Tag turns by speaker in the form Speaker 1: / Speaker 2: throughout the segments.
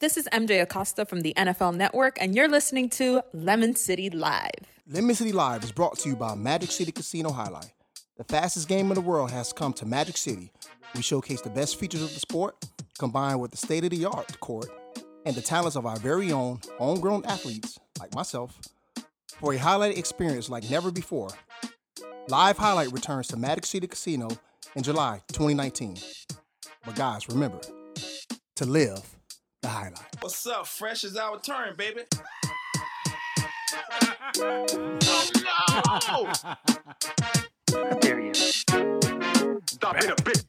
Speaker 1: This is MJ Acosta from the NFL Network, and you're listening to Lemon City Live.
Speaker 2: Lemon City Live is brought to you by Magic City Casino Highlight. The fastest game in the world has come to Magic City. We showcase the best features of the sport, combined with the state of the art court and the talents of our very own homegrown athletes, like myself, for a highlight experience like never before. Live Highlight returns to Magic City Casino in July 2019. But guys, remember to live the highlight.
Speaker 3: What's up? Fresh is our turn, baby. oh, no!
Speaker 4: How dare you?
Speaker 3: Stop it a bit.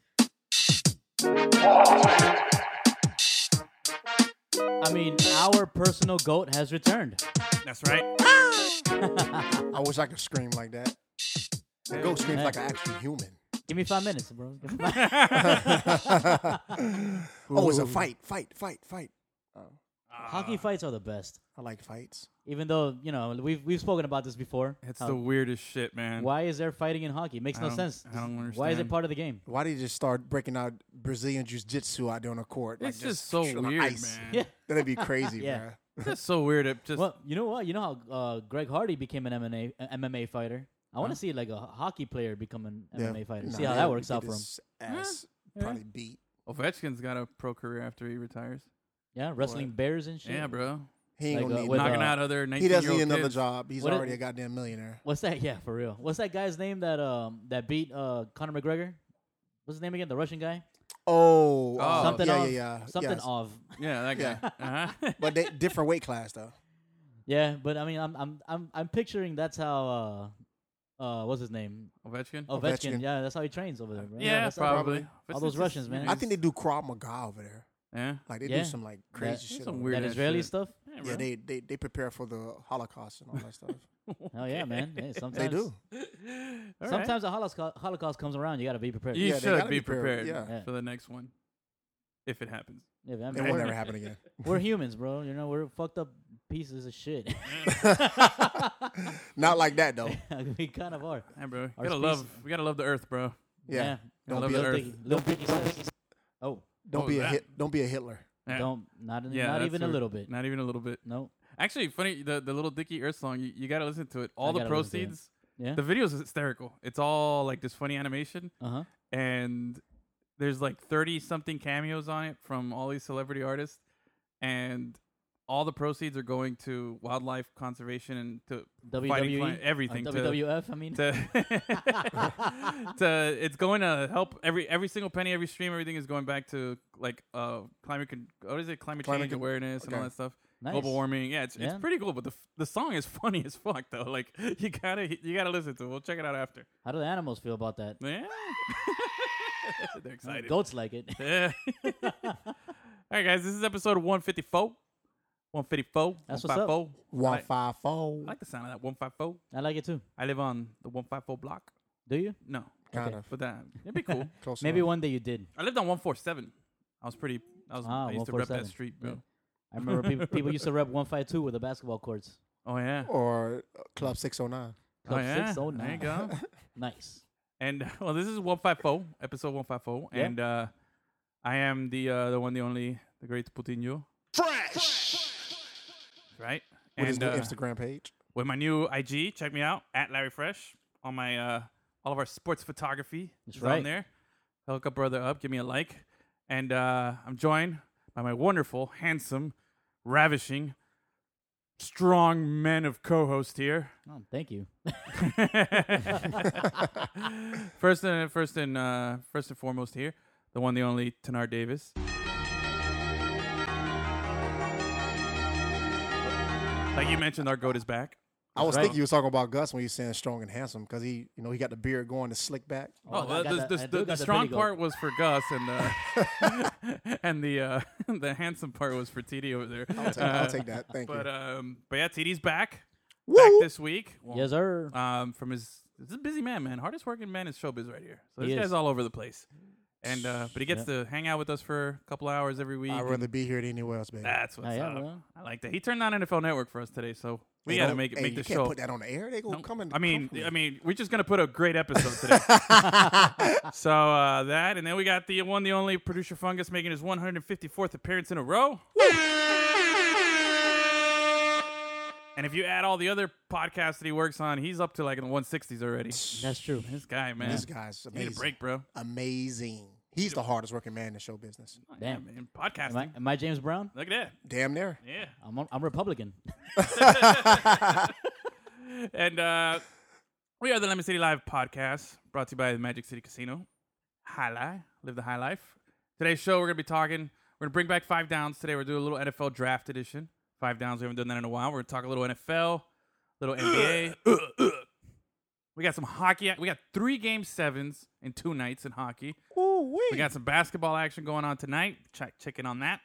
Speaker 5: I mean, our personal goat has returned.
Speaker 6: That's right.
Speaker 2: I wish I could scream like that. The goat screams like an actual human.
Speaker 5: Give me five minutes, bro. Give me five-
Speaker 2: Oh, it's a fight, fight, fight, fight.
Speaker 5: Hockey fights are the best.
Speaker 2: I like fights.
Speaker 5: Even though you know we've we've spoken about this before.
Speaker 6: It's
Speaker 5: how-
Speaker 6: the weirdest shit, man.
Speaker 5: why is there fighting in hockey? It makes
Speaker 6: I
Speaker 5: no
Speaker 6: don't-
Speaker 5: sense.
Speaker 6: I don't
Speaker 5: Why is it
Speaker 6: understand.
Speaker 5: part of the game?
Speaker 2: Why did you just start breaking out Brazilian jiu-jitsu out there on the court?
Speaker 6: It's just so
Speaker 2: on
Speaker 6: weird,
Speaker 2: ice.
Speaker 6: man.
Speaker 5: Yeah.
Speaker 2: That'd be crazy,
Speaker 5: Yeah.
Speaker 2: man.
Speaker 6: It's just so weird. It just
Speaker 5: Well, you know what? You know how uh, Greg Hardy became an MMA uh, MMA fighter. I want to see like a ho- hockey player become an MMA fighter. See how that works out for him.
Speaker 2: Ass probably beat.
Speaker 6: Ovechkin's got a pro career after he retires.
Speaker 5: Yeah, wrestling bears and shit.
Speaker 6: Yeah, bro.
Speaker 2: He ain't
Speaker 5: Like,
Speaker 2: gonna
Speaker 5: uh,
Speaker 2: need.
Speaker 5: with,
Speaker 2: no-
Speaker 6: Knocking
Speaker 5: uh,
Speaker 6: out other 19
Speaker 2: he doesn't need
Speaker 6: year old
Speaker 2: another
Speaker 6: kids.
Speaker 2: job. He's
Speaker 5: What it-
Speaker 2: already a goddamn millionaire.
Speaker 5: What's that? Yeah, for real. What's that guy's name that um that beat uh Conor McGregor? What's his name again? The Russian guy?
Speaker 2: Oh, uh,
Speaker 6: Oh.
Speaker 5: Something
Speaker 2: yeah,
Speaker 5: of
Speaker 2: yeah, yeah,
Speaker 5: something
Speaker 2: yes.
Speaker 5: of.
Speaker 6: Yeah, that guy. Uh-huh.
Speaker 2: But they, different weight class though.
Speaker 5: Yeah, but I mean, I'm I'm I'm I'm picturing that's how uh uh what's his name
Speaker 6: Ovechkin.
Speaker 5: Ovechkin.
Speaker 2: Ovechkin.
Speaker 5: Yeah, that's how he trains over there. Right?
Speaker 6: yeah,
Speaker 5: Oh, that's how-
Speaker 6: probably.
Speaker 2: probably.
Speaker 5: All those
Speaker 6: Ovechkin's
Speaker 5: Russians,
Speaker 6: just-
Speaker 5: man.
Speaker 2: I think they do Krav Maga over there.
Speaker 6: Yeah.
Speaker 2: Like they
Speaker 5: Yeah.
Speaker 2: do some like crazy
Speaker 5: That-
Speaker 2: shit.
Speaker 6: some
Speaker 2: over
Speaker 6: weird
Speaker 5: that
Speaker 6: ass
Speaker 5: Israeli
Speaker 6: shit.
Speaker 5: stuff.
Speaker 6: Yeah,
Speaker 2: there.
Speaker 6: bro.
Speaker 2: Yeah, they, they they prepare for the Holocaust and all that stuff.
Speaker 5: Oh yeah, man. Hey, sometimes
Speaker 2: they do.
Speaker 6: All right.
Speaker 5: Sometimes the Holocaust, Holocaust comes around. You got to be prepared.
Speaker 6: you
Speaker 2: Yeah, they
Speaker 6: should
Speaker 2: gotta
Speaker 6: be
Speaker 2: be prepared,
Speaker 6: prepared
Speaker 2: yeah.
Speaker 5: Yeah.
Speaker 6: for the next one, if it happens.
Speaker 5: Yeah, man,
Speaker 2: It
Speaker 5: we're,
Speaker 2: will never happen again.
Speaker 5: we're humans, bro. You know, we're fucked up pieces of shit.
Speaker 2: Not like that though.
Speaker 5: we kind of are.
Speaker 6: Hey, bro,
Speaker 5: Our
Speaker 6: gotta
Speaker 5: species-
Speaker 6: love. We gotta love the Earth, bro.
Speaker 2: Yeah.
Speaker 6: I
Speaker 2: Don't
Speaker 6: love
Speaker 2: be
Speaker 6: the
Speaker 2: a,
Speaker 6: Earth.
Speaker 5: Little Biggie, Little Biggie says, "Oh,
Speaker 2: don't
Speaker 6: What
Speaker 2: be
Speaker 6: was
Speaker 2: a
Speaker 6: that?
Speaker 2: hit, don't be a Hitler.
Speaker 6: Yeah.
Speaker 5: don't not
Speaker 6: Yeah,
Speaker 5: not
Speaker 6: that's
Speaker 5: even a
Speaker 6: the-
Speaker 5: little bit.
Speaker 6: Not even a little bit.
Speaker 5: No,
Speaker 6: Actually, funny the the little Dicky Earth song. You, you gotta listen to it. All the
Speaker 5: gotta listen to it.
Speaker 6: proceeds.
Speaker 5: Yeah.
Speaker 6: The video's hysterical. It's all like this funny animation,
Speaker 5: uh huh.
Speaker 6: and there's like thirty something cameos on it from all these celebrity artists, and all the proceeds are going to wildlife conservation and to fighting
Speaker 5: WWE,
Speaker 6: cli- everything
Speaker 5: uh,
Speaker 6: to-
Speaker 5: WWF. I mean,
Speaker 6: to, to it's going to help every every single penny, every stream, everything is going back to like uh climate con- what is it climate,
Speaker 2: Climate
Speaker 6: change
Speaker 2: con-
Speaker 6: awareness and all
Speaker 2: okay.
Speaker 6: that stuff.
Speaker 5: Nice.
Speaker 6: Global warming, yeah, it's
Speaker 5: Yeah.
Speaker 6: it's pretty cool. But the f- the song is funny as fuck though. Like you gotta you gotta listen to. it. We'll check it out after.
Speaker 5: how do the animals feel about that?
Speaker 6: Yeah, they're excited.
Speaker 5: Goats like it.
Speaker 6: Yeah. all right, guys, this is episode one fifty four. One fifty four.
Speaker 5: That's what's up.
Speaker 2: One
Speaker 6: I
Speaker 2: five four.
Speaker 6: like the sound of that one five four.
Speaker 5: I like it too.
Speaker 6: I live on the one five four block.
Speaker 5: Do you?
Speaker 6: No,
Speaker 2: Kind of.
Speaker 6: but that it'd be cool.
Speaker 2: Close
Speaker 5: Maybe
Speaker 2: enough.
Speaker 5: one day you did.
Speaker 6: I lived on 147. I was pretty. I was.
Speaker 5: Ah,
Speaker 6: I used to rep that
Speaker 5: 147.
Speaker 6: street, bro.
Speaker 5: Yeah. I remember people, people used to rep one five two with the basketball courts.
Speaker 6: Oh yeah.
Speaker 2: or uh, Club Six Oh Nine.
Speaker 6: oh
Speaker 5: Club
Speaker 6: yeah.
Speaker 5: 609.
Speaker 6: There you go.
Speaker 5: Nice.
Speaker 6: and well, this is 154, episode 154,
Speaker 5: Yeah.
Speaker 6: and uh, I am the uh, the one, the only, the great Putinho. Fresh. Right.
Speaker 2: With his
Speaker 6: and
Speaker 2: new
Speaker 6: uh,
Speaker 2: Instagram page.
Speaker 6: with my new IG, check me out at Larry Fresh on my uh, all of our sports photography.
Speaker 5: That's
Speaker 6: is
Speaker 5: right.
Speaker 6: on there. Hook a brother up, give me a like, and uh, I'm joined by my wonderful, handsome, ravishing, strong men of co-host here.
Speaker 5: Oh, thank you.
Speaker 6: first and first and uh, first and foremost here, the one, the only Tanar Davis. Like you mentioned, our goat is back.
Speaker 2: I was
Speaker 5: Right.
Speaker 2: thinking you was talking about Gus when you saying strong and handsome because he, you know, he got the beard going, the slick back.
Speaker 6: Oh,
Speaker 5: I got
Speaker 6: the, the,
Speaker 5: I
Speaker 6: the,
Speaker 5: do
Speaker 6: the,
Speaker 5: got Billy
Speaker 6: strong
Speaker 5: goat.
Speaker 6: part was for Gus, and the and the uh, the handsome part was for TD over there. Uh,
Speaker 2: I'll take, I'll take that. Thank
Speaker 6: But
Speaker 2: you.
Speaker 6: um, but yeah, TD's back back
Speaker 2: Woo!
Speaker 6: this week. Well,
Speaker 5: Yes, sir.
Speaker 6: Uh, Um, from his this is a busy man, man, hardest working man in showbiz right here. So
Speaker 5: He
Speaker 6: this
Speaker 5: is.
Speaker 6: guy's all over the place, And uh, but he gets to hang out with us for a couple hours every week.
Speaker 2: I'd
Speaker 6: and
Speaker 2: rather be here than anywhere else, baby.
Speaker 6: That's what's
Speaker 5: Hey, Oh, yeah,
Speaker 6: up.
Speaker 5: bro.
Speaker 6: I like that. He turned on NFL Network for us today, so we
Speaker 2: They
Speaker 6: got to
Speaker 2: don't-
Speaker 6: make it
Speaker 2: hey,
Speaker 6: make
Speaker 2: you
Speaker 6: the
Speaker 2: can't
Speaker 6: show.
Speaker 2: put that on the air. They gonna come and
Speaker 6: I mean,
Speaker 2: come for
Speaker 6: I
Speaker 2: me.
Speaker 6: mean, we're just gonna put a great episode today. so uh, that, and then we got the one, the only producer fungus making his 154th appearance in a row. And if you add all the other podcasts that he works on, he's up to like in the 160s already.
Speaker 5: That's true.
Speaker 6: This guy, man,
Speaker 2: this guy's
Speaker 6: need a
Speaker 2: amazing.
Speaker 6: break, bro.
Speaker 2: Amazing. He's the hardest working man in the show business.
Speaker 5: Damn.
Speaker 6: man,
Speaker 5: Am I,
Speaker 6: podcasting.
Speaker 5: am I James Brown?
Speaker 6: Look at that.
Speaker 2: Damn near.
Speaker 6: Yeah.
Speaker 5: I'm on- I'm Republican.
Speaker 6: And uh, we are the Lemon City Live podcast, brought to you by the Magic City Casino. High life, live the high life. Today's show, we're gonna be talking. We're gonna bring back five downs today. We're doing a little NFL draft edition. Five downs. We haven't done that in a while. We're gonna talk a little NFL, little NBA. we got some hockey. We got three game sevens in two nights in hockey.
Speaker 2: Ooh
Speaker 6: We got some basketball action going on tonight. Check check in on that.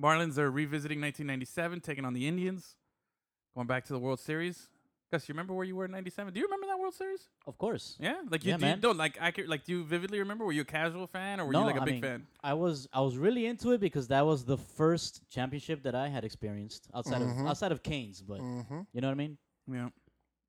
Speaker 6: Marlins are revisiting 1997, taking on the Indians, going back to the World Series. Gus, you remember where you were in '97? Do you remember that World Series?
Speaker 5: Of course.
Speaker 6: Yeah, like you,
Speaker 5: Yeah,
Speaker 6: do, you
Speaker 5: man.
Speaker 6: don't like accurate. Like, do you vividly remember? Were you a casual fan or were you like a
Speaker 5: I
Speaker 6: big
Speaker 5: mean,
Speaker 6: fan?
Speaker 5: I was I was really into it because that was the first championship that I had experienced outside of outside of Canes, but you know what I mean?
Speaker 6: Yeah.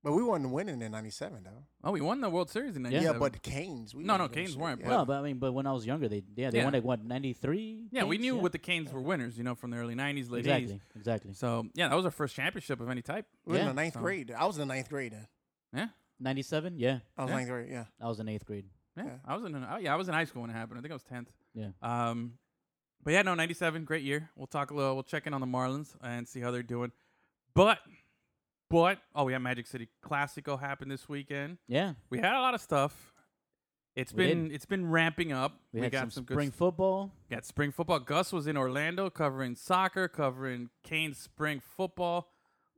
Speaker 2: But we weren't winning in '97 though.
Speaker 6: Oh, we won the World Series in
Speaker 5: Yeah,
Speaker 2: Yeah,
Speaker 6: '97.
Speaker 2: but the Canes. We
Speaker 6: No,
Speaker 2: won
Speaker 6: no,
Speaker 2: that
Speaker 6: Canes
Speaker 2: shit.
Speaker 6: weren't,
Speaker 2: Yeah.
Speaker 6: but-
Speaker 5: No, but I mean, but when I was younger, they yeah they
Speaker 6: Yeah.
Speaker 5: won like what ninety three.
Speaker 6: yeah, we knew what the Canes were winners, you know, from the early '90s, late
Speaker 5: exactly
Speaker 6: 80s.
Speaker 5: exactly
Speaker 6: So yeah, that was our first championship of any type.
Speaker 2: we were in
Speaker 5: Yeah.
Speaker 2: the ninth
Speaker 6: So-
Speaker 2: grade. I was in the ninth grade then.
Speaker 6: Yeah,
Speaker 5: ninety seven. Yeah,
Speaker 2: I was
Speaker 6: Yeah.
Speaker 2: ninth grade. Yeah.
Speaker 5: I was in eighth grade.
Speaker 6: yeah.
Speaker 2: Yeah.
Speaker 6: I was in. Oh, yeah, I was in high school when it happened. I think I was 10th.
Speaker 5: Yeah,
Speaker 6: Um, but yeah, no, 97, great year. We'll talk a little, we'll check in on the Marlins and see how they're doing. But, but, oh, we had Magic City Classico happen this weekend.
Speaker 5: yeah.
Speaker 6: We had a lot of stuff. It's
Speaker 5: We
Speaker 6: been it's been ramping up.
Speaker 5: We, had
Speaker 6: got
Speaker 5: some,
Speaker 6: some
Speaker 5: spring
Speaker 6: good
Speaker 5: football.
Speaker 6: got spring football. Gus was in Orlando covering soccer, covering Kane's spring football.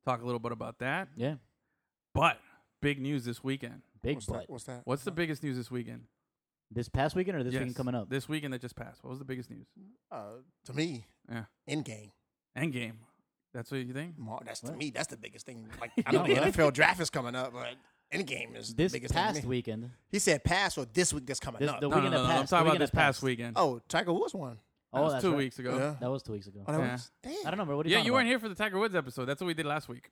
Speaker 6: Talk a little bit about that.
Speaker 5: Yeah,
Speaker 6: But big news this weekend.
Speaker 5: big
Speaker 2: What's
Speaker 5: butt.
Speaker 2: that? What's that?
Speaker 6: What's the biggest news this weekend?
Speaker 5: This past weekend or Uh-huh. this
Speaker 6: Yes,
Speaker 5: weekend coming up?
Speaker 6: This weekend that just passed. What was the biggest news?
Speaker 2: Uh, to me,
Speaker 6: Yeah.
Speaker 2: Endgame.
Speaker 6: Endgame. That's what you think?
Speaker 2: Ma- That's to
Speaker 5: What?
Speaker 2: me. That's the biggest thing. Like I know
Speaker 5: No,
Speaker 2: the
Speaker 5: right?
Speaker 2: NFL draft is coming up, but Endgame is
Speaker 5: this
Speaker 2: the biggest thing
Speaker 5: past
Speaker 2: to me.
Speaker 5: weekend.
Speaker 2: He said pass or this week that's coming
Speaker 5: This-
Speaker 2: up.
Speaker 5: the
Speaker 6: No, no,
Speaker 5: weekend
Speaker 6: no,
Speaker 5: that
Speaker 6: no, I'm
Speaker 5: passed,
Speaker 6: talking
Speaker 5: the
Speaker 6: about
Speaker 5: weekend
Speaker 6: this
Speaker 5: that
Speaker 6: past
Speaker 5: passed.
Speaker 6: weekend.
Speaker 2: oh, Tiger Woods won.
Speaker 6: that was
Speaker 5: Oh, that's
Speaker 6: two
Speaker 5: right.
Speaker 6: weeks ago.
Speaker 2: Yeah.
Speaker 5: That was two weeks ago.
Speaker 2: Oh, that
Speaker 6: Yeah.
Speaker 2: was- damn.
Speaker 5: I don't remember. What are you
Speaker 6: yeah,
Speaker 5: talking
Speaker 6: you weren't
Speaker 5: about?
Speaker 6: here for the Tiger Woods episode. That's what we did last week.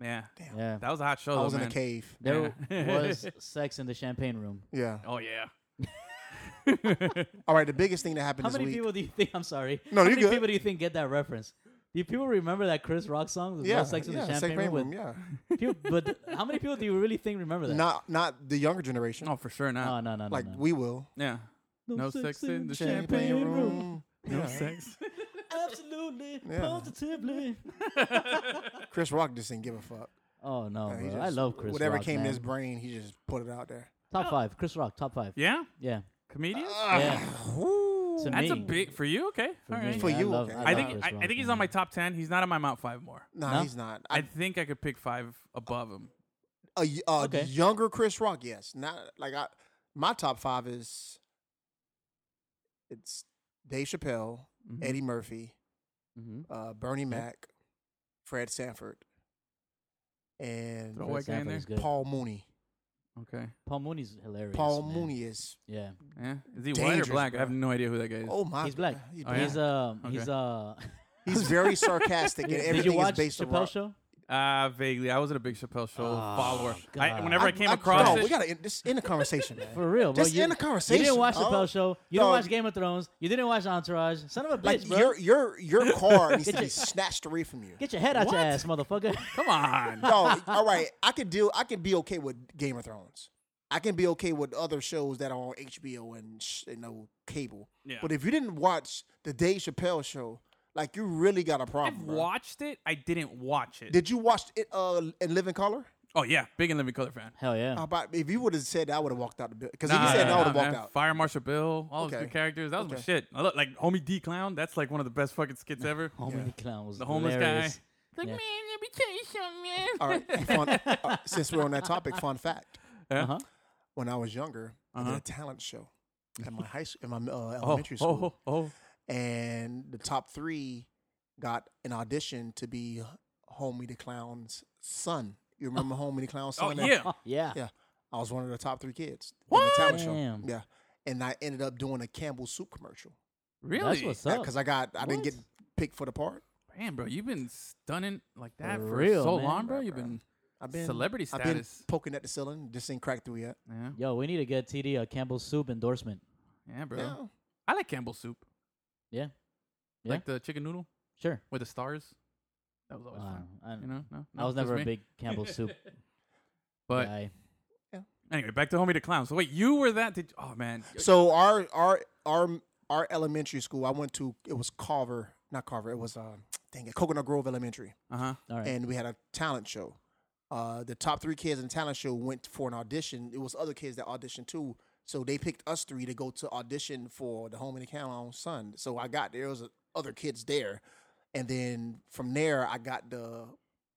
Speaker 6: Yeah,
Speaker 2: Damn.
Speaker 5: Yeah.
Speaker 6: that was a hot show.
Speaker 2: I
Speaker 6: though,
Speaker 2: was in
Speaker 6: man.
Speaker 2: a cave.
Speaker 5: There
Speaker 6: Yeah.
Speaker 5: was sex in the champagne room.
Speaker 2: Yeah.
Speaker 6: Oh yeah.
Speaker 2: All right. The biggest thing that happened
Speaker 5: How
Speaker 2: this
Speaker 5: many
Speaker 2: week.
Speaker 5: people do you think? I'm sorry.
Speaker 2: No,
Speaker 5: How
Speaker 2: you're
Speaker 5: many
Speaker 2: good.
Speaker 5: people do you think get that reference? Do people remember that Chris Rock song? There's
Speaker 2: yeah.
Speaker 5: no sex in
Speaker 2: yeah,
Speaker 5: the champagne
Speaker 2: Champagne
Speaker 5: room.
Speaker 2: room, yeah.
Speaker 5: with people, but th- how many people do you really think remember that?
Speaker 2: Not not the younger generation.
Speaker 6: Oh, for sure not.
Speaker 5: no, no, no, no.
Speaker 2: like
Speaker 5: no.
Speaker 2: we will.
Speaker 6: yeah. No sex in the
Speaker 2: Champagne
Speaker 6: Champagne
Speaker 2: room.
Speaker 6: No
Speaker 2: Yeah.
Speaker 6: sex.
Speaker 5: Absolutely,
Speaker 2: Yeah.
Speaker 5: positively.
Speaker 2: Chris Rock just didn't give a fuck.
Speaker 5: Oh no,
Speaker 2: Uh, he
Speaker 5: bro.
Speaker 2: just-
Speaker 5: I love Chris.
Speaker 2: Whatever
Speaker 5: Rock,
Speaker 2: came
Speaker 5: man.
Speaker 2: to his brain, he just put it out there.
Speaker 5: top five. Chris Rock, top five.
Speaker 6: Yeah,
Speaker 5: Yeah,
Speaker 6: comedian.
Speaker 5: yeah.
Speaker 2: Ah, Ooh.
Speaker 5: To
Speaker 6: That's a
Speaker 5: me.
Speaker 6: big for you. Okay,
Speaker 5: For
Speaker 6: all right.
Speaker 5: me,
Speaker 2: Uh, For
Speaker 5: I
Speaker 2: you,
Speaker 5: love-
Speaker 2: okay.
Speaker 5: I,
Speaker 6: I
Speaker 5: love
Speaker 6: think
Speaker 5: Chris
Speaker 6: I, I
Speaker 5: Rock,
Speaker 6: think he's
Speaker 5: man.
Speaker 6: on my top ten. He's not on my mount five more.
Speaker 2: No,
Speaker 5: No?
Speaker 2: he's not.
Speaker 6: I
Speaker 2: I,
Speaker 6: think I could pick five above him.
Speaker 2: a y- a
Speaker 5: Okay.
Speaker 2: younger Chris Rock, yes. Not like I. My top five is. It's Dave Chappelle,
Speaker 6: Mhm.
Speaker 5: Mm-hmm.
Speaker 2: Eddie Murphy,
Speaker 6: Mm-hmm.
Speaker 5: Mhm.
Speaker 2: uh, Bernie Mac, Fred Sanford, and
Speaker 6: Throw
Speaker 5: Fred
Speaker 6: white guy in
Speaker 5: Sanford
Speaker 6: there?
Speaker 5: is good. Paul,
Speaker 2: Paul Mooney.
Speaker 6: Mm-hmm. Okay.
Speaker 5: Mooney's hilarious.
Speaker 2: Paul
Speaker 5: man.
Speaker 2: Mooney is.
Speaker 5: Yeah,
Speaker 6: Yeah. Is he white or
Speaker 2: Dangerous,
Speaker 6: black?
Speaker 2: bro.
Speaker 6: I have no idea who that guy is.
Speaker 2: Oh my!
Speaker 5: he's black.
Speaker 2: God, he
Speaker 6: Oh,
Speaker 2: black.
Speaker 5: He's um, he's
Speaker 6: Okay.
Speaker 5: uh.
Speaker 2: He's very sarcastic, and
Speaker 5: did you
Speaker 2: everything
Speaker 5: watch
Speaker 2: is based
Speaker 5: Chappelle
Speaker 2: around.
Speaker 5: show?
Speaker 6: Uh, vaguely. I wasn't a Big Chappelle show
Speaker 5: Oh,
Speaker 6: follower. I,
Speaker 5: God.
Speaker 6: whenever I, came
Speaker 2: I-
Speaker 6: across
Speaker 2: no,
Speaker 6: it,
Speaker 2: we gotta end, this end the conversation, man.
Speaker 5: For real, bro.
Speaker 2: Just
Speaker 5: you,
Speaker 2: end the conversation.
Speaker 5: You didn't watch the
Speaker 2: dog.
Speaker 5: Chappelle show. You
Speaker 2: Dog.
Speaker 5: didn't watch Game of Thrones. You didn't watch Entourage. Son of a bitch,
Speaker 2: Like
Speaker 5: bro.
Speaker 2: your your your car needs to be
Speaker 5: your-
Speaker 2: snatched away from you.
Speaker 5: Get your head out your ass, motherfucker.
Speaker 6: come on.
Speaker 2: No, all right. I could deal. I could be okay with Game of Thrones. I can be okay with other shows that are on HBO and sh- you know cable.
Speaker 6: Yeah.
Speaker 2: But if you didn't watch the Dave Chappelle show, like you really got a problem.
Speaker 6: I've
Speaker 2: bro.
Speaker 6: watched it. I didn't watch it.
Speaker 2: Did you watch it uh, in Living Color?
Speaker 6: oh yeah, big and living color fan.
Speaker 5: Hell yeah.
Speaker 2: How about if you would have said that, I would have walked out the building. Because if
Speaker 6: Nah,
Speaker 2: you said
Speaker 6: nah,
Speaker 2: that, I would have
Speaker 6: nah,
Speaker 2: walked
Speaker 6: man.
Speaker 2: out.
Speaker 6: Fire Marshal Bill, all those
Speaker 2: Okay.
Speaker 6: good characters. That was my
Speaker 2: Okay.
Speaker 6: shit. I look like homie D clown. That's like one of the best fucking skits ever.
Speaker 5: Homie the clown was
Speaker 6: The homeless
Speaker 5: hilarious.
Speaker 6: guy. Like
Speaker 5: Yeah.
Speaker 6: man, let me tell you something,
Speaker 2: All
Speaker 6: man.
Speaker 2: right. Fun, uh, since we're on that topic, fun fact:
Speaker 6: Yeah.
Speaker 5: Uh-huh.
Speaker 2: when I was younger, I
Speaker 6: Uh-huh.
Speaker 2: did a talent show at my high school, in my uh,
Speaker 6: Oh,
Speaker 2: elementary school.
Speaker 6: oh, oh,
Speaker 2: and the top three got an audition to be Homie the Clown's son. You remember Homie the Clown's
Speaker 6: oh,
Speaker 2: son?
Speaker 6: yeah.
Speaker 5: Yeah.
Speaker 2: Yeah. I was one of the top three kids in
Speaker 6: What?
Speaker 2: the talent show.
Speaker 5: Damn.
Speaker 2: Yeah, and I ended up doing a Campbell's soup commercial
Speaker 6: Really?
Speaker 5: That's what's up.
Speaker 2: because I got I didn't
Speaker 5: What?
Speaker 2: get picked for the part.
Speaker 6: Man, bro, you've been stunning like that for
Speaker 5: real,
Speaker 6: so
Speaker 5: man.
Speaker 6: long, bro.
Speaker 2: Bruh,
Speaker 6: You've
Speaker 2: bruh.
Speaker 6: been
Speaker 2: I've been
Speaker 6: Celebrity
Speaker 2: I've been
Speaker 6: status.
Speaker 2: poking at the ceiling, just ain't cracked through yet.
Speaker 6: yeah,
Speaker 5: Yo, we need to get TD a Campbell's soup endorsement.
Speaker 6: yeah, bro.
Speaker 2: Yeah.
Speaker 6: I like Campbell's soup,
Speaker 5: Yeah, Yeah?
Speaker 6: like the chicken noodle
Speaker 5: sure.
Speaker 6: with the stars. That was always
Speaker 5: Uh,
Speaker 6: fun.
Speaker 5: I,
Speaker 6: You know, no,
Speaker 5: I
Speaker 6: no,
Speaker 5: was
Speaker 6: just
Speaker 5: never a
Speaker 6: me.
Speaker 5: big Campbell's soup
Speaker 6: But
Speaker 5: guy.
Speaker 6: anyway, back to homie the clown. So wait, you were that? Did, oh man,
Speaker 2: So our our our our elementary school I went to it was Carver, not Carver. It was uh, dang it, Coconut Grove Elementary,
Speaker 6: uh huh.
Speaker 5: All right.
Speaker 2: and we had a talent show. Uh, the top three kids in the talent show went for an audition. It was other kids that auditioned too, so they picked us three to go to audition for the home in the Clown son. So I got there. It was other kids there, and then from there I got the.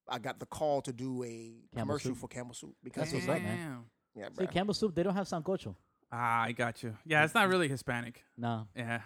Speaker 2: I got the call to do a commercial
Speaker 5: Soup.
Speaker 2: for Campbell Soup because
Speaker 5: That's what's
Speaker 2: they-
Speaker 5: up, man.
Speaker 6: Damn.
Speaker 2: Yeah,
Speaker 5: See,
Speaker 2: bro.
Speaker 5: Campbell's soup, they don't have sancocho.
Speaker 6: Ah, I got you. Yeah, it's not really Hispanic.
Speaker 5: Nah.
Speaker 6: Yeah,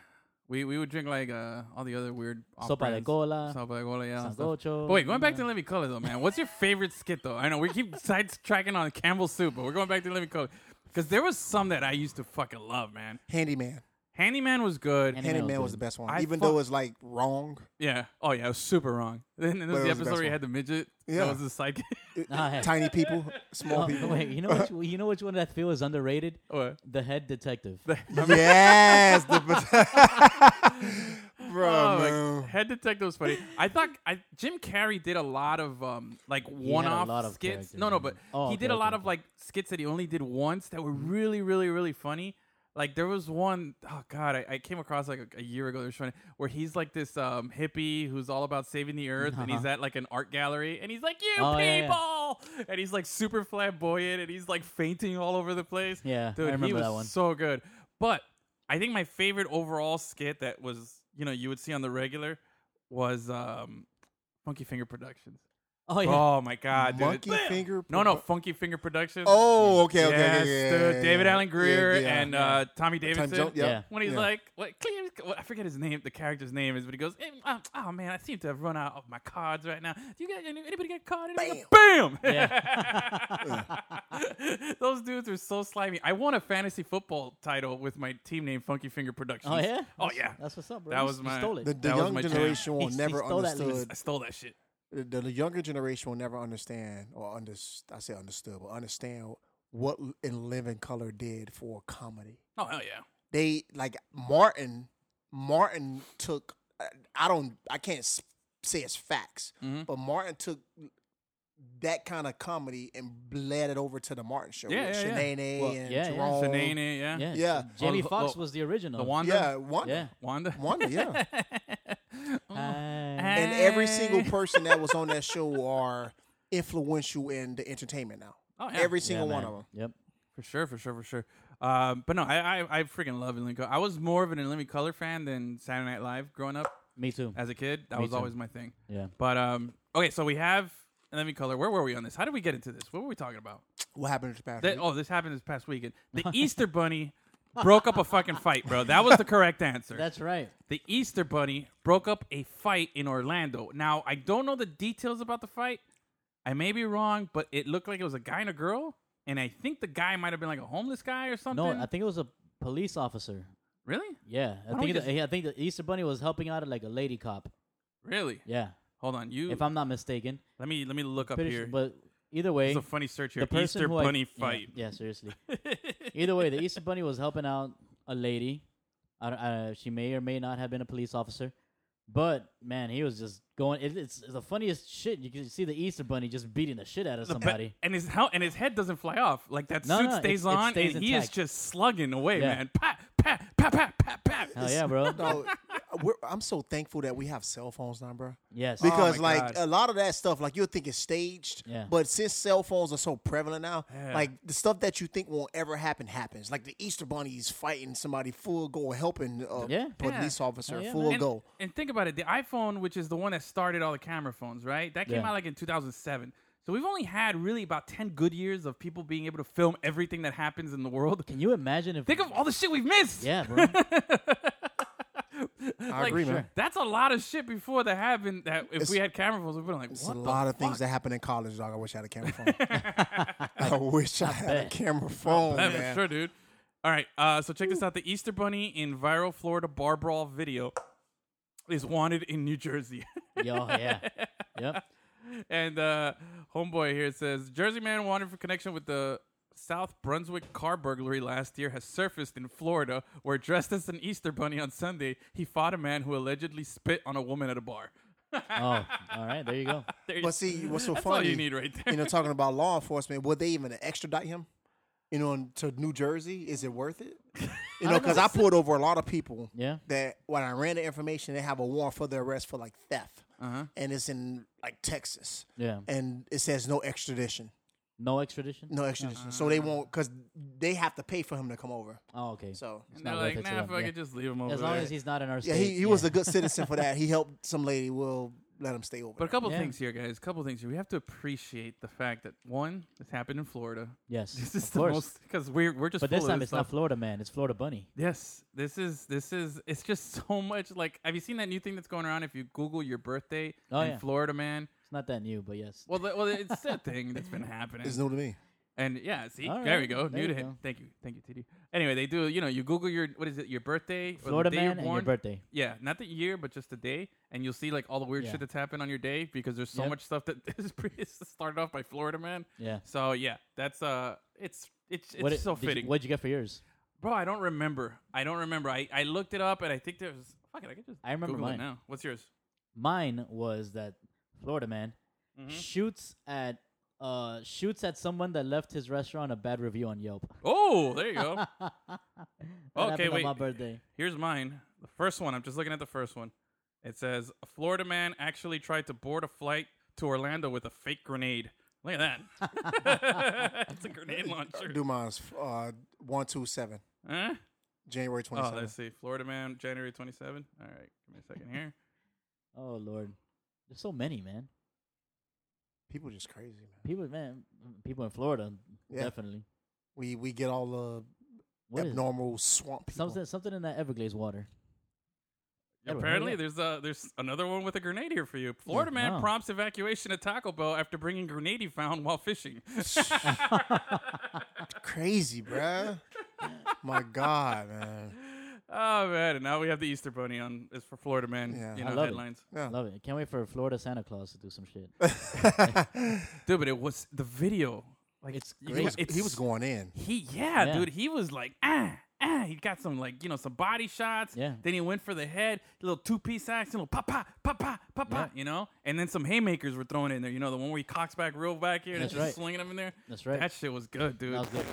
Speaker 6: we we would drink like uh all the other weird
Speaker 5: Sopa de
Speaker 6: off-brands.
Speaker 5: cola.
Speaker 6: Sopa de cola, yeah. and stuff.
Speaker 5: Sancocho,
Speaker 6: But wait, going back to
Speaker 5: yeah.
Speaker 6: Living Color though, man. What's your favorite skit though? I know we keep sidetracking on Campbell's soup, but we're going back to Living Color because there was some that I used to fucking love, man.
Speaker 2: Handyman.
Speaker 6: Handyman was good.
Speaker 5: Handy-
Speaker 2: Handyman
Speaker 5: Handyman
Speaker 2: was
Speaker 5: was
Speaker 2: the
Speaker 5: good.
Speaker 2: best one,
Speaker 6: I
Speaker 2: even
Speaker 6: fuck-
Speaker 2: though it's like wrong.
Speaker 6: yeah. Oh yeah, it was super wrong. Then there
Speaker 2: But
Speaker 6: was
Speaker 2: it was
Speaker 6: the
Speaker 2: the
Speaker 6: episode
Speaker 2: best
Speaker 6: where you
Speaker 2: one.
Speaker 6: had the midget.
Speaker 2: Yeah.
Speaker 6: That was the psychic.
Speaker 5: Ah, hey.
Speaker 2: Tiny people, small
Speaker 5: Oh,
Speaker 2: people.
Speaker 5: wait, you know which you know which one that I feel is underrated?
Speaker 6: What?
Speaker 5: The head detective.
Speaker 2: yes, the bro.
Speaker 6: Oh, like,
Speaker 2: man.
Speaker 6: Head detective was funny. I thought I, Jim Carrey did a lot of um like one-off
Speaker 5: lot of
Speaker 6: skits.
Speaker 5: characters,
Speaker 6: No, no,
Speaker 5: man.
Speaker 6: but
Speaker 5: Oh,
Speaker 6: he
Speaker 5: okay,
Speaker 6: did a
Speaker 5: okay,
Speaker 6: lot of
Speaker 5: okay.
Speaker 6: like skits that he only did once that were really, really, really funny. Like there was one, oh god, I, I came across like a, a year ago. They were showing it, where he's like this um hippie who's all about saving the earth, and he's at like an art gallery, and he's like, "You
Speaker 5: Oh,
Speaker 6: people,"
Speaker 5: yeah, yeah.
Speaker 6: and he's like super flamboyant, and he's like fainting all over the place.
Speaker 5: Yeah, I
Speaker 6: dude, he
Speaker 5: remember
Speaker 6: was
Speaker 5: that one.
Speaker 6: so good. But I think my favorite overall skit that was, you know, you would see on the regular was um, Funky Finger Productions.
Speaker 5: Oh yeah.
Speaker 6: Oh my god, dude.
Speaker 2: Monkey finger.
Speaker 6: No, no, Funky Finger Productions.
Speaker 2: Oh, okay,
Speaker 6: yes,
Speaker 2: okay, okay, yeah,
Speaker 6: dude.
Speaker 2: yeah, yeah,
Speaker 6: David
Speaker 2: yeah.
Speaker 6: Allen Greer
Speaker 2: Yeah, yeah.
Speaker 6: and uh, Tommy
Speaker 2: Time
Speaker 6: Davidson.
Speaker 2: jump, yeah.
Speaker 5: Yeah.
Speaker 6: When he's
Speaker 2: yeah.
Speaker 6: like, what, Clear, what- I forget his name, the character's name is, but he goes, "Eh, um, "Oh man, I seem to have run out of my cards right now. Do you got any, anybody got a card? Anybody got- Bam! Those dudes are so slimy. I won a fantasy football title with my team name, Funky Finger Productions.
Speaker 5: Oh yeah.
Speaker 6: Oh yeah.
Speaker 5: That's what's up, bro.
Speaker 6: That
Speaker 5: You s-
Speaker 6: was
Speaker 5: you
Speaker 6: my-
Speaker 5: stole it.
Speaker 2: the, the
Speaker 6: That was
Speaker 2: young
Speaker 6: my jam.
Speaker 2: generation will
Speaker 5: He- he
Speaker 2: never
Speaker 5: stole that lead.
Speaker 2: understood.
Speaker 6: I stole that shit.
Speaker 2: The, the younger generation will never understand or under. I say understood, but understand what L- in living color did for comedy.
Speaker 6: Oh hell yeah.
Speaker 2: They like Martin. Martin took. I- I don't. I can't s- say it's facts,
Speaker 6: Mhm.
Speaker 2: but Martin took that kind of comedy and bled it over to the Martin show.
Speaker 6: Yeah,
Speaker 2: with
Speaker 6: yeah, yeah.
Speaker 2: Shanae
Speaker 5: Well,
Speaker 2: and
Speaker 5: yeah, yeah.
Speaker 2: Jerome.
Speaker 6: Shanae, yeah.
Speaker 5: yeah.
Speaker 2: yeah.
Speaker 5: Jamie
Speaker 6: Well,
Speaker 5: Foxx
Speaker 6: well,
Speaker 5: was the original.
Speaker 6: The Wanda.
Speaker 2: Yeah, Wanda.
Speaker 5: Yeah.
Speaker 6: Wanda.
Speaker 2: Wanda, yeah.
Speaker 6: Oh.
Speaker 5: Hi.
Speaker 2: and every single
Speaker 6: Hey.
Speaker 2: person that was on that show are influential in the entertainment now.
Speaker 6: Oh, yeah.
Speaker 2: Every
Speaker 5: Yeah,
Speaker 2: single one
Speaker 5: man.
Speaker 2: of them.
Speaker 5: Yep.
Speaker 6: For sure, for sure, for sure. Um, but no, I, I I freaking love In Living Color. I was more of an In Living Color fan than Saturday Night Live growing up
Speaker 5: Me too.
Speaker 6: as a kid. That
Speaker 5: Me
Speaker 6: was
Speaker 5: too.
Speaker 6: always my thing.
Speaker 5: Yeah.
Speaker 6: But um, okay, so we have In Living Color. Where were we on this? How did we get into this? What were we talking about?
Speaker 2: What happened to the past?
Speaker 6: That, oh, this happened this past weekend. The Easter Bunny broke up a fucking fight, bro. That was the correct answer.
Speaker 5: That's right.
Speaker 6: the Easter Bunny broke up a fight in Orlando. Now, I don't know the details about the fight. I may be wrong, but it looked like it was a guy and a girl. And I think the guy might have been like a homeless guy or something.
Speaker 5: No, I think it was a police officer.
Speaker 6: really?
Speaker 5: Yeah, I
Speaker 6: don't we
Speaker 5: think
Speaker 6: just-
Speaker 5: the, I think the Easter Bunny was helping out like a lady cop.
Speaker 6: Really?
Speaker 5: Yeah,
Speaker 6: Hold on, you.
Speaker 5: if I'm not mistaken.
Speaker 6: let me let me look up
Speaker 5: Pretty
Speaker 6: here.
Speaker 5: sure- but either way,
Speaker 6: it's a funny search here.
Speaker 5: the person
Speaker 6: Easter
Speaker 5: who I-
Speaker 6: Bunny
Speaker 5: yeah,
Speaker 6: fight.
Speaker 5: Yeah, seriously. either way, the Easter Bunny was helping out a lady. I, don't- I, she may or may not have been a police officer, but man, he was just going. It, it's, it's the funniest shit. You can see the Easter Bunny just beating the shit out of
Speaker 6: The ba-
Speaker 5: somebody.
Speaker 6: and his hel- and his head doesn't fly off. Like that
Speaker 5: No,
Speaker 6: suit
Speaker 5: no, it's-
Speaker 6: stays
Speaker 5: it
Speaker 6: on,
Speaker 5: stays
Speaker 6: and he is
Speaker 5: intact.
Speaker 6: just slugging away,
Speaker 5: Yeah.
Speaker 6: man. Pat, pat, pat, pat, pat, pat.
Speaker 5: Hell yeah, bro.
Speaker 2: No, Oh, we're, I'm so thankful that we have cell phones now, bro.
Speaker 5: Yes.
Speaker 2: Because
Speaker 6: my
Speaker 2: like
Speaker 6: God.
Speaker 2: a lot of that stuff, like you'll think it's staged.
Speaker 5: Yeah.
Speaker 2: But since cell phones are so prevalent now,
Speaker 6: Yeah.
Speaker 2: like the stuff that you think won't ever happen happens. Like the Easter Bunny's fighting somebody full go, helping a
Speaker 5: Yeah.
Speaker 2: police officer
Speaker 5: Hell yeah,
Speaker 2: full
Speaker 6: and,
Speaker 2: go.
Speaker 6: and think about it. The iPhone, which is the one that started all the camera phones, right? That came
Speaker 5: Yeah.
Speaker 6: out like in 2007. So we've only had really about 10 good years of people being able to film everything that happens in the world.
Speaker 5: Can you imagine if?
Speaker 6: Think of all the shit we've missed.
Speaker 5: yeah, bro.
Speaker 6: I
Speaker 2: agree, man.
Speaker 6: That's a lot of shit before that happened. That if
Speaker 2: It's-
Speaker 6: we had camera phones, we'd been like,
Speaker 2: It's
Speaker 6: what
Speaker 2: a
Speaker 6: the
Speaker 2: lot of things
Speaker 6: fuck?
Speaker 2: that happen in college, dog. I wish I had a camera phone. I wish I had a
Speaker 5: bet.
Speaker 2: camera phone,
Speaker 6: Yeah, for
Speaker 2: man.
Speaker 6: sure, dude. All right. Uh, so check this out. The Easter Bunny in viral Florida bar brawl video is wanted in New Jersey.
Speaker 5: Yo, yeah. Yep.
Speaker 6: and uh, homeboy here says Jersey man wanted for connection with the South Brunswick car burglary last year has surfaced in Florida, where dressed as an Easter bunny on Sunday, he fought a man who allegedly spit on a woman at a bar.
Speaker 5: Oh, all right. There you go.
Speaker 6: There you-
Speaker 2: But see, what's so
Speaker 6: That's
Speaker 2: funny?
Speaker 6: all you need right there.
Speaker 2: You know, talking about law enforcement, would they even extradite him? You know, in- to New Jersey, is it worth it? You know, because I pulled over a lot of people.
Speaker 5: Yeah.
Speaker 2: That when I ran the information, they have a warrant for their arrest for like theft, and it's in like Texas,
Speaker 5: Yeah.
Speaker 2: and it says no extradition,
Speaker 5: No extradition.
Speaker 2: no extradition. So they won't because they have to pay for him to come over.
Speaker 5: Oh, okay.
Speaker 2: So
Speaker 5: It's
Speaker 6: and they're
Speaker 5: not
Speaker 6: like,
Speaker 5: worth it
Speaker 6: nah,
Speaker 5: to them.
Speaker 6: fuck
Speaker 5: Yeah.
Speaker 6: it, just leave him over
Speaker 5: As long
Speaker 6: there."
Speaker 5: as he's not in our state.
Speaker 2: yeah, he, he was a good citizen for that. He helped some lady. We'll let him stay over.
Speaker 6: But a couple
Speaker 5: Yeah.
Speaker 6: things here, guys. A couple things here. We have to appreciate the fact that one, this happened in Florida.
Speaker 5: Yes,
Speaker 6: this is
Speaker 5: of
Speaker 6: the
Speaker 5: course.
Speaker 6: most because we're we're just.
Speaker 5: But
Speaker 6: full
Speaker 5: this
Speaker 6: of
Speaker 5: time it's
Speaker 6: stuff.
Speaker 5: not Florida man. It's Florida Bunny.
Speaker 6: Yes, this is this is it's just so much. Like, have you seen that new thing that's going around? If you Google your birthday
Speaker 5: Oh,
Speaker 6: in
Speaker 5: yeah.
Speaker 6: Florida, man.
Speaker 5: It's not that new, but yes.
Speaker 6: Well, the, well, it's that thing that's been happening.
Speaker 2: It's new to me.
Speaker 6: And yeah, see,
Speaker 5: All
Speaker 6: there
Speaker 5: right,
Speaker 6: we go.
Speaker 5: there
Speaker 6: new
Speaker 5: you
Speaker 6: to him.
Speaker 5: go.
Speaker 6: Thank you, thank you, TD. Anyway, they do. You know, you Google your what is it? Your birthday, or
Speaker 5: Florida
Speaker 6: the day you're
Speaker 5: man and your
Speaker 6: born.
Speaker 5: birthday.
Speaker 6: Yeah, not the year, but just the day, and you'll see like all the weird
Speaker 5: Yeah.
Speaker 6: shit that's happened on your day because there's so
Speaker 5: Yep.
Speaker 6: much stuff that is pre- started off by Florida man.
Speaker 5: Yeah.
Speaker 6: So yeah, that's uh, it's it's it's
Speaker 5: it-
Speaker 6: so
Speaker 5: did you-
Speaker 6: fitting,
Speaker 5: what'd you get for yours?
Speaker 6: bro. I don't remember. I don't remember. I I looked it up, and I think there's fuck it. I could just
Speaker 5: I remember
Speaker 6: Google it
Speaker 5: mine.
Speaker 6: now. What's yours?
Speaker 5: Mine was that Florida man
Speaker 6: Mm-hmm.
Speaker 5: shoots at uh shoots at someone that left his restaurant a bad review on Yelp.
Speaker 6: Oh, there you go.
Speaker 5: That
Speaker 6: okay,
Speaker 5: happened
Speaker 6: wait.
Speaker 5: on my birthday.
Speaker 6: Here's mine. The first one. I'm just looking at the first one. It says a Florida man actually tried to board a flight to Orlando with a fake grenade. Look at that. it's a grenade launcher.
Speaker 2: Do mine's uh, one two seven,
Speaker 6: Huh?
Speaker 2: January
Speaker 6: Oh,
Speaker 2: twenty seventh.
Speaker 6: let's see. Florida man, January 27. All right, give me a second here.
Speaker 5: Oh lord, there's so many man.
Speaker 2: People just crazy, man.
Speaker 5: People man, people in Florida
Speaker 2: Yeah.
Speaker 5: definitely.
Speaker 2: We we get all the
Speaker 5: What is it?
Speaker 2: abnormal swamp people.
Speaker 5: something something in that Everglades water? Edwin, hurry
Speaker 6: Apparently,
Speaker 5: up.
Speaker 6: there's uh there's another one with a grenade here for you. Florida man
Speaker 5: wow.
Speaker 6: prompts evacuation at Taco Bell after bringing grenade he found while fishing.
Speaker 2: Crazy, bruh. My God, man.
Speaker 6: oh man! And now we have the Easter Bunny on is for Florida man.
Speaker 2: Yeah.
Speaker 6: you
Speaker 5: I
Speaker 6: know
Speaker 5: love it.
Speaker 6: headlines.
Speaker 2: Yeah.
Speaker 5: Love it. Can't wait for Florida Santa Claus to do some shit.
Speaker 6: dude but it was the video like
Speaker 5: It's
Speaker 6: you
Speaker 2: he,
Speaker 5: Yeah,
Speaker 6: got-
Speaker 2: was, he was going in.
Speaker 6: he yeah,
Speaker 5: Yeah.
Speaker 6: dude he was like ah ah he got some like you know some body shots
Speaker 5: Yeah.
Speaker 6: then he went for the head little two-piece action little pa pa pa pa pa pa you know and then some haymakers were thrown in there you know the one where he cocks back real back here and
Speaker 5: That's
Speaker 6: it's just
Speaker 5: right.
Speaker 6: swinging him in there
Speaker 5: That's right.
Speaker 6: that shit was good dude
Speaker 5: That was good.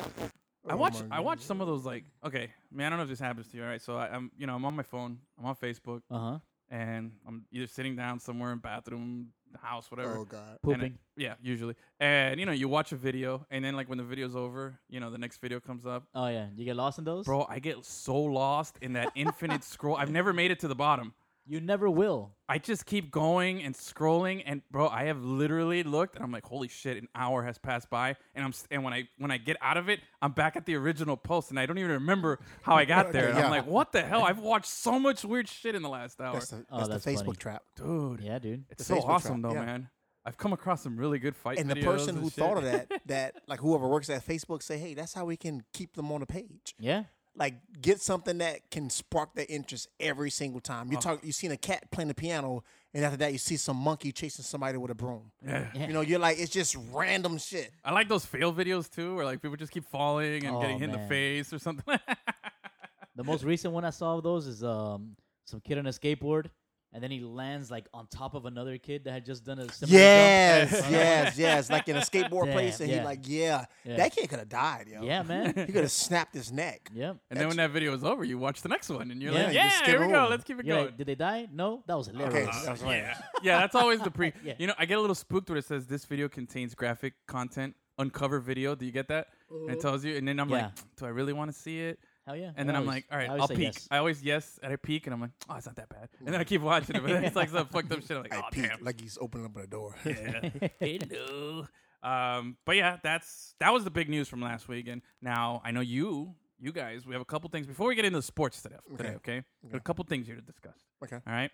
Speaker 6: I watch
Speaker 2: my
Speaker 6: I watch some of those like okay man I don't know if this happens to you all right so I, I'm you know I'm on my phone I'm on Facebook
Speaker 5: Uh huh.
Speaker 6: and I'm either sitting down somewhere in bathroom house whatever
Speaker 2: Oh God.
Speaker 6: and it-
Speaker 5: Pooping.
Speaker 6: yeah, usually. And you know, you watch a video, and then like when the video's over, you know, the next video comes up.
Speaker 5: Oh yeah. You get lost in those?
Speaker 6: Bro, I get so lost in that infinite scroll. I've never made it to the bottom.
Speaker 5: You never will.
Speaker 6: I just keep going and scrolling, and bro, I have literally looked, and I'm like, holy shit, an hour has passed by, and I'm s- and when I when I get out of it, I'm back at the original post, and I don't even remember how I got there. And
Speaker 2: Yeah.
Speaker 6: I'm like, what the hell? I've watched so much weird shit in the last hour,
Speaker 2: That's the, that's
Speaker 5: Oh, that's
Speaker 2: the Facebook
Speaker 5: funny.
Speaker 2: trap.
Speaker 6: dude.
Speaker 5: Yeah, dude.
Speaker 6: it's
Speaker 2: the
Speaker 6: so
Speaker 2: Facebook
Speaker 6: awesome
Speaker 2: trap,
Speaker 6: though,
Speaker 2: yeah.
Speaker 6: man. I've come across some really good fight
Speaker 2: And the
Speaker 6: videos
Speaker 2: person
Speaker 6: and
Speaker 2: who
Speaker 6: shit.
Speaker 2: thought of that, that like whoever works at Facebook, say, hey, that's how we can keep them on the page.
Speaker 5: Yeah.
Speaker 2: Like, get something that can spark their interest every single time. You
Speaker 6: Uh-huh.
Speaker 2: talk, you seen a cat playing the piano, and after that, you see some monkey chasing somebody with a broom.
Speaker 5: Yeah.
Speaker 2: You know, you're like, it's just random shit.
Speaker 6: I like those fail videos too, where like people just keep falling and
Speaker 5: Oh,
Speaker 6: getting hit in
Speaker 5: man.
Speaker 6: the face or something.
Speaker 5: The most recent one I saw of those is um some kid on a skateboard and then he lands like on top of another kid that had just done a similar
Speaker 2: Yes,
Speaker 5: jump.
Speaker 2: yes, yes. Like in a skateboard
Speaker 5: Damn,
Speaker 2: place, and he
Speaker 5: yeah.
Speaker 2: like, yeah,
Speaker 5: Yeah.
Speaker 2: that kid could have died, yo.
Speaker 5: Yeah, man.
Speaker 2: he could have snapped his neck.
Speaker 5: yep.
Speaker 6: and then when that video is over, you watch the next one, and you're
Speaker 5: Yeah,
Speaker 6: like,
Speaker 5: you
Speaker 6: "Yeah,
Speaker 2: just skip
Speaker 6: here we go.
Speaker 2: over.
Speaker 6: Let's keep it
Speaker 5: You're
Speaker 6: going."
Speaker 5: like, did they die? No, that was
Speaker 2: Okay,
Speaker 5: hilarious.
Speaker 2: that's right.
Speaker 6: yeah, that's always the pre.
Speaker 5: Yeah.
Speaker 6: You know, I get a little spooked when it says this video contains graphic content, uncover video. Do you get that? And
Speaker 2: Uh,
Speaker 6: it tells you, and then I'm
Speaker 5: Yeah.
Speaker 6: like, "Do I really want to see it?"
Speaker 5: Hell yeah. I
Speaker 6: And then I'm
Speaker 5: always-
Speaker 6: like, "All right,
Speaker 5: I always
Speaker 6: I'll
Speaker 5: say
Speaker 6: peek."
Speaker 5: yes.
Speaker 6: I always yes, and I peek, and I'm like, "Oh, it's not that bad." And then I keep watching it, but then it's like some fucked up shit. I'm like,
Speaker 2: I
Speaker 6: "Oh,
Speaker 2: peeked,
Speaker 6: damn."
Speaker 2: like he's opening up a door.
Speaker 6: Hello. Um, but yeah, that's that was the big news from last week. And now I know you, you guys, we have a couple things before we get into the sports today. Today, okay, We got a couple things here to discuss.
Speaker 2: Okay.
Speaker 6: all right.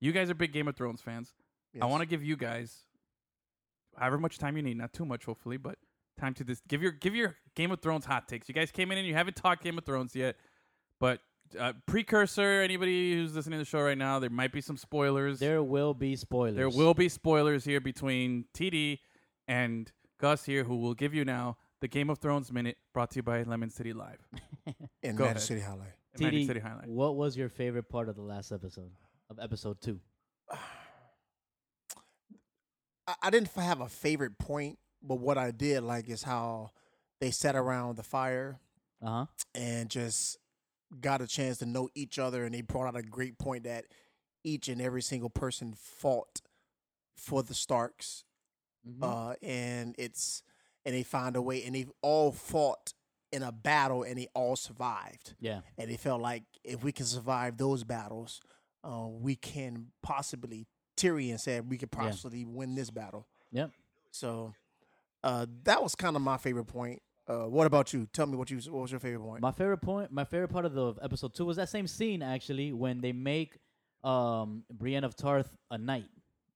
Speaker 6: You guys are big Game of Thrones fans. I
Speaker 2: Yes.
Speaker 6: want to give you guys however much time you need, not too much, hopefully, but Time to this. Give your give your Game of Thrones hot takes. You guys came in and you haven't talked Game of Thrones yet, but uh, precursor. Anybody who's listening to the show right now, there might be some spoilers.
Speaker 5: There will be spoilers.
Speaker 6: There will be spoilers here between TD and Gus here, who will give you now the Game of Thrones minute brought to you by Lemon City Live.
Speaker 2: in Magic
Speaker 6: Go ahead.
Speaker 2: City Highlight.
Speaker 6: and Magic
Speaker 5: TD,
Speaker 6: City Highlight.
Speaker 5: What was your favorite part of the last episode of episode two?
Speaker 2: I, I didn't f- have a favorite point, but what I did like is how they sat around the fire
Speaker 5: Uh huh.
Speaker 2: and just got a chance to know each other, and they brought out a great point that each and every single person fought for the Starks,
Speaker 5: Mm-hmm.
Speaker 2: uh, and it's and they found a way, and they all fought in a battle, and they all survived.
Speaker 5: Yeah.
Speaker 2: and they felt like if we can survive those battles, uh, we can possibly. Tyrion said we could
Speaker 5: Yeah.
Speaker 2: possibly win this battle.
Speaker 5: Yep.
Speaker 2: So uh, that was kind of my favorite point. Uh, what about you? Tell me what you what was your favorite point?
Speaker 5: My favorite point, my favorite part of the of episode two was that same scene actually when they make um Brienne of Tarth a knight.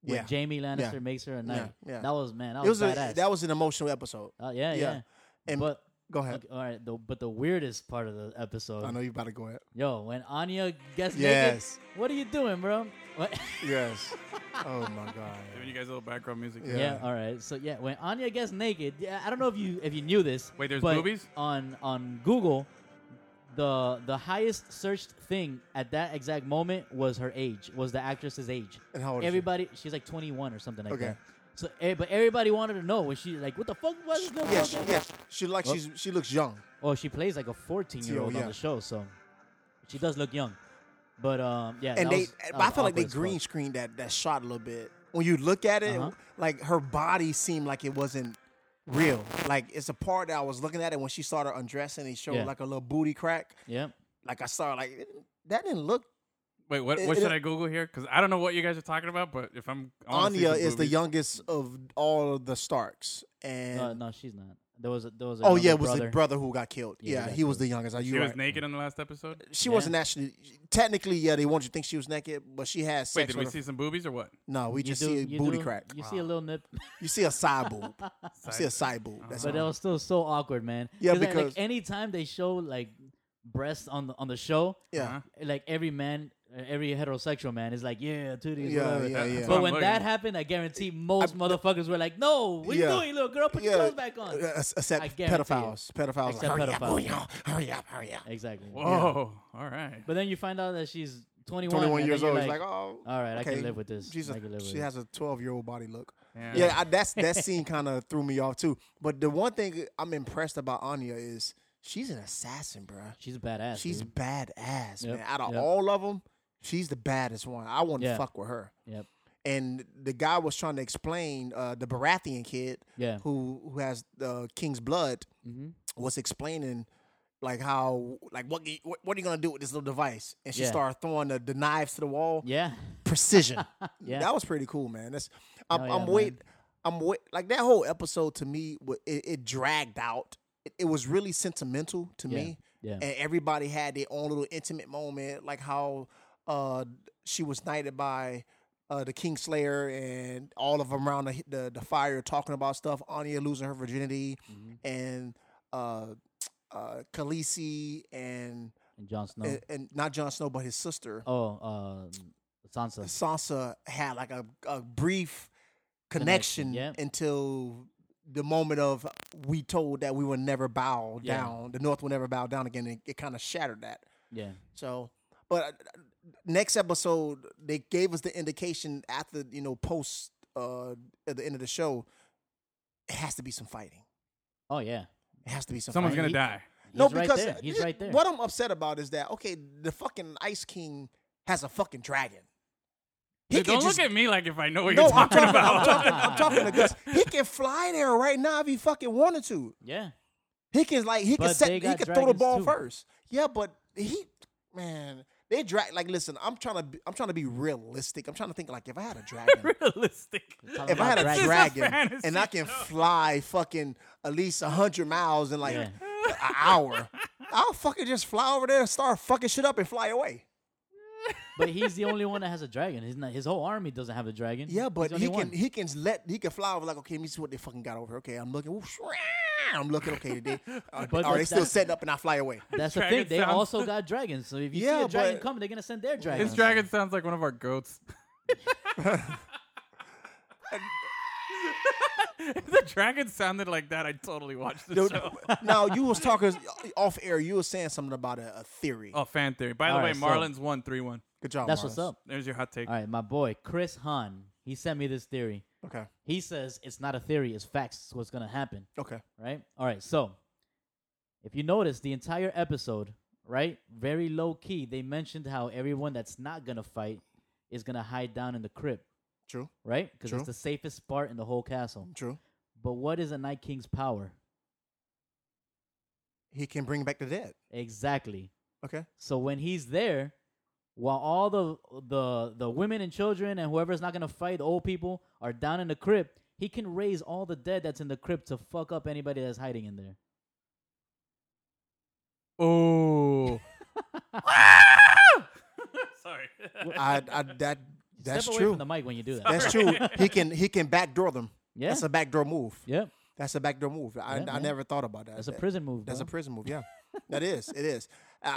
Speaker 5: When
Speaker 2: Yeah.
Speaker 5: Jamie Lannister makes her a knight.
Speaker 2: yeah.
Speaker 5: That was man. That
Speaker 2: it
Speaker 5: was,
Speaker 2: was a,
Speaker 5: badass.
Speaker 2: that was an emotional episode.
Speaker 5: Uh, yeah, yeah.
Speaker 2: yeah. And
Speaker 5: but
Speaker 2: go ahead.
Speaker 5: okay, all right. The, but the weirdest part of the episode,
Speaker 2: I know you about to go ahead.
Speaker 5: yo, when Anya gets
Speaker 2: Yes.
Speaker 5: naked. What are you doing, bro? What?
Speaker 2: Yes. oh my god.
Speaker 6: Giving you guys a little background music.
Speaker 2: Yeah.
Speaker 5: Yeah. all right. So yeah, when Anya gets naked, yeah, I don't know if you if you knew this.
Speaker 6: Wait, there's
Speaker 5: but
Speaker 6: boobies?
Speaker 5: on on Google. The the highest searched thing at that exact moment was her age, was the actress's age.
Speaker 2: And how old is she?
Speaker 5: everybody, she's like 21 or something like
Speaker 2: Okay.
Speaker 5: that. So, eh, but everybody wanted to know was she like what the fuck was going
Speaker 2: Yeah,
Speaker 5: on?
Speaker 2: she, yeah. She like
Speaker 5: Well-
Speaker 2: she's she looks young.
Speaker 5: Oh, she plays like a 14 year old
Speaker 2: Yeah.
Speaker 5: on the show, so she does look young. But um, yeah,
Speaker 2: And
Speaker 5: that
Speaker 2: they
Speaker 5: was- that
Speaker 2: but
Speaker 5: was
Speaker 2: I feel like they
Speaker 5: awkward as fuck.
Speaker 2: green screened that that shot a little bit. When you look at it,
Speaker 5: Uh-huh.
Speaker 2: like her body seemed like it wasn't real. Like it's a part that I was looking at it when she started undressing and showed
Speaker 5: Yeah.
Speaker 2: like a little booty crack.
Speaker 5: Yeah,
Speaker 2: Like I saw like that didn't look
Speaker 6: Wait, what?
Speaker 2: It-
Speaker 6: What
Speaker 2: it-
Speaker 6: should I Google here? Because I don't know what you guys are talking about. But if I'm I wanna see
Speaker 2: Anya
Speaker 6: some
Speaker 2: is the
Speaker 6: boobies.
Speaker 2: youngest of all of the Starks, and
Speaker 5: uh, no, she's not. There was a, there was a
Speaker 2: oh yeah,
Speaker 5: younger
Speaker 2: it was
Speaker 5: brother.
Speaker 2: the brother who got killed.
Speaker 5: Yeah,
Speaker 2: Yeah,
Speaker 5: he got
Speaker 2: he was the youngest. Are you
Speaker 6: She was
Speaker 2: right?
Speaker 6: naked in the last episode.
Speaker 2: she
Speaker 5: Yeah.
Speaker 2: wasn't actually technically. Yeah, they want you to think she was naked, but she had sex.
Speaker 6: Wait, did
Speaker 2: with
Speaker 6: we
Speaker 2: her-
Speaker 6: see some boobies or what?
Speaker 2: No, we
Speaker 5: You
Speaker 2: just
Speaker 5: do-
Speaker 2: see
Speaker 5: you
Speaker 2: a booty
Speaker 5: do-
Speaker 2: crack.
Speaker 5: You see a little nip,
Speaker 2: You see a side boob. you see a
Speaker 6: Side-
Speaker 2: side boob. That's
Speaker 5: but that
Speaker 2: all.
Speaker 5: was still so awkward, man.
Speaker 2: Yeah,
Speaker 5: like-
Speaker 2: because-
Speaker 5: like, anytime they show like breasts on the on the show,
Speaker 2: yeah.
Speaker 6: Uh-huh.
Speaker 5: like every man, uh, every heterosexual man is like, yeah, titties,
Speaker 2: Yeah,
Speaker 5: whatever.
Speaker 2: yeah, yeah.
Speaker 6: That's what
Speaker 5: But
Speaker 6: I'm
Speaker 5: when
Speaker 6: looking
Speaker 5: that
Speaker 6: at.
Speaker 5: happened, I guarantee most motherfuckers were like, "No, what are
Speaker 2: Yeah.
Speaker 5: you doing, little girl? Put your
Speaker 2: Yeah,
Speaker 5: clothes back on."
Speaker 2: uh, Except
Speaker 5: I guarantee it.
Speaker 2: pedophiles. Pedophiles.
Speaker 5: Except
Speaker 2: like, hurry up,
Speaker 5: pedophiles.
Speaker 2: hurry up, hurry up, hurry up.
Speaker 5: Exactly.
Speaker 6: Whoa! All right.
Speaker 5: But then you find out that she's 21.
Speaker 2: 21
Speaker 5: and
Speaker 2: years
Speaker 5: then
Speaker 2: old.
Speaker 5: you're
Speaker 2: It's like, oh,
Speaker 5: all right, I
Speaker 2: okay,
Speaker 5: can live with this.
Speaker 2: She's a-
Speaker 5: I can live with
Speaker 2: she has a 12 year old body look.
Speaker 6: Yeah.
Speaker 2: Yeah, I, that's that scene kind of threw me off too. But the one thing I'm impressed about Anya is she's an assassin, bruh.
Speaker 5: She's badass.
Speaker 2: She's
Speaker 5: dude.
Speaker 2: badass,
Speaker 5: Yep,
Speaker 2: man. Out of
Speaker 5: yep.
Speaker 2: all of them, she's the baddest one. I want to
Speaker 5: Yeah.
Speaker 2: fuck with her.
Speaker 5: Yep.
Speaker 2: And the guy was trying to explain uh, the Baratheon kid,
Speaker 5: Yeah.
Speaker 2: who who has uh, King's blood,
Speaker 5: Mhm.
Speaker 2: was explaining like how like what you- what, what are you gonna do with this little device? And she
Speaker 5: Yeah.
Speaker 2: started throwing the, the knives to the wall.
Speaker 5: Yeah.
Speaker 2: Precision.
Speaker 5: Yeah.
Speaker 2: That was pretty cool, man. That's I'm,
Speaker 5: yeah,
Speaker 2: I'm
Speaker 5: man.
Speaker 2: wait I'm wait like that whole episode to me wa- it, it dragged out. It, it was really sentimental to
Speaker 5: Yeah.
Speaker 2: me
Speaker 5: Yeah.
Speaker 2: and everybody had their own little intimate moment, like how uh, she was knighted by uh, the Kingslayer, and all of them around the, the the fire talking about stuff. Anya losing her virginity,
Speaker 5: Mm-hmm.
Speaker 2: and uh, uh, Khaleesi, and,
Speaker 5: and Jon Snow.
Speaker 2: and and not Jon Snow, but his sister
Speaker 5: oh, uh, Sansa.
Speaker 2: Sansa had like a, a brief connection,
Speaker 5: Connection, yeah.
Speaker 2: until. The moment of we told that we would never bow
Speaker 5: Yeah.
Speaker 2: down, the North will never bow down again. And it, it kind of shattered that.
Speaker 5: Yeah.
Speaker 2: So, but uh, next episode they gave us the indication after you know post uh at the end of the show, it has to be some fighting.
Speaker 5: Oh yeah.
Speaker 2: It has to be some.
Speaker 6: Someone's
Speaker 2: fighting.
Speaker 6: gonna die.
Speaker 5: He's right there. He's
Speaker 2: it-
Speaker 5: right there.
Speaker 2: What I'm upset about is that okay, the fucking Ice King has a fucking dragon. He
Speaker 6: Dude,
Speaker 2: can
Speaker 6: don't
Speaker 2: just-
Speaker 6: look at me like if I know what
Speaker 2: No,
Speaker 6: you're
Speaker 2: I'm
Speaker 6: talking,
Speaker 2: talking.
Speaker 6: about.
Speaker 2: I'm talking. I'm talking to Gus. He can fly there right now if he fucking wanted to.
Speaker 5: Yeah.
Speaker 2: He can like he can
Speaker 5: But
Speaker 2: set
Speaker 5: they
Speaker 2: he
Speaker 5: got
Speaker 2: can throw the
Speaker 5: dragons,
Speaker 2: ball
Speaker 5: too.
Speaker 2: first. Yeah, but he man, they drag like listen, I'm trying to be, I'm trying to be realistic. I'm trying to think like if I had a dragon,
Speaker 6: Realistic.
Speaker 2: if I had a
Speaker 5: This
Speaker 6: is a
Speaker 2: dragon
Speaker 6: fantasy
Speaker 2: and I can
Speaker 6: show.
Speaker 2: fly fucking at least 100 miles in like
Speaker 5: Yeah.
Speaker 2: an hour, I'll fucking just fly over there and start fucking shit up and fly away.
Speaker 5: but he's the only one that has a dragon. He's not, his whole army doesn't have a dragon.
Speaker 2: Yeah,
Speaker 5: He's
Speaker 2: but
Speaker 5: the
Speaker 2: he
Speaker 5: only
Speaker 2: can
Speaker 5: one.
Speaker 2: he can let he can fly over like okay, let me see what they fucking got over. here. Okay, I'm looking. whoosh, I'm looking. Okay, did they, are,
Speaker 5: But-
Speaker 2: are
Speaker 5: but
Speaker 2: they still
Speaker 5: that-
Speaker 2: setting up and I fly away?
Speaker 5: That's the
Speaker 6: Dragon
Speaker 5: thing. They
Speaker 6: sounds-
Speaker 5: also got dragons. So if you see
Speaker 2: Yeah,
Speaker 5: a dragon
Speaker 2: but-
Speaker 5: coming, they're gonna send their dragons.
Speaker 6: This dragon sounds like one of our goats. if the dragon sounded like that, I'd totally watch the
Speaker 2: Dude,
Speaker 6: show.
Speaker 2: now you was talking off air. You were saying something about a, a theory.
Speaker 6: Oh, fan theory. By the
Speaker 5: All
Speaker 6: way,
Speaker 5: right, so-
Speaker 6: Marlins won 3 1.
Speaker 2: Good job.
Speaker 5: That's what's
Speaker 2: Marlins.
Speaker 5: up.
Speaker 6: There's your hot take.
Speaker 5: All right, my boy Chris Hahn. He sent me this theory.
Speaker 2: Okay.
Speaker 5: He says it's not a theory; it's facts. It's what's gonna happen.
Speaker 2: Okay.
Speaker 5: right? All right, so if you notice the entire episode, right? Very low key, they mentioned how everyone that's not gonna fight is gonna hide down in the crypt,
Speaker 2: True.
Speaker 5: right? Because
Speaker 2: True.
Speaker 5: it's the safest part in the whole castle.
Speaker 2: True.
Speaker 5: But what is a Night King's power?
Speaker 2: He can bring back the dead.
Speaker 5: Exactly.
Speaker 2: Okay.
Speaker 5: So when he's there, while all the the the women and children and whoever's not gonna fight, the old people are down in the crypt, he can raise all the dead that's in the crypt to fuck up anybody that's hiding in there.
Speaker 6: Oh. Sorry.
Speaker 2: I, I that that's
Speaker 5: Step away
Speaker 2: true.
Speaker 5: from the mic when you do that.
Speaker 2: That's true. He can he can backdoor them.
Speaker 5: Yeah.
Speaker 2: That's a backdoor move.
Speaker 5: Yep.
Speaker 2: That's a backdoor move. I,
Speaker 5: Yeah,
Speaker 2: I
Speaker 5: man.
Speaker 2: never thought about that.
Speaker 5: That's a
Speaker 2: That-
Speaker 5: prison move.
Speaker 2: That's a
Speaker 5: dog.
Speaker 2: prison move. Yeah, that is. It is. Uh,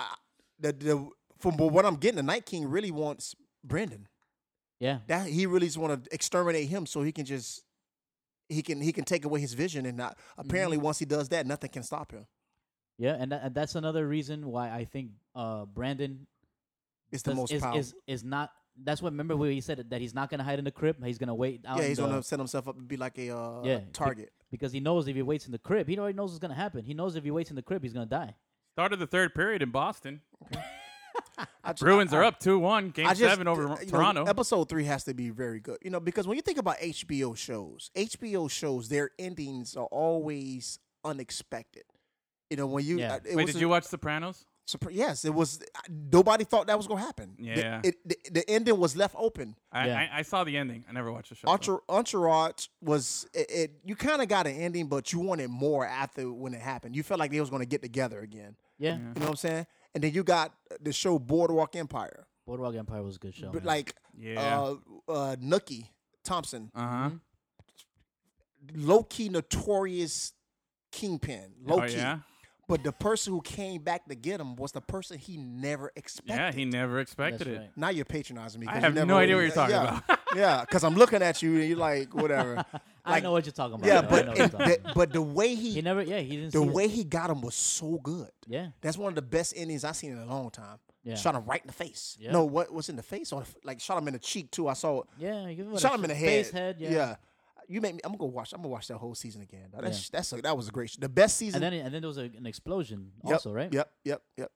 Speaker 2: the the from what I'm getting, the Night King really wants Brandon.
Speaker 5: yeah.
Speaker 2: That he really just want to exterminate him so he can just he can he can take away his vision and not. Apparently,
Speaker 5: Mm-hmm.
Speaker 2: once he does that, nothing can stop him.
Speaker 5: Yeah, and, that, and that's another reason why I think uh Brandon
Speaker 2: It's the
Speaker 5: does-
Speaker 2: most
Speaker 5: is,
Speaker 2: powerful.
Speaker 5: is is not that's what remember where he said that- that he's not gonna hide in the crib, he's gonna wait out
Speaker 2: yeah,
Speaker 5: in
Speaker 2: he's
Speaker 5: the,
Speaker 2: gonna set himself up to be like a uh,
Speaker 5: Yeah, be-
Speaker 2: target.
Speaker 5: because he knows if he waits in the crib, he already knows what's gonna happen. He knows if he waits in the crib, he's gonna die.
Speaker 6: Started the third period in Boston.
Speaker 2: I ju-
Speaker 6: Bruins
Speaker 2: I-
Speaker 6: are up 2 1. Game
Speaker 2: I just-
Speaker 6: 7 over
Speaker 2: you know,
Speaker 6: Toronto.
Speaker 2: episode three has to be very good, you know, because when you think about HBO shows, HBO shows their endings are always unexpected. You know, when you
Speaker 5: Yeah.
Speaker 2: uh, it was
Speaker 6: Wait, did
Speaker 2: a-
Speaker 6: you watch Sopranos?
Speaker 2: Surpri- yes, it was. uh, Nobody thought that was gonna happen. The-
Speaker 6: Yeah.
Speaker 2: it, the, the ending was left open.
Speaker 6: I,
Speaker 5: Yeah.
Speaker 6: I, I saw the ending. I never watched the show. though.
Speaker 2: Entour- Entourage was it. it you kind of got an ending, but you wanted more after when it happened. You felt like they was gonna get together again.
Speaker 5: Yeah.
Speaker 2: You
Speaker 6: Mm-hmm.
Speaker 2: know what I'm saying? And then you got uh, the show Boardwalk Empire,
Speaker 5: Boardwalk Empire was a good show.
Speaker 2: but
Speaker 5: man.
Speaker 2: like
Speaker 6: Oh, Yeah.
Speaker 2: uh, uh, Nookie Thompson,
Speaker 6: Uh-huh.
Speaker 2: low key notorious kingpin, low
Speaker 6: Oh,
Speaker 2: key.
Speaker 6: yeah?
Speaker 2: But the person who came back to get him was the person he never expected.
Speaker 6: Yeah, he never
Speaker 5: that's
Speaker 6: expected it.
Speaker 5: right.
Speaker 2: Now you're patronizing me.
Speaker 6: I
Speaker 2: 'cause you
Speaker 6: have
Speaker 2: never
Speaker 6: no idea what
Speaker 2: really-
Speaker 6: you're talking
Speaker 2: yeah, yeah, because I'm looking at you and you're like, whatever.
Speaker 5: I
Speaker 2: Like,
Speaker 5: know what you're talking about.
Speaker 2: Yeah,
Speaker 5: though. I know
Speaker 2: but
Speaker 5: what you're
Speaker 2: and
Speaker 5: talking
Speaker 2: the, but the way he,
Speaker 5: He never yeah, he didn't
Speaker 2: the
Speaker 5: see it.
Speaker 2: way he got him was so good.
Speaker 5: Yeah.
Speaker 2: That's one of the best endings I've seen in a long time.
Speaker 5: Yeah.
Speaker 2: Shot him right in the face.
Speaker 5: Yeah.
Speaker 2: No, what was in the face or like shot him in the cheek too. I saw it.
Speaker 5: Yeah, he
Speaker 2: shot him in the head.
Speaker 5: Face head, yeah.
Speaker 2: You make me. I'm gonna watch. I'm gonna watch that whole season again. Now, That's
Speaker 5: Yeah.
Speaker 2: that's a, that was a great. sh- The best season.
Speaker 5: And then and then there was a, an explosion
Speaker 2: yep,
Speaker 5: also, right?
Speaker 2: Yep. Yep. Yep.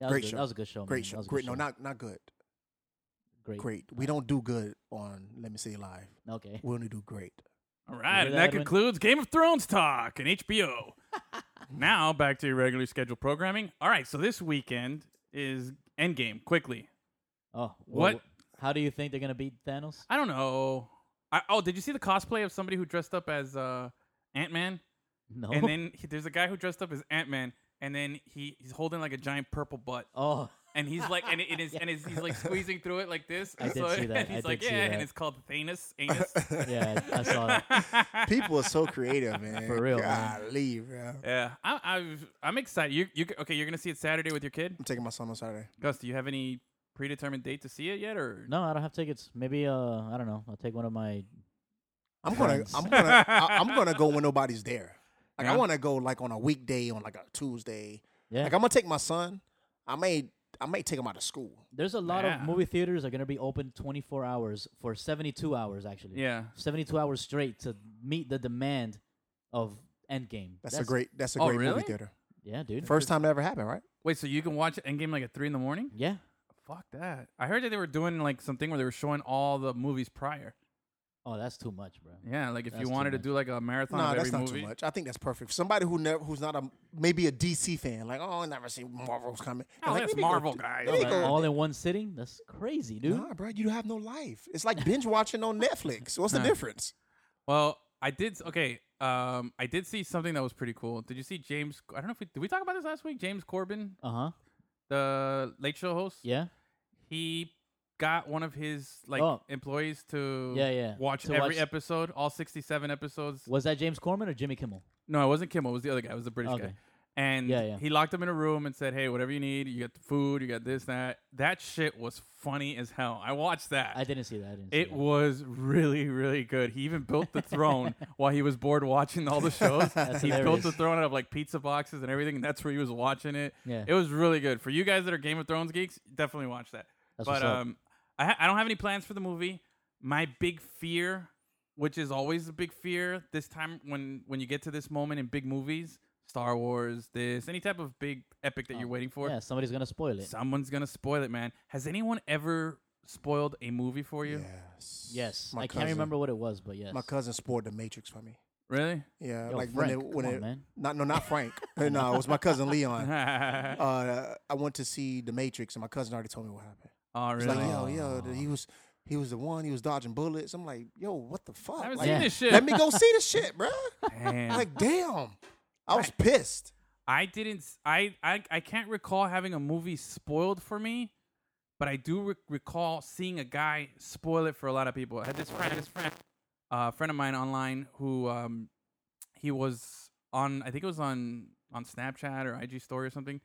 Speaker 5: That was
Speaker 2: great
Speaker 5: good.
Speaker 2: show.
Speaker 5: That was a good show. man.
Speaker 2: Great
Speaker 5: That
Speaker 2: show.
Speaker 5: was a good
Speaker 2: Great. No, not not good.
Speaker 5: great.
Speaker 2: Great. We don't do good on. Let me say live.
Speaker 5: Okay. Oh,
Speaker 2: We only do great.
Speaker 6: All
Speaker 5: You
Speaker 6: right,
Speaker 5: hear
Speaker 6: and
Speaker 5: that,
Speaker 6: that
Speaker 5: Edwin?
Speaker 6: concludes Game of Thrones talk and HBO. now back to your regularly scheduled programming. All right, so this weekend is Endgame. Quickly,
Speaker 5: Oh,
Speaker 6: What-
Speaker 5: what? How do you think they're gonna beat Thanos?
Speaker 6: I don't know. I, oh, did you see the cosplay of somebody who dressed up as uh, Ant Man?
Speaker 5: No.
Speaker 6: And then he, there's a guy who dressed up as Ant Man, and then he, he's holding like a giant purple butt,
Speaker 5: oh,
Speaker 6: and he's like, and it, it is, and it's, he's like squeezing through it like this.
Speaker 5: I did
Speaker 6: So-
Speaker 5: see that.
Speaker 6: And
Speaker 5: I
Speaker 6: he's
Speaker 5: did
Speaker 6: like,
Speaker 5: see
Speaker 6: yeah,
Speaker 5: that.
Speaker 6: and it's called Thanos. Anus.
Speaker 5: yeah, I, I saw that.
Speaker 2: People are so creative, man.
Speaker 5: For real, man.
Speaker 2: Golly, man.
Speaker 6: yeah, I, I've, I'm excited. You, you okay? You're gonna see it Saturday with your kid.
Speaker 2: I'm taking my son on Saturday.
Speaker 6: Gus, do you have any predetermined date to see it yet, or
Speaker 5: No, I don't have tickets. Maybe uh, I don't know. I'll take one of my.
Speaker 2: I'm gonna,
Speaker 5: Friends.
Speaker 2: I'm gonna, I, I'm gonna go when nobody's there. Like I
Speaker 6: Yeah.
Speaker 2: want to go like on a weekday, on like a Tuesday.
Speaker 5: Yeah,
Speaker 2: Like I'm gonna take my son. I may, I may take him out of school.
Speaker 5: there's a lot
Speaker 6: Yeah.
Speaker 5: of movie theaters are gonna be open 24 hours for 72 hours actually.
Speaker 6: Yeah,
Speaker 5: 72 hours straight to meet the demand of Endgame.
Speaker 2: That's, a great, that's a
Speaker 6: Oh,
Speaker 2: great
Speaker 6: really?
Speaker 2: movie theater.
Speaker 5: Yeah, dude.
Speaker 2: First time that ever happened, right?
Speaker 6: Wait, so you can watch Endgame like at three in the morning?
Speaker 5: yeah,
Speaker 6: Fuck that! I heard that they were doing like something where they were showing all the movies prior.
Speaker 5: oh, that's too much, bro.
Speaker 6: Yeah, like if
Speaker 5: That's
Speaker 6: you
Speaker 5: too
Speaker 6: wanted to
Speaker 5: much.
Speaker 6: do like a marathon
Speaker 2: nah,
Speaker 6: of every
Speaker 2: that's not
Speaker 6: movie.
Speaker 2: too much. I think that's perfect. For somebody who never, who's not a maybe a DC fan, like oh, I never seen Marvel's coming.
Speaker 6: Oh,
Speaker 2: like,
Speaker 6: that's
Speaker 2: let me go-
Speaker 6: Marvel, guys.
Speaker 2: let me
Speaker 5: Like,
Speaker 2: go-
Speaker 5: all in one sitting? That's crazy, dude.
Speaker 2: Nah, bro, you have no life. It's like binge watching on Netflix. What's the
Speaker 6: Nah.
Speaker 2: difference?
Speaker 6: Well, I did. Okay, um, I did see something that was pretty cool. Did you see James? I don't know if we did we talk about
Speaker 5: Uh-huh.
Speaker 6: this last week. James Corbin,
Speaker 5: Uh huh.
Speaker 6: the Late Show host.
Speaker 5: Yeah.
Speaker 6: He got one of his like
Speaker 5: Oh.
Speaker 6: employees to
Speaker 5: Yeah, yeah.
Speaker 6: watch
Speaker 5: To
Speaker 6: every
Speaker 5: watch-
Speaker 6: episode, all sixty seven episodes.
Speaker 5: Was that James Corman or Jimmy Kimmel?
Speaker 6: No, it wasn't Kimmel. It was the other guy. It was the British guy.
Speaker 5: Okay.
Speaker 6: And
Speaker 5: Yeah, yeah.
Speaker 6: he locked him in a room and said, "Hey, whatever you need, you got the food, you got this, that." That shit was funny as hell. I watched that.
Speaker 5: I didn't see that. I didn't see
Speaker 6: It
Speaker 5: that.
Speaker 6: was really, really good. He even built the throne while he was bored watching all the shows. he built the
Speaker 5: hilarious.
Speaker 6: throne out of like pizza boxes and everything, and that's where he was watching it.
Speaker 5: Yeah.
Speaker 6: It was really good. For you guys that are Game of Thrones geeks, definitely watch that.
Speaker 5: That's
Speaker 6: but
Speaker 5: what's up.
Speaker 6: um, I, ha- I don't have any plans for the movie. My big fear, which is always a big fear, this time when when you get to this moment in big movies, Star Wars, this any type of big epic that you're waiting for,
Speaker 5: Oh, yeah, somebody's gonna spoil it.
Speaker 6: someone's gonna spoil it, man. Has anyone ever spoiled a movie for you?
Speaker 2: Yes.
Speaker 5: yes,
Speaker 2: My
Speaker 5: I
Speaker 2: cousin-
Speaker 5: can't remember what it was, but yes,
Speaker 2: My cousin spoiled the Matrix for me.
Speaker 6: Really?
Speaker 2: Yeah,
Speaker 5: Yo,
Speaker 2: like when
Speaker 5: Frank,
Speaker 2: it, when
Speaker 5: come on,
Speaker 2: it,
Speaker 5: man.
Speaker 2: not no, not Frank. no, it was my cousin Leon.
Speaker 6: oh,
Speaker 2: Uh, I went to see The Matrix, and my cousin already told me what happened.
Speaker 6: really?
Speaker 2: He's like, yo, yo, th- he was, he was the one. He was dodging bullets. I'm like, yo, what the fuck?
Speaker 6: I haven't
Speaker 2: Like,
Speaker 6: seen
Speaker 5: Yeah.
Speaker 6: this shit.
Speaker 2: Let me go see this shit, bruh.
Speaker 6: Damn.
Speaker 2: Like, damn, I was pissed.
Speaker 6: I didn't. s- I, I I can't recall having a movie spoiled for me, but I do re- recall seeing a guy spoil it for a lot of people. I had this friend, this friend, uh, friend of mine online who um, he was on. I think it was on on Snapchat or IG story or something.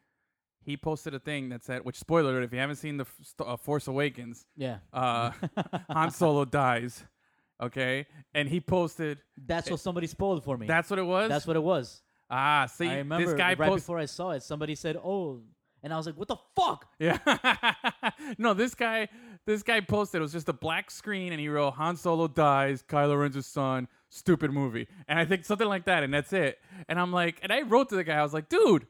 Speaker 6: He posted a thing that said, which spoiler alert, if you haven't seen the f- st- uh, Force Awakens,
Speaker 5: yeah,
Speaker 6: uh, Han Solo dies. Okay, and he posted.
Speaker 5: that's what somebody spoiled for me.
Speaker 6: That's what it was.
Speaker 5: That's what it was.
Speaker 6: Ah, see,
Speaker 5: I remember
Speaker 6: this guy
Speaker 5: right
Speaker 6: posted.
Speaker 5: before I saw it, somebody said, "Oh," and I was like, "What the fuck?"
Speaker 6: yeah, no, this guy, this guy posted. It was just a black screen, and he wrote, "Han Solo dies. Kylo Ren's his son. Stupid movie." And I think something like that, and that's it. And I'm like, and I wrote to the guy. I was like, dude,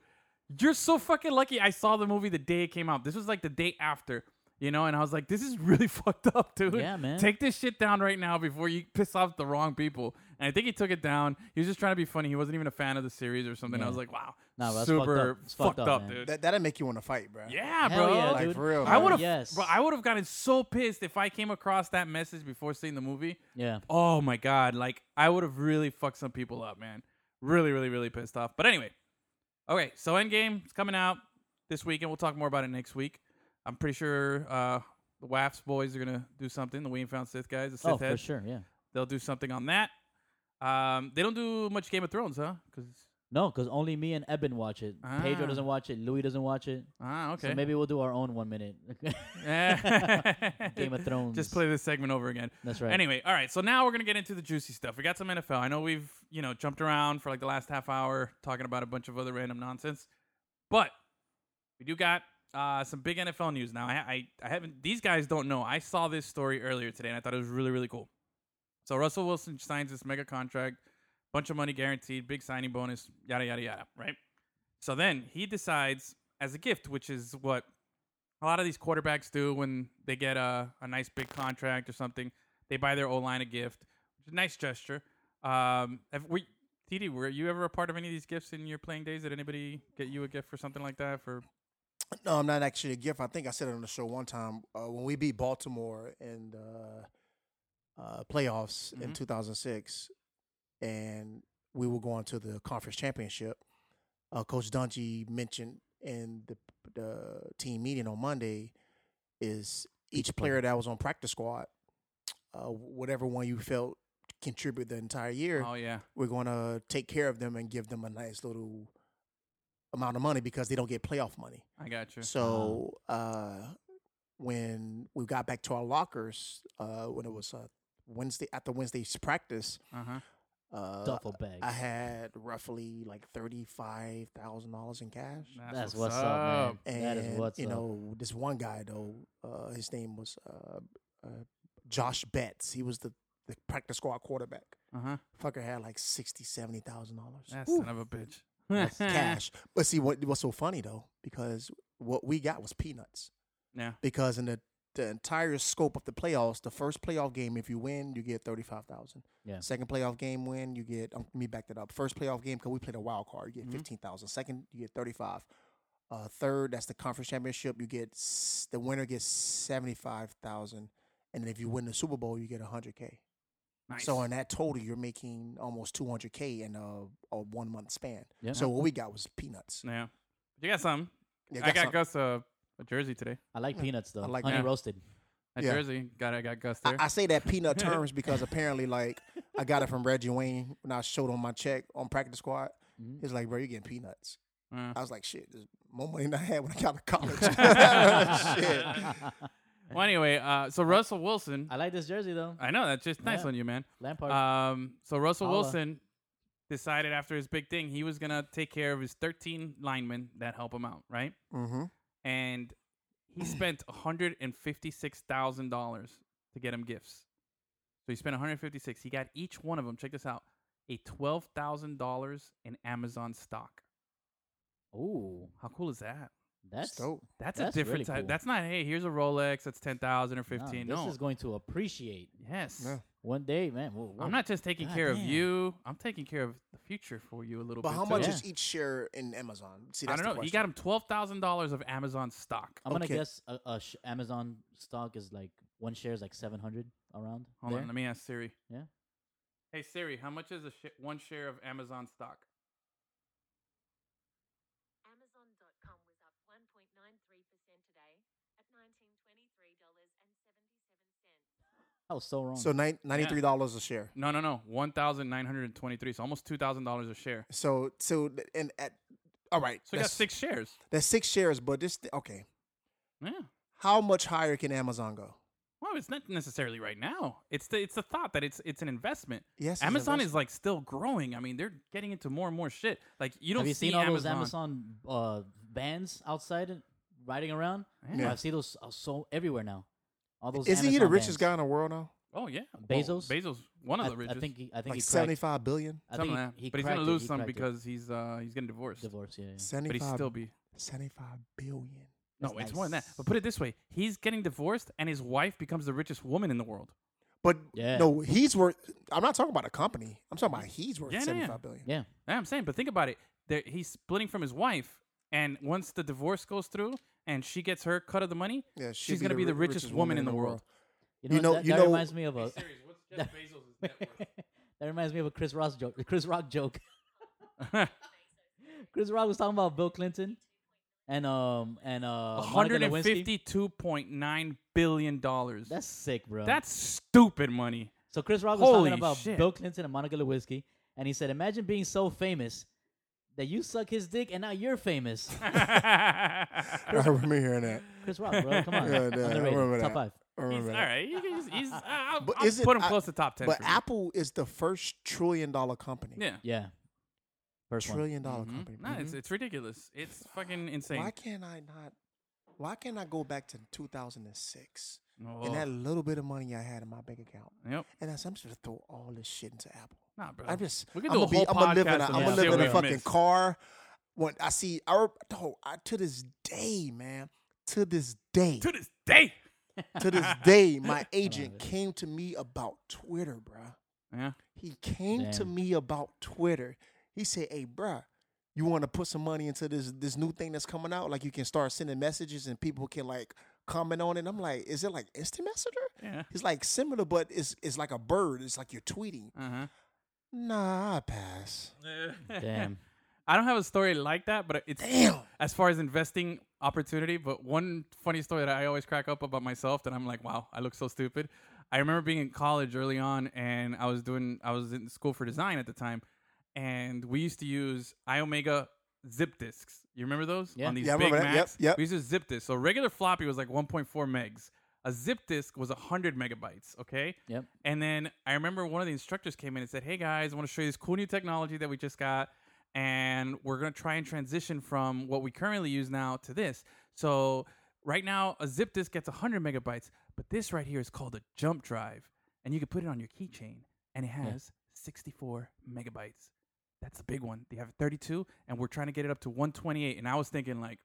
Speaker 6: you're so fucking lucky. I saw the movie the day it came out. This was like the day after. You know, and I was like, "This is really fucked up, dude.
Speaker 5: Yeah, man.
Speaker 6: Take this shit down right now before you piss off the wrong people." And I think he took it down. He was just trying to be funny. He wasn't even a fan of the series or something. I
Speaker 5: Yeah.
Speaker 6: was like, "Wow,
Speaker 5: Nah, that's fucked
Speaker 6: super
Speaker 5: up. It's fucked up, man.
Speaker 6: dude."
Speaker 2: That that'd make you want to fight, bruh.
Speaker 6: Yeah,
Speaker 5: Hell
Speaker 6: bro.
Speaker 5: yeah,
Speaker 2: Like,
Speaker 5: dude.
Speaker 2: for real,
Speaker 6: I would have,
Speaker 5: Yes.
Speaker 6: bro. I would have gotten so pissed if I came across that message before seeing the movie.
Speaker 5: yeah.
Speaker 6: Oh my god, like I would have really fucked some people up, man. Really, really, really pissed off. But anyway, okay. So Endgame is coming out this week, and we'll talk more about it next week. I'm pretty sure uh, the WAFs boys are gonna do something. The We Ain't Found Sith guys, the Sith
Speaker 5: Oh, for
Speaker 6: heads,
Speaker 5: sure. Yeah.
Speaker 6: they'll do something on that. Um, they don't do much Game of Thrones, huh? Because
Speaker 5: No, because only me and Eben watch it.
Speaker 6: Ah.
Speaker 5: Pedro doesn't watch it. Louis doesn't watch it.
Speaker 6: ah, okay.
Speaker 5: So maybe we'll do our own one minute. Game of Thrones.
Speaker 6: Just play this segment over again.
Speaker 5: That's right.
Speaker 6: Anyway, all right. So now we're gonna get into the juicy stuff. We got some NFL. I know we've you know jumped around for like the last half hour talking about a bunch of other random nonsense, but we do got uh, some big NFL news now. I, I I haven't. These guys don't know. I saw this story earlier today, and I thought it was really really cool. So Russell Wilson signs this mega contract, bunch of money guaranteed, big signing bonus, yada yada yada. Right. So then he decides as a gift, which is what a lot of these quarterbacks do when they get a, a nice big contract or something. They buy their O line a gift, which is a nice gesture. Um, have we, TD, were you ever a part of any of these gifts in your playing days? Did anybody get you a gift for something like that? For
Speaker 2: No, I'm not actually a gift. I think I said it on the show one time uh, when we beat Baltimore in the uh, playoffs in
Speaker 6: Mhm.
Speaker 2: 2006, and we were going to the conference championship. Uh, Coach Dungy mentioned in the, the team meeting on Monday is each player that was on practice squad, uh, whatever one you felt contribute the entire year
Speaker 6: oh yeah,
Speaker 2: we're going to take care of them and give them a nice little amount of money because they don't get playoff money.
Speaker 6: I got
Speaker 5: Uh-huh.
Speaker 6: you.
Speaker 2: So uh, when we got back to our lockers, uh, when it was uh, Wednesday after Wednesday's practice,
Speaker 6: Uh huh.
Speaker 2: uh,
Speaker 5: Duffel bag.
Speaker 2: I had roughly like thirty five thousand dollars in cash.
Speaker 5: That's what's up, man.
Speaker 2: And
Speaker 5: That is what's
Speaker 2: you
Speaker 5: up.
Speaker 2: know this one guy though, uh, his name was uh, uh, Josh Betts. He was the, the practice squad quarterback.
Speaker 6: Uh huh.
Speaker 2: Fucker had like sixty, seventy thousand dollars.
Speaker 6: That son of a bitch.
Speaker 5: That's
Speaker 6: Hmm.
Speaker 2: cash. But see, what what's so funny though, because what we got was peanuts.
Speaker 6: Yeah.
Speaker 2: Because in the the entire scope of the playoffs, the first playoff game, if you win, you get thirty five thousand.
Speaker 5: Yeah.
Speaker 2: Second playoff game win, you get. Um, let me back that up. First playoff game because we played a wild card, you get
Speaker 6: Mhm.
Speaker 2: fifteen thousand. Second, you get thirty five. Uh, third, that's the conference championship. You get s- the winner gets seventy five thousand, and then if you win the Super Bowl, you get hundred k.
Speaker 6: Nice.
Speaker 2: So in that total, you're making almost 200k in a, a one month span.
Speaker 5: Yeah.
Speaker 2: So what we got was peanuts.
Speaker 6: yeah, you got some.
Speaker 2: Yeah,
Speaker 6: I got
Speaker 2: some-
Speaker 6: Gus a, a jersey today.
Speaker 5: I like peanuts though.
Speaker 2: I like
Speaker 5: Honey
Speaker 6: that.
Speaker 5: roasted.
Speaker 6: That
Speaker 2: Yeah.
Speaker 6: jersey got I got Gus there.
Speaker 2: I, I say that peanut terms because apparently, like, I got it from Reggie Wayne when I showed on my check on practice squad.
Speaker 6: Mm-hmm.
Speaker 2: He's like, bro, you're getting peanuts.
Speaker 6: Uh.
Speaker 2: I was like, shit, there's more money than I had when I got to
Speaker 5: Oh,
Speaker 2: college. shit.
Speaker 6: well, anyway, uh, so Russell Wilson.
Speaker 5: I like this jersey though.
Speaker 6: I know that's just nice
Speaker 5: Yeah.
Speaker 6: on you, man.
Speaker 5: Lampard.
Speaker 6: Um, so Russell
Speaker 5: Holla.
Speaker 6: Wilson decided after his big thing he was gonna take care of his 13 linemen that help him out, right?
Speaker 2: Mm-hmm.
Speaker 6: And he spent 156 thousand dollars to get him gifts. So he spent 156. He got each one of them. Check this out: a twelve thousand dollars in Amazon stock.
Speaker 5: Uh, Ooh,
Speaker 6: How cool is that?
Speaker 5: that's
Speaker 2: dope.
Speaker 6: That's,
Speaker 5: That's
Speaker 6: a different
Speaker 5: really
Speaker 6: type.
Speaker 5: cool.
Speaker 6: That's not hey, here's a Rolex. That's ten thousand or
Speaker 5: nah,
Speaker 6: fifteen.
Speaker 5: this
Speaker 6: no,
Speaker 5: is going to appreciate
Speaker 6: yes.
Speaker 2: Yeah.
Speaker 5: one day, man. whoa, whoa.
Speaker 6: I'm not just taking
Speaker 5: God
Speaker 6: care of
Speaker 5: damn.
Speaker 6: you. I'm taking care of the future for you a little
Speaker 2: But
Speaker 6: bit.
Speaker 2: how much
Speaker 6: too.
Speaker 5: Yeah.
Speaker 2: is each share in Amazon? See,
Speaker 6: I
Speaker 2: that's
Speaker 6: don't know.
Speaker 2: The
Speaker 6: He
Speaker 2: question.
Speaker 6: got him twelve thousand dollars of Amazon stock.
Speaker 5: I'm
Speaker 2: Okay.
Speaker 5: gonna guess a, a sh- Amazon stock is like one share is like 700 around.
Speaker 6: Hold
Speaker 5: there.
Speaker 6: on, let me ask Siri.
Speaker 5: Yeah.
Speaker 6: Hey Siri, how much is a sh- one share of Amazon stock?
Speaker 7: Amazon.com was up 1.93% today at $1923.77.
Speaker 5: I was so wrong.
Speaker 2: So nine, ninety-three dollars a share.
Speaker 6: No, no, no. One thousand nine hundred and twenty-three. So almost two thousand dollars a share.
Speaker 2: So so th- and at all right.
Speaker 6: So he got
Speaker 2: that's
Speaker 6: six shares.
Speaker 2: That's six shares, but this th- okay.
Speaker 6: Yeah.
Speaker 2: How much higher can Amazon go?
Speaker 6: Well, it's not necessarily right now. It's the it's the thought that it's it's an investment.
Speaker 2: Yes, it's an
Speaker 6: Amazon is
Speaker 2: investment.
Speaker 6: like still growing. I mean, they're getting into more and more shit. Like you don't
Speaker 5: Have you
Speaker 6: see
Speaker 5: seen all
Speaker 6: Amazon.
Speaker 5: those Amazon uh, vans outside and riding around?
Speaker 2: Yeah.
Speaker 5: I see those uh, so everywhere now. All those.
Speaker 2: Isn't he the
Speaker 5: Amazon
Speaker 2: richest
Speaker 5: vans.
Speaker 2: guy in the world now?
Speaker 6: Oh yeah, Well,
Speaker 5: Bezos?
Speaker 6: Bezos, one of
Speaker 5: I,
Speaker 6: the richest.
Speaker 5: I think he, I
Speaker 2: Like
Speaker 5: think he cracked,
Speaker 2: seventy-five billion.
Speaker 5: I
Speaker 6: Something
Speaker 5: think
Speaker 6: like that.
Speaker 5: he, he
Speaker 6: but he's
Speaker 5: cracked
Speaker 6: gonna
Speaker 5: it,
Speaker 6: lose
Speaker 5: he
Speaker 6: some
Speaker 5: cracked it.
Speaker 6: because he's uh he's getting divorced.
Speaker 5: divorce. Yeah, yeah.
Speaker 6: But he's
Speaker 2: Seventy-five.
Speaker 6: still be
Speaker 2: Seventy-five billion.
Speaker 6: no,
Speaker 5: That's
Speaker 6: it's more than that.
Speaker 5: nice.
Speaker 6: But put it this way: he's getting divorced, and his wife becomes the richest woman in the world.
Speaker 2: But
Speaker 5: Yeah.
Speaker 2: no, he's worth. I'm not talking about a company. I'm talking about he's worth
Speaker 6: Yeah, yeah, yeah.
Speaker 2: seventy-five billion.
Speaker 5: yeah.
Speaker 6: Yeah, I'm saying, but think about it. There, he's splitting from his wife, and once the divorce goes through, and she gets her cut of the money,
Speaker 2: Yeah, she'd
Speaker 6: she's
Speaker 2: be
Speaker 6: gonna
Speaker 2: the
Speaker 6: be the
Speaker 2: ri-
Speaker 6: richest, woman in the world.
Speaker 5: You know,
Speaker 2: You
Speaker 5: what?
Speaker 2: know-
Speaker 5: that,
Speaker 2: you
Speaker 5: that
Speaker 2: know-
Speaker 5: reminds me of a
Speaker 6: what's
Speaker 5: Jeff
Speaker 6: Bezos'
Speaker 5: that reminds me of a Chris Rock joke. Chris Rock joke. Chris Rock was talking about Bill Clinton and um and uh Monica Lewinsky.
Speaker 6: 152.9 billion dollars.
Speaker 5: That's sick, bro.
Speaker 6: That's stupid money.
Speaker 5: so Chris Rock was
Speaker 6: Holy
Speaker 5: talking about
Speaker 6: shit.
Speaker 5: Bill Clinton and Monica Lewinsky, and he said, "Imagine being so famous that you suck his dick, and now you're famous."
Speaker 2: I remember hearing that.
Speaker 5: Chris Rock, bro, come on,
Speaker 2: Yeah, yeah, I remember
Speaker 5: underrated,
Speaker 2: that.
Speaker 5: top five.
Speaker 2: I remember
Speaker 6: He's, all
Speaker 2: that.
Speaker 6: right, he's, he's, uh, I'll,
Speaker 2: But
Speaker 6: I'll
Speaker 2: is it-
Speaker 6: put him
Speaker 2: I-
Speaker 6: close to top ten.
Speaker 2: But
Speaker 6: for me.
Speaker 2: Apple is the first trillion-dollar company.
Speaker 6: yeah,
Speaker 5: Yeah, first one.
Speaker 2: trillion dollar
Speaker 6: Mhm.
Speaker 2: company.
Speaker 6: No, it's, it's ridiculous. It's fucking insane.
Speaker 2: Why can't I not? Why can't I go back to 2006
Speaker 6: Oh.
Speaker 2: and that little bit of money I had in my bank account,
Speaker 6: Yep.
Speaker 2: and I said, I'm just gonna throw all this shit into Apple.
Speaker 6: Nah, bro.
Speaker 2: I'm just.
Speaker 6: We could
Speaker 2: I'm
Speaker 6: do a
Speaker 2: gonna
Speaker 6: whole
Speaker 2: be, I'm gonna live in
Speaker 6: podcast
Speaker 2: a,
Speaker 6: on
Speaker 2: I'm gonna
Speaker 6: that
Speaker 2: live
Speaker 6: shit
Speaker 2: in a
Speaker 6: we've
Speaker 2: fucking
Speaker 6: missed.
Speaker 2: car. When I see our oh, I, to this day, man, to this day,
Speaker 6: To this day.
Speaker 2: to this day, my agent came to me about Twitter, bruh.
Speaker 6: Yeah.
Speaker 2: He came to
Speaker 5: Damn.
Speaker 2: me about Twitter. He said, "Hey, bruh, you want to put some money into this this new thing that's coming out? Like you can start sending messages and people can like comment on it." I'm like, "Is it like instant messenger?"
Speaker 6: Yeah.
Speaker 2: It's like similar, but it's it's like a bird. It's like you're tweeting.
Speaker 6: Uh
Speaker 2: Nah, I pass.
Speaker 6: huh.
Speaker 5: Damn.
Speaker 6: I don't have a story like that, but it's
Speaker 2: Damn.
Speaker 6: as far as investing opportunity. But one funny story that I always crack up about myself that I'm like, wow, I look so stupid. I remember being in college early on, and I was doing, I was in school for design at the time, and we used to use iOmega zip disks. You remember those?
Speaker 5: Yeah.
Speaker 6: On these
Speaker 2: Yeah, I
Speaker 6: big
Speaker 2: remember that. Yep,
Speaker 6: Macs.
Speaker 2: yep.
Speaker 6: We used to zip disk. So regular floppy was like 1.4 megs. A zip disk was 100 megabytes. Okay.
Speaker 5: Yep.
Speaker 6: And then I remember one of the instructors came in and said, "Hey guys, I want to show you this cool new technology that we just got, and we're gonna try and transition from what we currently use now to this. So right now, a zip disk gets 100 megabytes, but this right here is called a jump drive, and you can put it on your keychain, and it has 64 megabytes. That's the big one. They have 32, and we're trying to get it up to 128. And I was thinking like."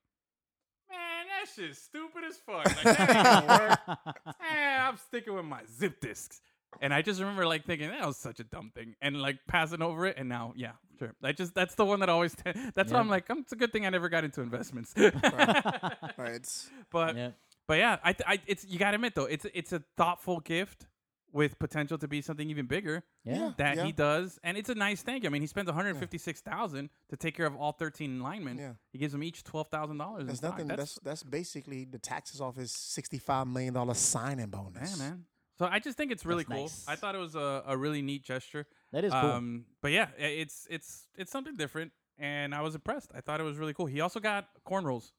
Speaker 6: Man, that shit's stupid as fuck. Like, that ain't gonna work eh, I'm sticking with my zip discs. And I just remember like thinking that was such a dumb thing, and like passing over it. And now, yeah, sure. I just that's the one that always. that's why I'm like, um, it's a good thing I never got into investments. but Uh,
Speaker 2: All right, it's-
Speaker 6: but yeah, I, th- I it's you gotta admit though, it's it's a thoughtful gift with potential to be something even bigger
Speaker 5: Yeah.
Speaker 6: that
Speaker 2: Yeah.
Speaker 6: he does, and it's a nice thank you. I mean, he spends one hundred fifty six thousand to take care of all thirteen linemen.
Speaker 2: Yeah.
Speaker 6: He gives them each twelve thousand dollars.
Speaker 2: That's nothing. That's, that's basically the taxes off his sixty-five million dollar signing bonus.
Speaker 6: man, man. So I just think it's really
Speaker 5: That's
Speaker 6: cool.
Speaker 5: nice.
Speaker 6: I thought it was a, a really neat gesture.
Speaker 5: That is cool.
Speaker 6: Um, but yeah, i- it's it's it's something different, and I was impressed. I thought it was really cool. He also got corn rolls,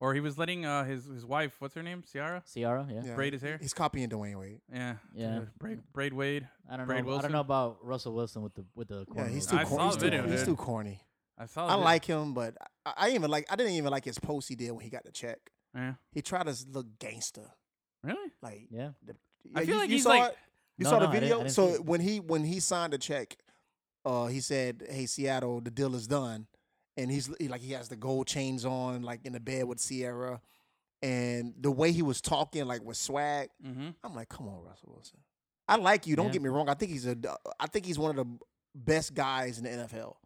Speaker 6: or he was letting uh, his his wife, what's her name, Ciara,
Speaker 5: Ciara, yeah.
Speaker 2: Yeah.
Speaker 6: braid his hair.
Speaker 2: He's copying Dwayne Wade.
Speaker 6: Yeah,
Speaker 5: Yeah.
Speaker 6: dude, braid, braid Wade.
Speaker 5: I don't know.
Speaker 6: Braid
Speaker 5: I
Speaker 6: Wilson.
Speaker 5: don't know about Russell Wilson with the with the
Speaker 2: Yeah, he's
Speaker 5: cornrows.
Speaker 2: too,
Speaker 6: I
Speaker 2: cor-
Speaker 6: saw
Speaker 2: he's,
Speaker 6: the
Speaker 2: too
Speaker 6: video,
Speaker 2: he's
Speaker 6: dude. Oh,
Speaker 2: too corny.
Speaker 6: I saw.
Speaker 2: I
Speaker 6: that.
Speaker 2: like him, but I, I even like. I didn't even like his post he did when he got the check.
Speaker 6: Yeah.
Speaker 2: He tried to look gangster.
Speaker 6: Really?
Speaker 2: Like
Speaker 5: Yeah.
Speaker 2: the-
Speaker 6: I
Speaker 2: yeah,
Speaker 6: feel
Speaker 2: you,
Speaker 6: like
Speaker 2: you
Speaker 6: he's
Speaker 2: saw
Speaker 6: like-
Speaker 2: it? you
Speaker 5: No,
Speaker 2: saw the
Speaker 5: no, I didn't- I
Speaker 2: video.
Speaker 5: didn't see
Speaker 2: So
Speaker 5: it.
Speaker 2: when he when he signed the check, uh, he said, "Hey Seattle, the deal is done," and he's he, like he has the gold chains on, like in the bed with Sierra, and the way he was talking, like with swag,
Speaker 6: Mm-hmm.
Speaker 2: I'm like, come on, Russell Wilson. I like you. Don't
Speaker 5: Yeah.
Speaker 2: get me wrong. I think he's a. I think he's one of the best guys in the NFL.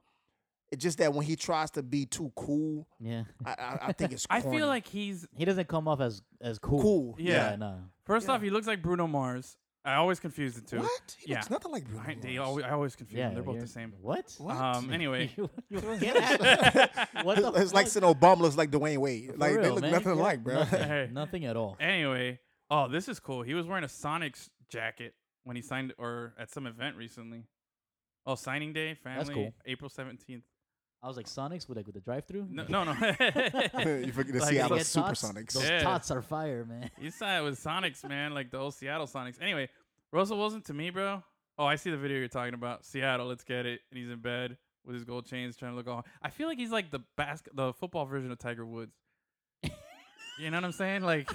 Speaker 2: It's just that when he tries to be too cool,
Speaker 5: Yeah.
Speaker 2: I I, I think it's.
Speaker 6: I
Speaker 2: corny.
Speaker 6: feel like he's
Speaker 5: He doesn't come off as as cool.
Speaker 2: cool.
Speaker 6: Yeah.
Speaker 5: no.
Speaker 6: first
Speaker 2: Yeah.
Speaker 6: off, he looks like Bruno Mars. I always confuse the two.
Speaker 2: What? He looks
Speaker 6: Yeah.
Speaker 2: nothing like Bruno.
Speaker 6: I, they
Speaker 2: Mars.
Speaker 6: always, I always confuse
Speaker 5: Yeah,
Speaker 6: them. They're both
Speaker 5: you're-
Speaker 6: the same.
Speaker 5: What?
Speaker 2: What?
Speaker 6: Um. Anyway.
Speaker 5: you, you get out. what the
Speaker 2: it's it's like
Speaker 5: fuck?
Speaker 2: saying Obama looks like Dwayne Wade.
Speaker 5: For
Speaker 2: like they
Speaker 5: real,
Speaker 2: look
Speaker 5: man.
Speaker 2: nothing
Speaker 5: Yeah,
Speaker 2: alike, bro.
Speaker 6: Hey.
Speaker 5: Nothing, nothing at all.
Speaker 6: Anyway, oh, this is cool. He was wearing a Sonics jacket when he signed or at some event recently. Oh, signing day, family,
Speaker 5: cool.
Speaker 6: April 17th.
Speaker 5: I was like Sonics with like with the drive through.
Speaker 6: No, no. no.
Speaker 2: you forget the
Speaker 6: Like,
Speaker 2: Seattle
Speaker 6: they
Speaker 5: get tots?
Speaker 2: Supersonics.
Speaker 5: Those
Speaker 6: Yeah.
Speaker 5: tots are fire, man.
Speaker 6: he signed with Sonics, man, like the old Seattle Sonics. Anyway, Russell Wilson to me, bro. Oh, I see the video you're talking about. Seattle, let's get it. And he's in bed with his gold chains trying to look all. I feel like he's like the bas- the football version of Tiger Woods. you know what I'm saying? Like,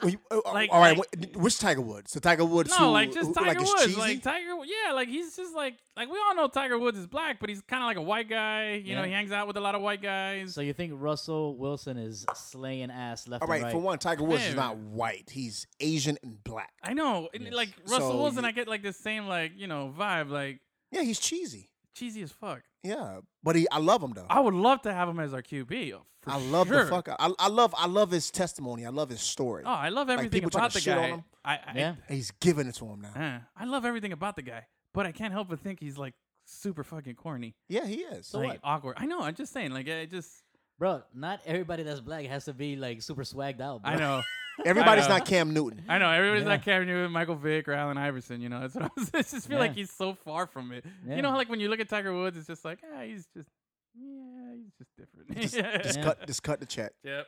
Speaker 2: Well, you- oh, oh,
Speaker 6: Like-
Speaker 2: all right,
Speaker 6: like-
Speaker 2: wh- which Tiger Woods? So Tiger Woods?
Speaker 6: No,
Speaker 2: who,
Speaker 6: like just
Speaker 2: who-
Speaker 6: Tiger
Speaker 2: like is
Speaker 6: Woods.
Speaker 2: cheesy?
Speaker 6: Like Tiger, yeah, like he's just like like we all know Tiger Woods is black, but he's kind of like a white guy. You know,
Speaker 5: Yeah.
Speaker 6: he hangs out with a lot of white guys.
Speaker 5: So you think Russell Wilson is slaying ass left
Speaker 2: all right,
Speaker 5: and right?
Speaker 2: for one, Tiger Woods
Speaker 6: Man.
Speaker 2: is not white. He's Asian and black.
Speaker 6: I know, and,
Speaker 5: Yes.
Speaker 6: like Russell
Speaker 2: So
Speaker 6: Wilson,
Speaker 2: you-
Speaker 6: I get like this same like you know vibe, like
Speaker 2: Yeah, he's cheesy.
Speaker 6: cheesy as fuck.
Speaker 2: Yeah, but he, I love him though.
Speaker 6: I would love to have him as our QB. for
Speaker 2: I love
Speaker 6: sure.
Speaker 2: the fuck. out- I, I love. I love his testimony. I love his story.
Speaker 6: Oh, I love everything
Speaker 2: people try
Speaker 6: about
Speaker 2: to
Speaker 6: the
Speaker 2: shit on
Speaker 6: guy.
Speaker 2: him.
Speaker 6: I, I,
Speaker 5: Yeah.
Speaker 2: And he's giving it to him now.
Speaker 6: uh, I love everything about the guy, but I can't help but think he's like super fucking corny,
Speaker 2: Yeah, he is.
Speaker 5: So
Speaker 6: like
Speaker 5: what?
Speaker 6: awkward. I know. I'm just saying, like I just.
Speaker 5: Bro, not everybody that's black has to be like super swagged out. Bro.
Speaker 6: I know.
Speaker 2: Everybody's
Speaker 6: I know.
Speaker 2: not Cam Newton.
Speaker 6: I know everybody's
Speaker 5: Yeah.
Speaker 6: like Cam Newton, Michael Vick, or Allen Iverson. You know, that's what I was. I just feel like
Speaker 5: Yeah.
Speaker 6: he's so far from it.
Speaker 5: Yeah.
Speaker 6: You know, how, like when you look at Tiger Woods, it's just like, ah, he's just, yeah, he's just different.
Speaker 2: Just,
Speaker 6: Yeah.
Speaker 2: just
Speaker 5: Yeah.
Speaker 2: cut. Just cut the check.
Speaker 6: Yep.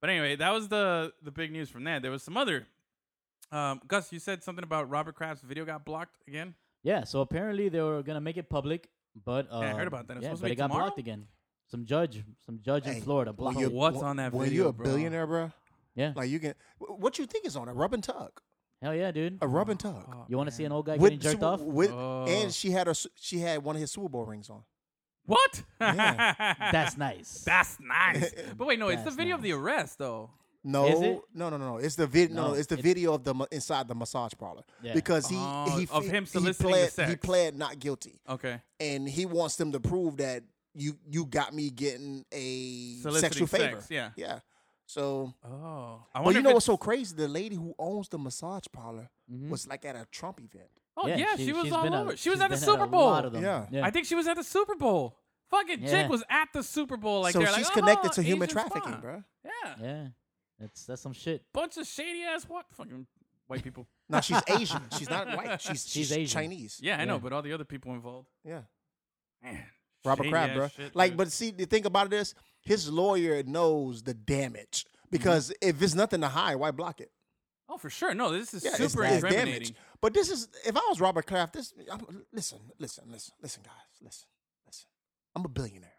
Speaker 6: But anyway, that was the the big news from that. There was some other. Um, Gus, you said something about Robert Kraft's video got blocked again.
Speaker 5: Yeah, so apparently they were gonna make it public, but uh,
Speaker 6: I heard about that. It's
Speaker 5: yeah,
Speaker 6: supposed to
Speaker 5: but
Speaker 6: be
Speaker 5: it got
Speaker 6: tomorrow?
Speaker 5: blocked again. Some judge, some judge
Speaker 2: Hey,
Speaker 5: in Florida blocked.
Speaker 2: when you're-
Speaker 5: it.
Speaker 6: what's on that
Speaker 2: When
Speaker 6: video,
Speaker 2: you're a
Speaker 6: bro?
Speaker 2: billionaire, bro.
Speaker 5: Yeah.
Speaker 2: Like you can. wh- What you think is on a rub and tuck?
Speaker 5: Hell yeah, dude.
Speaker 2: A rub and tuck.
Speaker 6: Oh,
Speaker 5: You want to see
Speaker 6: man.
Speaker 5: an old guy getting
Speaker 2: with,
Speaker 5: jerked
Speaker 2: Super-
Speaker 5: off?
Speaker 2: with
Speaker 6: Oh.
Speaker 2: and she had her s- she had one of his Super Bowl rings on.
Speaker 6: What?
Speaker 2: Yeah.
Speaker 5: That's nice.
Speaker 6: that's nice. But wait, no, it's the
Speaker 5: That's
Speaker 6: video of the
Speaker 5: nice.
Speaker 6: arrest though.
Speaker 2: No,
Speaker 5: it?
Speaker 2: no, no, no. It's the vid. No,
Speaker 5: No,
Speaker 2: it's the
Speaker 5: it's-
Speaker 2: video of the ma- inside the massage parlor
Speaker 5: Yeah.
Speaker 2: because he
Speaker 6: Oh,
Speaker 2: he
Speaker 6: of him soliciting
Speaker 2: he
Speaker 6: the
Speaker 2: pled, He
Speaker 6: sex.
Speaker 2: pled not guilty,
Speaker 6: Okay.
Speaker 2: and he wants them to prove that you you got me getting a
Speaker 6: Soliciting
Speaker 2: sexual favor.
Speaker 6: sex, yeah.
Speaker 2: yeah. So,
Speaker 6: Oh, I
Speaker 2: but
Speaker 6: wonder
Speaker 2: you
Speaker 6: if
Speaker 2: know
Speaker 6: it's-
Speaker 2: what's so crazy? The lady who owns the massage parlor
Speaker 5: Mhm.
Speaker 2: was like at a Trump event.
Speaker 6: Oh yeah, she, was
Speaker 5: she's
Speaker 6: all
Speaker 5: been
Speaker 6: over. she was
Speaker 5: she's
Speaker 6: at the
Speaker 5: been
Speaker 6: Super
Speaker 5: a
Speaker 6: Bowl.
Speaker 5: lot of them.
Speaker 2: Yeah.
Speaker 5: yeah.
Speaker 6: I think she was at the Super Bowl. Fucking
Speaker 5: Yeah.
Speaker 6: chick was at the Super Bowl. Like
Speaker 2: so
Speaker 6: they're
Speaker 2: she's
Speaker 6: like,
Speaker 2: connected
Speaker 6: "Oh,
Speaker 2: to human
Speaker 6: Asian
Speaker 2: trafficking,
Speaker 6: spy."
Speaker 2: bro.
Speaker 6: Yeah.
Speaker 5: yeah, that's that's some shit.
Speaker 6: bunch of shady ass what fucking white people.
Speaker 2: No, she's Asian. she's not white. She's she's,
Speaker 5: She's Asian.
Speaker 2: Chinese.
Speaker 6: Yeah, I know,
Speaker 5: Yeah.
Speaker 6: but all the other people involved.
Speaker 2: yeah.
Speaker 6: Man,
Speaker 2: Robert
Speaker 6: shady
Speaker 2: Kraft,
Speaker 6: ass
Speaker 2: bro.
Speaker 6: shit,
Speaker 2: like,
Speaker 6: dude.
Speaker 2: but see, the thing about this, his lawyer knows the damage
Speaker 6: Mm-hmm.
Speaker 2: because if it's nothing to hide, why block it?
Speaker 6: oh, for sure. No, this is
Speaker 2: Yeah,
Speaker 6: super
Speaker 2: it's, it's
Speaker 6: incriminating.
Speaker 2: damage. But this is, if I was Robert Kraft, this, I'm, listen, listen, listen, listen, guys, listen, listen. I'm a billionaire.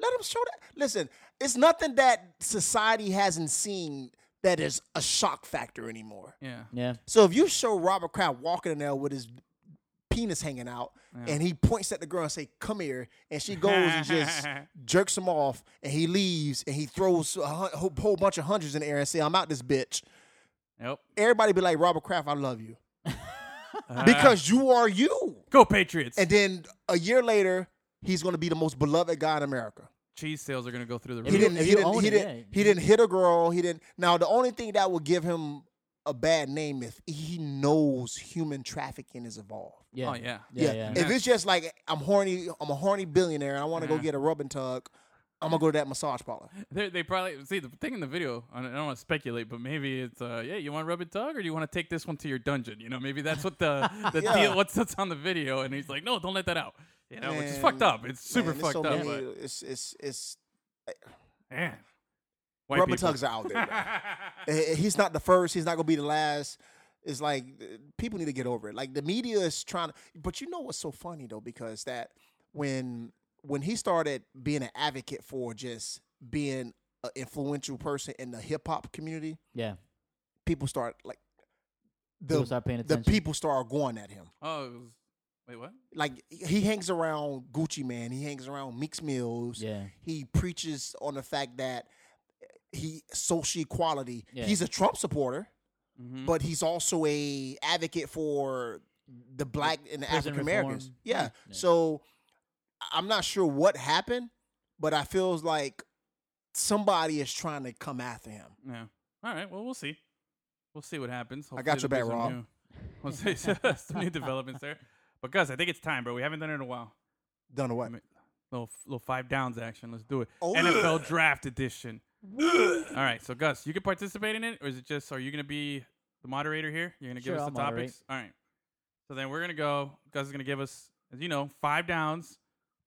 Speaker 2: Let him show that. Listen, it's nothing that society hasn't seen that is a shock factor anymore.
Speaker 6: Yeah,
Speaker 5: Yeah,
Speaker 2: So if you show Robert Kraft walking in there with his penis hanging out, and he points at the girl and say, "Come here," and she goes and just jerks him off, and he leaves, and he throws a hun- whole, whole bunch of hundreds in the air and say, "I'm out this bitch."
Speaker 6: yep.
Speaker 2: Everybody be like, "Robert Kraft, I love you,"
Speaker 5: Ah.
Speaker 2: because you are you.
Speaker 6: Uh, Go Patriots!
Speaker 2: And then a year later, he's going to be the most beloved guy in America.
Speaker 6: Cheese sales are gonna go through the
Speaker 5: If
Speaker 2: he
Speaker 5: you-
Speaker 6: roof.
Speaker 2: didn't.
Speaker 5: if
Speaker 2: He
Speaker 5: you
Speaker 2: didn't.
Speaker 5: own
Speaker 2: He
Speaker 5: it,
Speaker 2: didn't.
Speaker 5: yeah.
Speaker 2: He didn't hit a girl. He didn't. Now the only thing that would give him a bad name if he knows human trafficking is involved.
Speaker 5: Yeah.
Speaker 6: Oh, yeah.
Speaker 5: Yeah. Yeah.
Speaker 2: If it's just like I'm horny, I'm a horny billionaire, and I want to
Speaker 5: Uh-huh.
Speaker 6: Yeah.
Speaker 2: go get a rub and tug, I'm gonna go to that massage parlor.
Speaker 6: They, they probably see the thing in the video. I don't want to speculate, but maybe it's uh, yeah. You want to rub it, tug, or do you want to take this one to your dungeon? You know, maybe that's what the the
Speaker 2: Yeah.
Speaker 6: deal. What's that's on the video? And he's like, no, don't let that out. You know, which is fucked
Speaker 2: Man,
Speaker 6: up. It's super
Speaker 2: Man, there's
Speaker 6: fucked
Speaker 2: so
Speaker 6: up.
Speaker 2: many-
Speaker 6: But
Speaker 2: it's it's it's
Speaker 6: man, White
Speaker 2: rub and
Speaker 6: people.
Speaker 2: tugs are out there. man. Eh, eh, he's not the first. He's not gonna be the last. It's like eh, people need to get over it. Like the media is trying to. But you know what's so funny though, because that when when he started being an advocate for just being an influential person in the hip hop community,
Speaker 5: yeah.
Speaker 2: people start like
Speaker 5: People
Speaker 2: the
Speaker 5: start paying
Speaker 2: the
Speaker 5: attention.
Speaker 2: people start going at him.
Speaker 6: oh, it was- wait, what?
Speaker 2: Like he hangs around Gucci Man, he hangs around Meeks Mills.
Speaker 5: Yeah.
Speaker 2: He preaches on the fact that he social equality.
Speaker 5: Yeah. Mm-hmm.
Speaker 2: He's a Trump supporter,
Speaker 6: Mhm.
Speaker 2: but he's also a advocate for the black and the
Speaker 5: prison
Speaker 2: African Americans.
Speaker 5: reform. Mm-hmm.
Speaker 2: Yeah.
Speaker 5: Yeah.
Speaker 2: So I- I'm not sure what happened, but I feels like somebody is trying to come after him.
Speaker 6: Yeah. All right. Well, we'll see. We'll see what happens.
Speaker 2: I got
Speaker 6: Hopefully
Speaker 2: your
Speaker 6: there'll
Speaker 2: back,
Speaker 6: be some new- We'll see some new developments there. But Gus, I think it's time, bro. We haven't done it in a while.
Speaker 2: Done what?
Speaker 6: I mean, little little five downs action. Let's do it.
Speaker 2: Oh.
Speaker 6: NFL Draft Edition. All right, so Gus, you can participate in it, or is it just are you gonna be the moderator here? You're gonna
Speaker 5: Sure,
Speaker 6: give us
Speaker 5: I'll
Speaker 6: the
Speaker 5: moderate.
Speaker 6: topics. All right. So then we're gonna go. Gus is gonna give us, as you know, five downs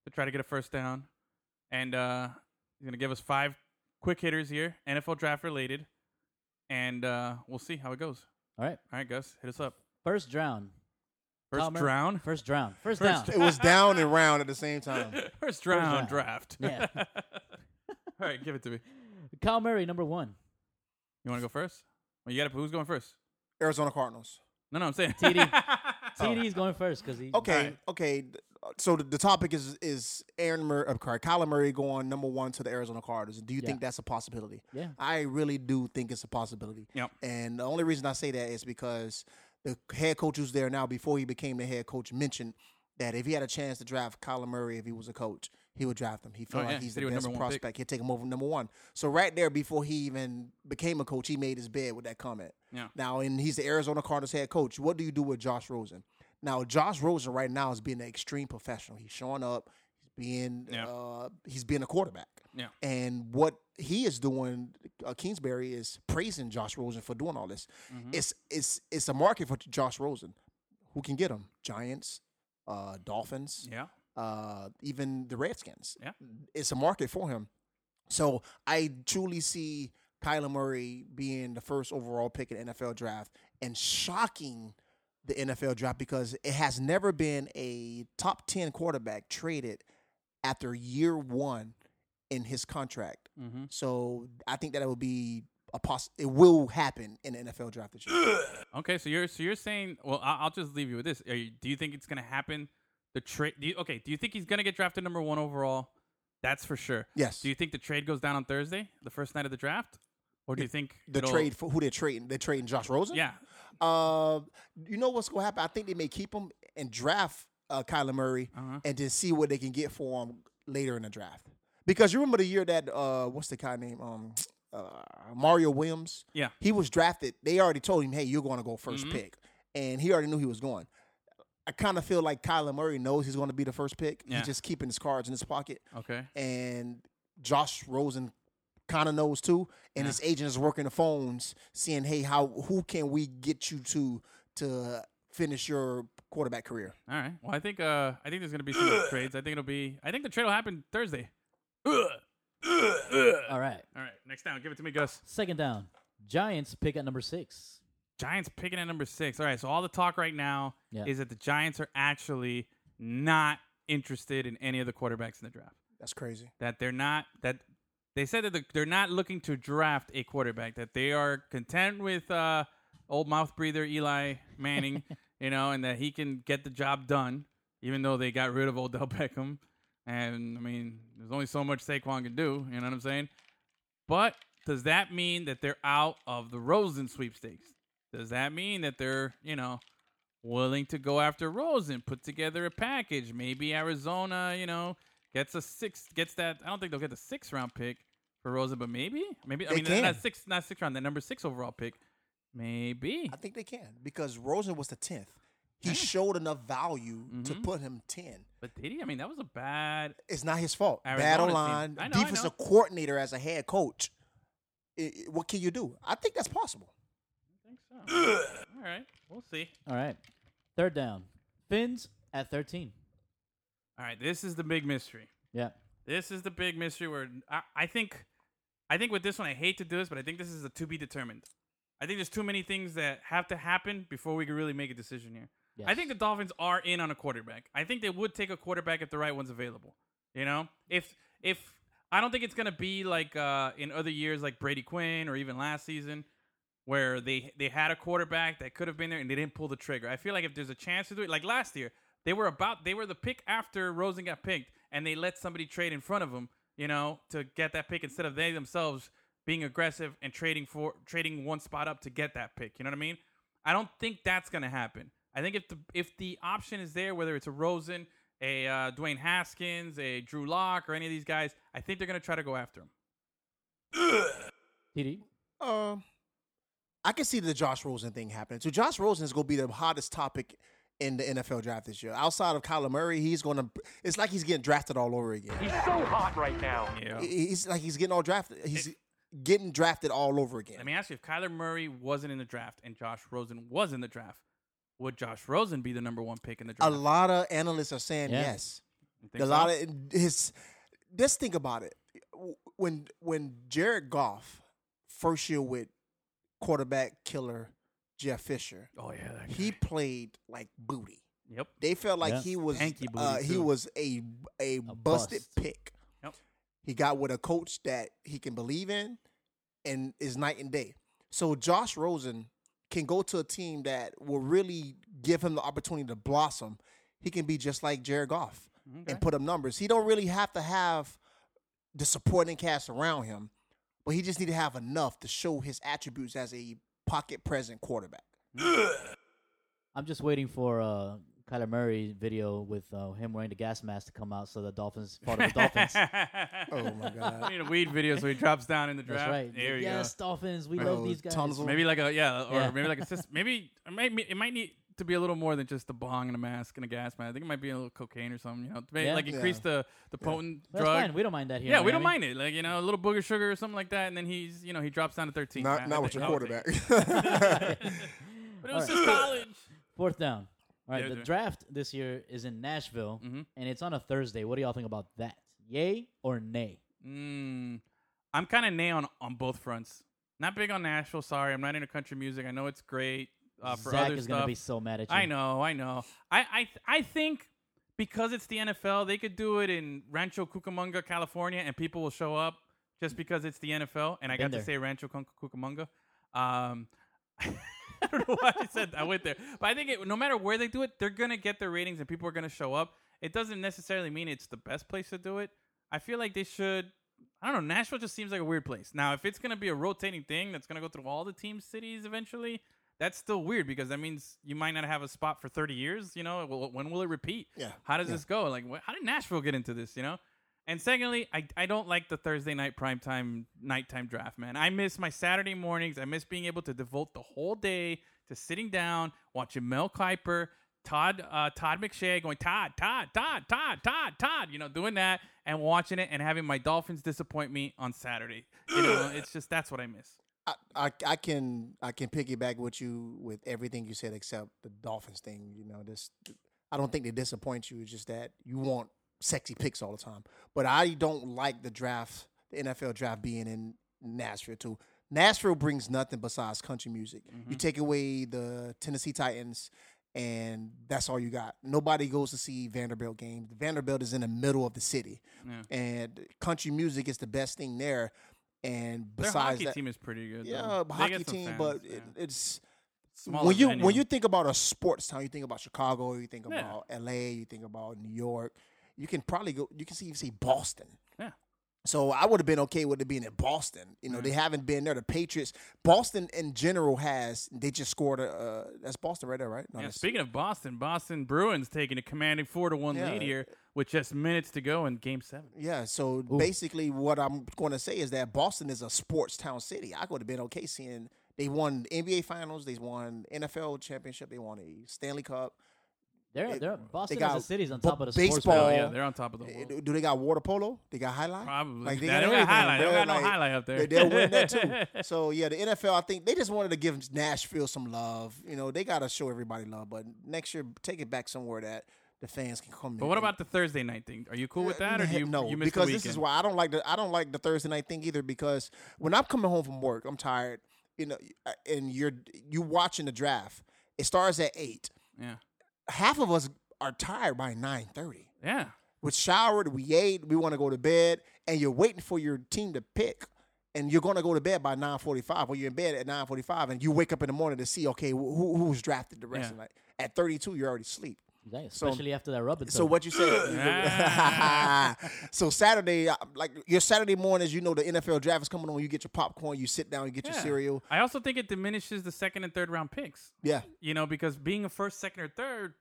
Speaker 6: to try to get a first down, and uh, he's gonna give us five quick hitters here, NFL draft related, and uh, we'll see how it goes.
Speaker 5: All right.
Speaker 6: All right, Gus, hit us up.
Speaker 5: First drown.
Speaker 6: First
Speaker 5: Palmer.
Speaker 6: drown.
Speaker 5: First drown. First,
Speaker 6: First
Speaker 5: down.
Speaker 2: It was down and round at the same time.
Speaker 6: First round
Speaker 5: round.
Speaker 6: draft.
Speaker 5: Yeah.
Speaker 6: All right, give it to me.
Speaker 5: Kyle Murray, number one.
Speaker 6: You want to go first? Well, you got to. Who's going first?
Speaker 2: Arizona Cardinals.
Speaker 6: No, no, I'm saying
Speaker 5: TD.
Speaker 6: Oh.
Speaker 5: TD is going first because he.
Speaker 2: Okay,
Speaker 6: Right.
Speaker 2: okay. th- uh, So the, the topic is is Aaron Murray, uh, sorry, Kyler Murray going number one to the Arizona Cardinals. Do you
Speaker 5: Yeah.
Speaker 2: think that's a possibility?
Speaker 5: Yeah.
Speaker 2: I really do think it's a possibility.
Speaker 6: Yep.
Speaker 2: And the only reason I say that is because the head coach who's there now, before he became the head coach, mentioned that if he had a chance to draft Kyler Murray, if he was a coach, he would draft him. He felt
Speaker 6: Oh, yeah,
Speaker 2: like
Speaker 6: he
Speaker 2: he's
Speaker 6: said
Speaker 2: the
Speaker 6: he was
Speaker 2: best
Speaker 6: number one pick.
Speaker 2: prospect. He'd take him over number one. So right there, before he even became a coach, he made his bed with that comment.
Speaker 6: Yeah.
Speaker 2: Now, and he's the Arizona Cardinals head coach. What do you do with Josh Rosen? Now, Josh Rosen right now is being an extreme professional. He's showing up. He's being
Speaker 6: Yeah.
Speaker 2: uh, he's being a quarterback.
Speaker 6: Yeah.
Speaker 2: And what he is doing, uh, Kingsbury is praising Josh Rosen for doing all this.
Speaker 6: Mm-hmm.
Speaker 2: It's it's it's a market for Josh Rosen. Who can get him? Giants, uh, Dolphins,
Speaker 6: Yeah.
Speaker 2: uh, even the Redskins.
Speaker 6: Yeah.
Speaker 2: It's a market for him. So I truly see Kyler Murray being the first overall pick in NFL draft and shocking the NFL draft because it has never been a top 10 quarterback traded after year one in his contract.
Speaker 5: Mm-hmm.
Speaker 6: Mhm.
Speaker 2: So I think that it will be a poss- it will happen in the NFL draft this year.
Speaker 6: Okay, so you're so you're saying. Well, I'll, I'll just leave you with this. Are you, do you think it's gonna happen? The trade. Do you, okay. Do you think he's gonna get drafted number one overall? That's for sure.
Speaker 2: Yes.
Speaker 6: Do you think the trade goes down on Thursday, the first night of the draft, or do you think
Speaker 2: the
Speaker 6: it'll-
Speaker 2: trade for who they're trading, they're trading Josh Rosen.
Speaker 6: Yeah.
Speaker 2: Uh, you know what's gonna happen? I think they may keep him and draft uh, Kyler Murray
Speaker 6: Uh-huh.
Speaker 2: and then see what they can get for him later in the draft. Because you remember the year that uh, what's the guy name? Um, uh, Mario Williams.
Speaker 6: Yeah.
Speaker 2: He was drafted. They already told him, "Hey, you're going to go 1st
Speaker 6: Mhm.
Speaker 2: pick," and he already knew he was going. I kind of feel like Kyler Murray knows he's going to be the first pick.
Speaker 6: Yeah.
Speaker 2: He's just keeping his cards in his pocket,
Speaker 6: Okay.
Speaker 2: and Josh Rosen kind of knows too, and
Speaker 6: Yeah.
Speaker 2: his agent is working the phones, seeing, "Hey, how who can we get you to to finish your quarterback career?"
Speaker 6: All right. Well, I think uh, I think there's gonna be some trades. I think it'll be. I think the trade will happen Thursday. Ugh. Ugh. Ugh.
Speaker 5: All right.
Speaker 6: All right. Next down. Give it to me, Gus.
Speaker 5: Second down. Giants pick at number six.
Speaker 6: Giants picking at number six. All right, so all the talk right now
Speaker 5: Yeah.
Speaker 6: is that the Giants are actually not interested in any of the quarterbacks in the draft.
Speaker 2: That's crazy.
Speaker 6: That they're not that they said that the, they're not looking to draft a quarterback. That they are content with uh, old mouth breather Eli Manning, you know, and that he can get the job done. Even though they got rid of Odell Beckham, and I mean, there's only so much Saquon can do. You know what I'm saying? But does that mean that they're out of the Rosen sweepstakes? Does that mean that they're, you know, willing to go after Rosen, put together a package? Maybe Arizona, you know, gets a six, gets that. I don't think they'll get the sixth round pick for Rosen, but maybe, maybe I
Speaker 2: They
Speaker 6: mean
Speaker 2: can.
Speaker 6: not six, not six round, the number six overall pick. Maybe.
Speaker 2: I think they can because Rosen was the tenth. He showed enough value
Speaker 6: Mm-hmm.
Speaker 2: to put him ten.
Speaker 6: But did he? I mean, that was a bad.
Speaker 2: It's not his fault.
Speaker 6: Arizona
Speaker 2: Battle
Speaker 6: team.
Speaker 2: line,
Speaker 6: I know, I
Speaker 2: defensive
Speaker 6: know.
Speaker 2: coordinator as a head coach. I- I- what can you do? I think that's possible.
Speaker 6: All right, we'll see.
Speaker 5: All right. Third down. Finns at 13.
Speaker 6: All right, this is the big mystery.
Speaker 5: Yeah.
Speaker 6: This is the big mystery where I, I think, I think with this one, I hate to do this, but I think this is a to be determined. I think there's too many things that have to happen before we can really make a decision here. I
Speaker 5: Yes.
Speaker 6: think the Dolphins are in on a quarterback. I think they would take a quarterback if the right one's available. You know, if if I don't think it's gonna be like uh, in other years, like Brady Quinn or even last season, where they they had a quarterback that could have been there and they didn't pull the trigger. I feel like if there's a chance to do it, like last year, they were about they were the pick after Rosen got picked, and they let somebody trade in front of them, you know, to get that pick instead of they themselves being aggressive and trading for trading one spot up to get that pick. You know what I mean? I don't think that's gonna happen. I think if the if the option is there, whether it's a Rosen, a uh, Dwayne Haskins, a Drew Lock, or any of these guys, I think they're gonna try to go after him.
Speaker 5: TD.
Speaker 2: Um, I can see the Josh Rosen thing happening. So Josh Rosen is going to be the hottest topic in the NFL draft this year. Outside of Kyler Murray, he's going to. It's like he's getting drafted all over again.
Speaker 4: He's so hot right now.
Speaker 6: Yeah.
Speaker 2: He- He's like he's getting all drafted. He's getting drafted all over again.
Speaker 6: Let me ask you: If Kyler Murray wasn't in the draft and Josh Rosen was in the draft, would Josh Rosen be the number one pick in the
Speaker 2: a
Speaker 6: draft?
Speaker 2: lot of analysts are saying
Speaker 5: Yeah.
Speaker 2: yes.
Speaker 6: You think
Speaker 2: A
Speaker 6: so?
Speaker 2: lot of his. Just think about it. When when Jared Goff first year with quarterback killer Jeff Fisher,
Speaker 6: Oh yeah. that guy.
Speaker 2: he played like booty.
Speaker 6: Yep.
Speaker 2: They felt like
Speaker 5: Yeah.
Speaker 2: he was
Speaker 6: Tanky booty,
Speaker 2: uh, he
Speaker 6: too.
Speaker 2: was a a, busted
Speaker 5: bust.
Speaker 2: pick.
Speaker 6: Yep.
Speaker 2: He got with a coach that he can believe in, and is night and day. So Josh Rosen can go to a team that will really give him the opportunity to blossom. He can be just like Jared Goff and put up numbers. He don't really have to have the supporting cast around him, but he just need to have enough to show his attributes as a pocket present quarterback.
Speaker 5: I'm just waiting for uh, Kyler Murray video with uh, him wearing the gas mask to come out so the Dolphins part of the Dolphins.
Speaker 2: Oh my god.
Speaker 6: I need a weed video so he drops down in the
Speaker 5: That's
Speaker 6: draft.
Speaker 5: right.
Speaker 6: There you
Speaker 5: yes, Dolphins. We love
Speaker 2: Oh,
Speaker 5: these guys.
Speaker 2: tunnels
Speaker 6: go.
Speaker 2: of-
Speaker 6: Maybe like a yeah, or
Speaker 5: Yeah.
Speaker 6: maybe like a system. Maybe it might be- it might need to be a little more than just a bong and a mask and a gas mask. I think it might be a little cocaine or something. You know, maybe
Speaker 5: Yeah.
Speaker 6: like increase the the potent
Speaker 5: That's
Speaker 6: drug.
Speaker 5: fine. We don't mind that here.
Speaker 6: yeah,
Speaker 5: in
Speaker 6: we don't
Speaker 5: Miami.
Speaker 6: mind it. Like you know, a little booger sugar or something like that, and then he's you know he drops down to thirteen. I- I
Speaker 2: Not not with
Speaker 6: think-
Speaker 2: your
Speaker 6: I would take
Speaker 2: quarterback.
Speaker 6: it. But it was
Speaker 5: All
Speaker 6: just college.
Speaker 5: Fourth down. All right,
Speaker 6: Yeah,
Speaker 5: the
Speaker 6: dude.
Speaker 5: draft this year is in Nashville,
Speaker 6: Mhm.
Speaker 5: and it's on a Thursday. What do y'all think about that? Yay or nay?
Speaker 6: Mm, I'm kind of nay on on both fronts. Not big on Nashville. Sorry, I'm not into country music. I know it's great uh, for
Speaker 5: Zach
Speaker 6: other
Speaker 5: is
Speaker 6: stuff.
Speaker 5: gonna be so mad at you.
Speaker 6: I know, I know. I I th- I think because it's the NFL, they could do it in Rancho Cucamonga, California, and people will show up just because it's the NFL. And I
Speaker 5: Been
Speaker 6: got
Speaker 5: there.
Speaker 6: to say Rancho Cuc- Cucamonga. Um, I don't know why I said that. I went there, but I think it, no matter where they do it, they're gonna get their ratings, and people are gonna show up. It doesn't necessarily mean it's the best place to do it. I feel like they should. I don't know. Nashville just seems like a weird place. Now, if it's gonna be a rotating thing that's gonna go through all the team cities eventually, that's still weird because that means you might not have a spot for 30 years. You know, Well, when will it repeat?
Speaker 2: Yeah,
Speaker 6: How does
Speaker 2: yeah.
Speaker 6: this go? Like, wh- how did Nashville get into this? You know. And secondly, I, I don't like the Thursday night primetime nighttime draft, man. I miss my Saturday mornings. I miss being able to devote the whole day to sitting down, watching Mel Kiper, Todd uh, Todd McShay going Todd Todd Todd Todd Todd Todd, you know, doing that and watching it and having my Dolphins disappoint me on Saturday. You know, it's just that's what I miss.
Speaker 2: I, I I can I can piggyback with you with everything you said except the Dolphins thing. You know, this I don't think they disappoint you. It's just that you want sexy picks all the time. But I don't like the draft, the NFL draft being in Nashville too. Nashville brings nothing besides country music.
Speaker 6: Mm-hmm.
Speaker 2: You take away the Tennessee Titans, and that's all you got. Nobody goes to see Vanderbilt games. Vanderbilt is in the middle of the city,
Speaker 6: Yeah.
Speaker 2: and country music is the best thing there. And
Speaker 6: Their
Speaker 2: besides
Speaker 6: hockey
Speaker 2: that,
Speaker 6: team is pretty good. though.
Speaker 2: yeah, um,
Speaker 6: They
Speaker 2: hockey
Speaker 6: get some
Speaker 2: team,
Speaker 6: fans,
Speaker 2: but
Speaker 6: yeah.
Speaker 2: it, it's
Speaker 6: Smaller
Speaker 2: when you
Speaker 6: venue.
Speaker 2: when you think about a sports town, you think about Chicago, you think
Speaker 6: Yeah.
Speaker 2: about L.A., you think about New York. You can probably go. You can see even see Boston.
Speaker 6: Yeah.
Speaker 2: So I would have been okay with it being in Boston. You know,
Speaker 6: Mm-hmm.
Speaker 2: they haven't been there. The Patriots, Boston in general has. They just scored a. Uh, that's Boston right there, right? No,
Speaker 6: Yeah,
Speaker 2: that's-
Speaker 6: speaking of Boston, Boston Bruins taking a commanding four to one
Speaker 2: Yeah.
Speaker 6: lead here with just minutes to go in Game Seven.
Speaker 2: Yeah, so basically, what I'm going to say is that Boston is a sports town city. I would have been okay seeing They won NBA Finals. They won NFL championship. They won a Stanley Cup.
Speaker 5: They're,
Speaker 2: It-
Speaker 5: they're
Speaker 2: they
Speaker 5: Boston
Speaker 2: got
Speaker 5: as a city's on
Speaker 2: b-
Speaker 5: top of the
Speaker 2: baseball.
Speaker 5: sports.
Speaker 6: Oh,
Speaker 5: world.
Speaker 6: yeah, they're on top of the
Speaker 2: Eh,
Speaker 6: world.
Speaker 2: Do they got water polo? They got highlight.
Speaker 6: Probably.
Speaker 2: Like,
Speaker 6: Like
Speaker 2: they
Speaker 6: they,
Speaker 2: got
Speaker 6: don't got
Speaker 2: everything,
Speaker 6: highlight. They don't
Speaker 2: bro.
Speaker 6: got no
Speaker 2: Like,
Speaker 6: highlight up there.
Speaker 2: They, they'll win that too. So yeah, the NFL. I think they just wanted to give Nashville some love. You know, they gotta show everybody love. But next year, take it back somewhere that the fans can come.
Speaker 6: but what about the Thursday night thing? Are you cool with that, or do you
Speaker 2: Uh, no?
Speaker 6: You miss
Speaker 2: because
Speaker 6: the
Speaker 2: this is
Speaker 6: weekend?
Speaker 2: why I don't like the I don't like the Thursday night thing either. Because when I'm coming home from work, I'm tired. You know, and you're you watching the draft. It starts at eight.
Speaker 6: Yeah.
Speaker 2: Half of us are tired by nine thirty.
Speaker 6: Yeah.
Speaker 2: We showered, we ate, we want to go to bed, and you're waiting for your team to pick. And you're gonna go to bed by 9:45, or you're in bed at 9:45, and you wake up in the morning to see, okay, wh- who who was drafted the rest
Speaker 6: Yeah.
Speaker 2: of the night. At 32, you're already asleep.
Speaker 5: Exactly,
Speaker 2: So-
Speaker 5: Especially after that Robinson.
Speaker 2: So what you said? so Saturday, uh, like your Saturday mornings, you know the NFL draft is coming on. You get your popcorn, you sit down, you get
Speaker 6: Yeah.
Speaker 2: your cereal.
Speaker 6: I also think it diminishes the second and third round picks.
Speaker 2: Yeah,
Speaker 6: You know, because being a first, second, or third,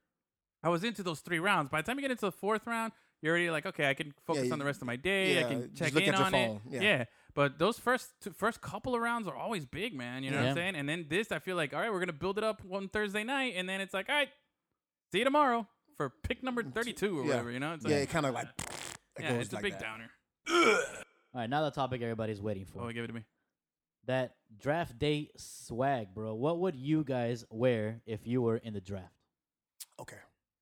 Speaker 6: I was into those three rounds. By the time you get into the fourth round, you're already like, okay, I can focus
Speaker 2: you-
Speaker 6: on the rest of my day.
Speaker 2: yeah,
Speaker 6: I can
Speaker 2: just
Speaker 6: check
Speaker 2: look
Speaker 6: in
Speaker 2: at your
Speaker 6: on
Speaker 2: phone,
Speaker 6: it.
Speaker 2: yeah.
Speaker 6: But those first two, first couple of rounds are always big, man. You know what
Speaker 5: Yeah.
Speaker 6: I'm saying? And then this, I feel like, all right, we're gonna build it up one Thursday night, and then it's like, all right, see you tomorrow for pick number 32 or
Speaker 2: Yeah.
Speaker 6: whatever. You know? It's
Speaker 2: yeah,
Speaker 6: like,
Speaker 2: it kind of like it
Speaker 6: yeah,
Speaker 2: goes
Speaker 6: it's a
Speaker 2: like
Speaker 6: big
Speaker 2: that.
Speaker 6: downer.
Speaker 5: All right, now the topic everybody's waiting for.
Speaker 6: Oh, give it to me.
Speaker 5: That draft day swag, bro. What would you guys wear if you were in the draft?
Speaker 2: Okay,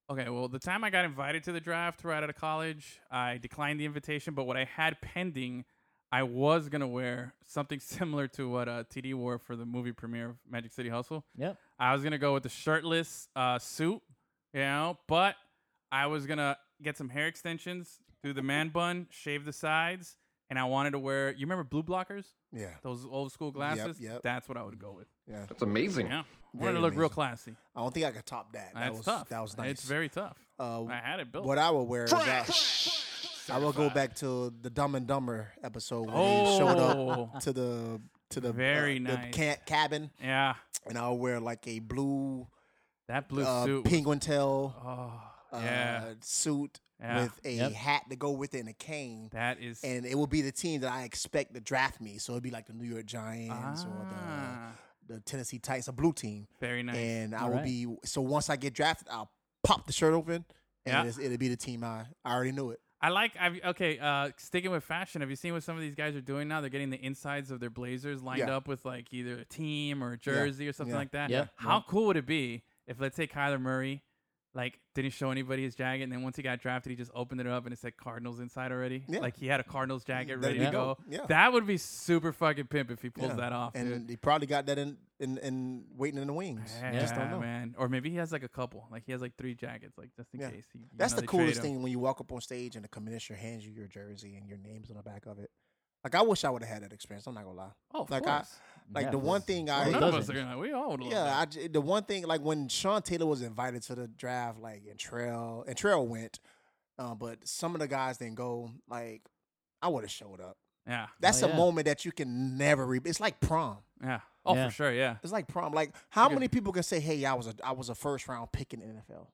Speaker 6: Okay, well, the time I got invited to the draft right out of college, I declined the invitation, but what I had pending, I was going to wear something similar to what uh, TD wore for the movie premiere of Magic City Hustle.
Speaker 5: Yep.
Speaker 6: I was going to go with the shirtless uh, suit, you know, but I was going to get some hair extensions, do the man bun, shave the sides, and I wanted to wear, you remember blue blockers?
Speaker 2: yeah,
Speaker 6: Those old school glasses?
Speaker 2: yep.
Speaker 6: That's what I would go with.
Speaker 2: yeah.
Speaker 6: Yeah.
Speaker 2: Very
Speaker 6: wanted to look real
Speaker 2: amazing.
Speaker 6: classy.
Speaker 2: I don't think I could top that. that
Speaker 6: That's
Speaker 2: was
Speaker 6: tough.
Speaker 2: That was nice.
Speaker 6: It's very tough.
Speaker 2: Uh,
Speaker 6: I had it built.
Speaker 2: What I would wear is I, I would go back to the Dumb and Dumber episode when they showed
Speaker 6: Oh.
Speaker 2: up to the to the
Speaker 6: Very
Speaker 2: uh,
Speaker 6: nice.
Speaker 2: the ca- cabin,
Speaker 6: Yeah,
Speaker 2: and I'll wear like a blue
Speaker 6: that blue
Speaker 2: uh,
Speaker 6: suit. was-
Speaker 2: penguin tail
Speaker 6: Oh,
Speaker 2: uh,
Speaker 6: yeah,
Speaker 2: suit
Speaker 6: Yeah.
Speaker 2: with a
Speaker 5: Yep.
Speaker 2: hat to go with it and a cane.
Speaker 6: that is.
Speaker 2: and it would be the team that I expect to draft me. So it'd be like the New York Giants or
Speaker 6: ah,
Speaker 2: the, the Tennessee Titans, a blue team.
Speaker 6: very nice.
Speaker 2: And I
Speaker 5: All
Speaker 2: will
Speaker 5: right.
Speaker 2: be so once I get drafted, I'll pop the shirt open, and
Speaker 6: Yeah.
Speaker 2: it's, it'll be the team I I already knew it.
Speaker 6: I like. I've, okay, uh, sticking with fashion. Have you seen what some of these guys are doing now? They're getting the insides of their blazers lined
Speaker 2: Yeah.
Speaker 6: up with like either a team or a jersey or something
Speaker 2: Yeah.
Speaker 6: like that.
Speaker 5: Yeah.
Speaker 6: How
Speaker 5: Yeah.
Speaker 6: cool would it be if, let's say, Kyler Murray, like, didn't show anybody his jacket, and then once he got drafted, he just opened it up and it said Cardinals inside already.
Speaker 2: Yeah.
Speaker 6: Like he had a Cardinals jacket
Speaker 2: That'd
Speaker 6: ready
Speaker 5: be
Speaker 6: to go.
Speaker 2: dope. Yeah.
Speaker 6: That would be super fucking pimp if he pulls
Speaker 2: Yeah.
Speaker 6: that off. dude.
Speaker 2: And he probably got that in in, in waiting in the wings.
Speaker 6: Yeah,
Speaker 5: Just
Speaker 2: don't know.
Speaker 6: man. Or maybe he has like a couple. Like he has like three jackets, like just in
Speaker 2: Yeah.
Speaker 6: case. He, you
Speaker 2: That's
Speaker 6: know,
Speaker 2: the
Speaker 6: they trade
Speaker 2: coolest
Speaker 6: him.
Speaker 2: thing when you walk up on stage and the commissioner hands you your jersey and your name's on the back of it. Like I wish I would have had that experience. I'm not gonna lie.
Speaker 6: Oh, of
Speaker 2: like I
Speaker 6: course.
Speaker 2: like
Speaker 5: Yeah,
Speaker 2: the
Speaker 5: this
Speaker 2: one
Speaker 5: is-
Speaker 2: thing
Speaker 5: Well,
Speaker 2: I
Speaker 5: Who
Speaker 6: None of us
Speaker 5: doesn't?
Speaker 6: are gonna. We all would love
Speaker 2: Yeah,
Speaker 6: that.
Speaker 2: I j the one thing like when Sean Taylor was invited to the draft, like and Trail and Trail went, uh, but some of the guys didn't go. Like I would have showed up.
Speaker 6: yeah,
Speaker 2: That's
Speaker 5: Oh,
Speaker 2: a
Speaker 5: yeah.
Speaker 2: moment that you can never. Re- it's like prom.
Speaker 6: yeah. Oh,
Speaker 5: Yeah.
Speaker 6: for sure. Yeah.
Speaker 2: It's like prom. Like how
Speaker 6: Okay.
Speaker 2: many people can say, "Hey, I was a I was a first round pick in the NFL."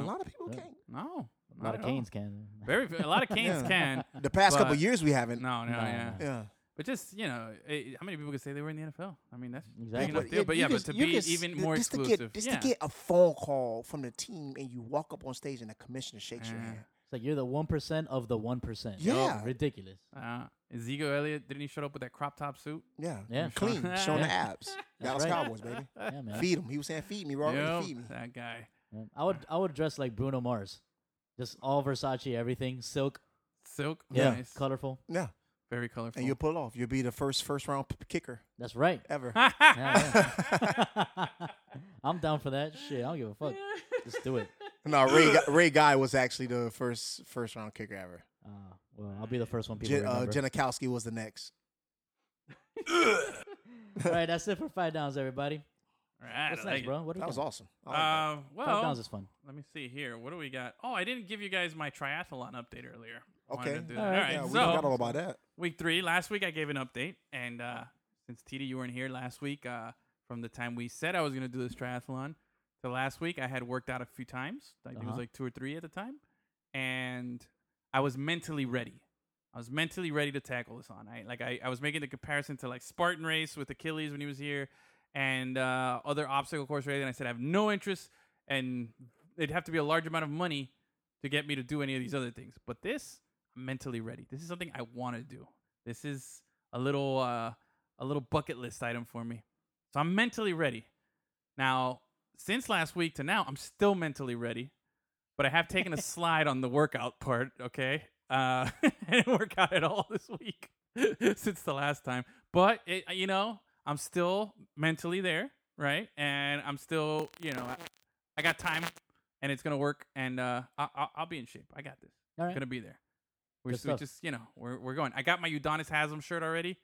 Speaker 2: A lot of people
Speaker 5: Yeah.
Speaker 2: can't.
Speaker 6: No.
Speaker 5: A lot of
Speaker 6: canes.
Speaker 5: canes can.
Speaker 6: Very. A lot of canes
Speaker 2: Yeah.
Speaker 6: can.
Speaker 2: The past couple
Speaker 6: But-
Speaker 2: years we haven't.
Speaker 6: No, no,
Speaker 5: No,
Speaker 6: yeah.
Speaker 5: no.
Speaker 2: Yeah.
Speaker 6: But just you know, eh, how many people could say they were in the NFL? I mean, that's
Speaker 5: Exactly.
Speaker 6: big enough
Speaker 2: but
Speaker 6: deal.
Speaker 2: it-
Speaker 6: But
Speaker 2: you
Speaker 6: yeah,
Speaker 2: can-
Speaker 6: but to
Speaker 2: you
Speaker 6: be
Speaker 2: can s-
Speaker 6: even
Speaker 2: th-
Speaker 6: more
Speaker 2: just To
Speaker 6: exclusive.
Speaker 2: get, just
Speaker 6: yeah.
Speaker 2: to get a phone call from the team and you walk up on stage and the commissioner shakes your
Speaker 6: Yeah.
Speaker 2: hand.
Speaker 5: It's like you're the one percent of the one percent.
Speaker 2: Yeah.
Speaker 5: ridiculous.
Speaker 6: Uh, Ezekiel Elliott didn't he show up with that crop top suit?
Speaker 2: Yeah.
Speaker 5: Yeah.
Speaker 2: Clean, showing the abs. Dallas
Speaker 5: right.
Speaker 2: Cowboys, baby.
Speaker 5: Yeah, man.
Speaker 2: Feed him. He was saying, "Feed me, Rory.
Speaker 6: Yep,
Speaker 2: Feed me."
Speaker 6: that guy.
Speaker 5: Yeah. I would I would dress like Bruno Mars, just all Versace, everything, silk,
Speaker 6: Silk.
Speaker 5: yeah,
Speaker 6: Nice.
Speaker 5: colorful.
Speaker 2: Yeah,
Speaker 6: Very colorful.
Speaker 2: and you'll pull off. You'll be the first first round p- kicker
Speaker 5: That's right.
Speaker 2: ever.
Speaker 5: Yeah, yeah. I'm down for that shit. I don't give a fuck. Just do it.
Speaker 2: no, Ray Gu- Ray Guy was actually the first first round kicker ever.
Speaker 5: Uh, well, I'll be the first one people
Speaker 2: Jen, uh,
Speaker 5: remember.
Speaker 2: Janikowski was the next.
Speaker 5: All right, that's it for five downs, everybody.
Speaker 6: All right,
Speaker 5: What's next,
Speaker 6: I like it.
Speaker 5: bro? What do we
Speaker 2: That was
Speaker 5: got?
Speaker 2: awesome. I like that.
Speaker 6: Uh,
Speaker 5: Five
Speaker 6: well,
Speaker 5: downs is fun.
Speaker 6: Let me see here. What do we got? Oh, I didn't give you guys my triathlon update earlier. I wanted
Speaker 2: Okay.
Speaker 6: to do that.
Speaker 5: All
Speaker 6: All
Speaker 5: right.
Speaker 6: right.
Speaker 2: yeah, we
Speaker 6: so,
Speaker 2: forgot all about that.
Speaker 6: week three. Last week, I gave an update. And uh, since TD, you weren't here last week, uh, from the time we said I was going to do this triathlon to last week, I had worked out a few times. I think it was
Speaker 5: Uh-huh.
Speaker 6: like two or three at the time. And I was mentally ready. I I was mentally ready to tackle this on. I like I, I was making the comparison to like Spartan race with Achilles when he was here and uh, other obstacle course races, and I said I have no interest and it'd have to be a large amount of money to get me to do any of these other things. But this, I'm mentally ready. This is something I want to do. This is a little uh, a little bucket list item for me. So I'm mentally ready. Now, since last week to now, I'm still mentally ready, but I have taken a slide on the workout part. Okay, uh, I didn't work out at all this week since the last time, but it, you know, I'm still mentally there, right? And I'm still, you know, I, I got time, and it's gonna work, and uh, I, I, I'll be in shape. I got this.
Speaker 5: All right.
Speaker 6: Gonna be there. We're
Speaker 5: Good
Speaker 6: just, we
Speaker 5: stuff.
Speaker 6: just, you know, we're we're going. I got my Udonis Haslam shirt already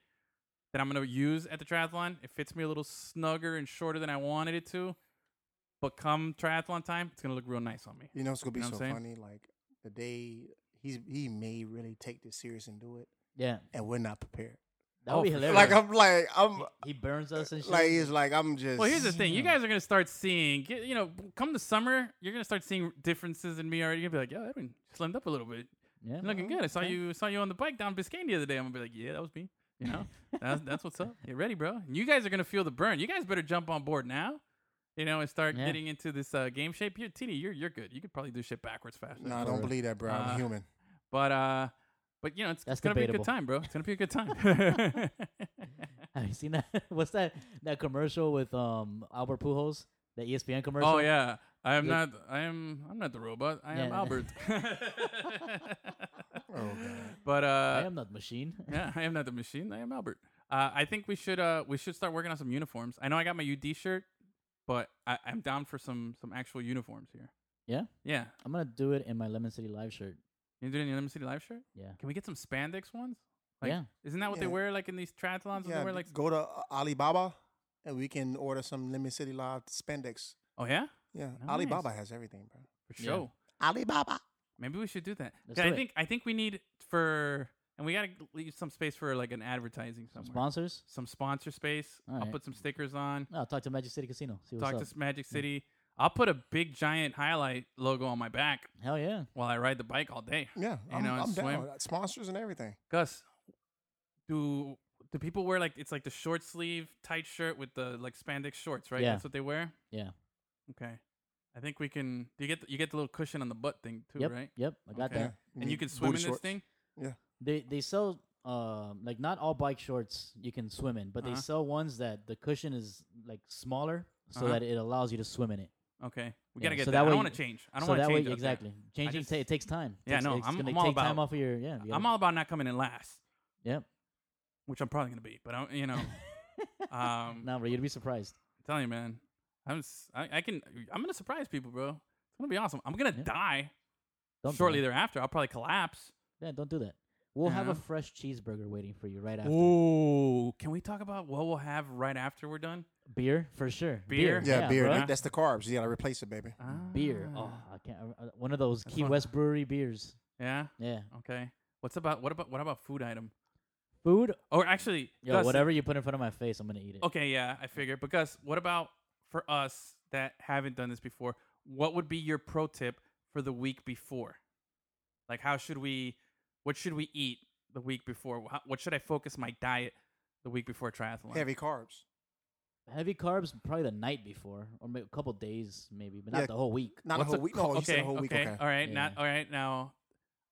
Speaker 6: that I'm gonna use at the triathlon. It fits me a little snugger and shorter than I wanted it to. But come triathlon time, it's gonna look real nice on me.
Speaker 2: You know it's gonna be
Speaker 6: You know
Speaker 2: so
Speaker 6: what I'm
Speaker 2: funny. Like the day he's he may really take this serious and do it,
Speaker 5: Yeah,
Speaker 2: and we're not prepared.
Speaker 5: that would
Speaker 6: Oh,
Speaker 5: be
Speaker 6: for sure.
Speaker 5: hilarious.
Speaker 2: Like I'm like I'm
Speaker 5: he, he burns us and shit.
Speaker 2: like it's like I'm just.
Speaker 6: Well, here's the thing: you
Speaker 5: Yeah.
Speaker 6: guys are gonna start seeing, get- you know, come the summer, you're gonna start seeing differences in me already. You're gonna be like, "Yo, Edwin slimmed up a little bit.
Speaker 5: yeah,
Speaker 6: You're
Speaker 2: Mm-hmm.
Speaker 6: looking good. I saw
Speaker 5: Uh-huh. okay.
Speaker 6: you saw you on the bike down Biscayne the other day." I'm gonna be like, "Yeah, that was me. You know, that's, that's what's up. Get ready, bro. And you guys are gonna feel the burn. You guys better jump on board now." You know, and start
Speaker 5: Yeah.
Speaker 6: getting into this uh, game shape. You're TD. You're you're good. You could probably do shit backwards faster.
Speaker 2: No, I don't believe that, bro. I'm
Speaker 6: Uh,
Speaker 2: human.
Speaker 6: But uh, but you know, it's,
Speaker 5: That's
Speaker 6: it's gonna be a
Speaker 5: debatable.
Speaker 6: good time, bro. It's gonna be a good time.
Speaker 5: Have you seen that? What's that? That commercial with um Albert Pujols, E the ESPN commercial.
Speaker 6: oh yeah, I am
Speaker 5: Look-
Speaker 6: not. I am. I'm not the robot. I am
Speaker 5: Yeah.
Speaker 6: Albert.
Speaker 2: Oh god.
Speaker 6: but
Speaker 5: I
Speaker 6: uh,
Speaker 5: am not machine.
Speaker 6: yeah, I am not the machine. I am Albert. Uh, I think we should uh we should start working on some uniforms. I know I got my UD shirt, but I, I'm down for some some actual uniforms here.
Speaker 5: Yeah?
Speaker 6: Yeah.
Speaker 5: I'm gonna do it in my Lemon City Live shirt.
Speaker 6: You doing your Lemon City Live shirt?
Speaker 5: Yeah.
Speaker 6: Can we get some spandex ones? Like,
Speaker 5: Yeah.
Speaker 6: Isn't that what they
Speaker 2: Yeah.
Speaker 6: wear like in these triathlons? when
Speaker 2: Yeah,
Speaker 6: they wear like.
Speaker 2: go to uh, Alibaba, and we can order some Lemon City Live spandex.
Speaker 6: Oh yeah.
Speaker 2: Yeah,
Speaker 6: Nice.
Speaker 2: Alibaba has everything, bro.
Speaker 6: For
Speaker 5: Yeah.
Speaker 6: sure.
Speaker 2: Alibaba.
Speaker 6: Maybe we should do that.
Speaker 5: Let's do
Speaker 6: 'Cause I
Speaker 5: it.
Speaker 6: think I think we need for and we gotta leave some space for like an advertising somewhere.
Speaker 5: Sponsors?
Speaker 6: some sponsor space.
Speaker 5: All
Speaker 6: I'll
Speaker 5: right.
Speaker 6: put some stickers on.
Speaker 5: No, talk to Magic City Casino. See what's
Speaker 6: Talk to
Speaker 5: up.
Speaker 6: S- Magic City. I'll put a big giant highlight logo on my back
Speaker 5: Hell yeah.
Speaker 6: while I ride the bike all day.
Speaker 2: Yeah,
Speaker 6: You
Speaker 2: I'm,
Speaker 6: know, and
Speaker 2: I'm
Speaker 6: swim.
Speaker 2: down. Sponsors and everything.
Speaker 6: Gus, do do people wear like it's like the short sleeve tight shirt with the like spandex shorts, right?
Speaker 5: Yeah.
Speaker 6: That's what they wear.
Speaker 5: Yeah.
Speaker 6: Okay. I think we can. You get the, you get the little cushion on the butt thing too,
Speaker 5: yep.
Speaker 6: right?
Speaker 5: Yep. I got
Speaker 6: Okay.
Speaker 5: that.
Speaker 6: And you can swim
Speaker 2: booty
Speaker 6: in
Speaker 2: shorts.
Speaker 6: this thing.
Speaker 5: They they sell um like not all bike shorts you can swim in, but
Speaker 6: Uh-huh.
Speaker 5: they sell ones that the cushion is like smaller so
Speaker 6: Uh-huh.
Speaker 5: that it allows you to swim in it.
Speaker 6: Okay, we
Speaker 5: Yeah,
Speaker 6: gotta get
Speaker 5: so
Speaker 6: that.
Speaker 5: that
Speaker 6: I
Speaker 5: way-
Speaker 6: don't want to change. I don't
Speaker 5: so
Speaker 6: want to
Speaker 5: that way
Speaker 6: change. out there.
Speaker 5: exactly. Changing
Speaker 6: just-
Speaker 5: ta- it takes time.
Speaker 6: Yeah,
Speaker 5: takes,
Speaker 6: no,
Speaker 5: it's
Speaker 6: I'm-
Speaker 5: gonna
Speaker 6: I'm all
Speaker 5: take time
Speaker 6: about-
Speaker 5: off of your yeah. you
Speaker 6: I'm
Speaker 5: gotta-
Speaker 6: all about not coming in last,
Speaker 5: Yep.
Speaker 6: which I'm probably gonna be. But I, don't- you know, um,
Speaker 5: No, bro, you'd be surprised.
Speaker 6: I'm telling you, man, I'm s- I, I can I'm gonna surprise people, bro. It's gonna be awesome. I'm gonna
Speaker 5: Yeah.
Speaker 6: die
Speaker 5: Don't do
Speaker 6: shortly
Speaker 5: that.
Speaker 6: thereafter. I'll probably collapse.
Speaker 5: Yeah, don't do that. We'll have
Speaker 6: Yeah.
Speaker 5: a fresh cheeseburger waiting for you right after.
Speaker 6: Ooh, can we talk about what we'll have right after we're done?
Speaker 5: Beer for sure.
Speaker 6: Beer?
Speaker 2: Yeah, beer.
Speaker 5: bro.
Speaker 2: that- That's the carbs. You gotta replace it, baby.
Speaker 5: beer.
Speaker 6: Ah.
Speaker 5: Oh, I can't. Uh, one of those
Speaker 6: That's
Speaker 5: Key
Speaker 6: one-
Speaker 5: West Brewery beers.
Speaker 6: Yeah.
Speaker 5: Yeah,
Speaker 6: Okay. What's about what about what about food item?
Speaker 5: food.
Speaker 6: Or actually,
Speaker 5: Yo,
Speaker 6: Gus,
Speaker 5: whatever you put in front of my face, I'm gonna eat it.
Speaker 6: Okay, yeah, I figure. But Gus, what about for us that haven't done this before? What would be your pro tip for the week before? Like, how should we? What should we eat the week before? Wha- What should I focus my diet the week before triathlon?
Speaker 2: Heavy carbs.
Speaker 5: Heavy carbs probably the night before, or maybe a couple days, maybe, but not
Speaker 2: Yeah.
Speaker 5: the whole week.
Speaker 2: Not
Speaker 6: What's
Speaker 2: a whole week. No,
Speaker 6: okay,
Speaker 2: you said a whole
Speaker 6: okay,
Speaker 2: week. Okay.
Speaker 6: all right, not
Speaker 5: Yeah.
Speaker 6: all right. Now,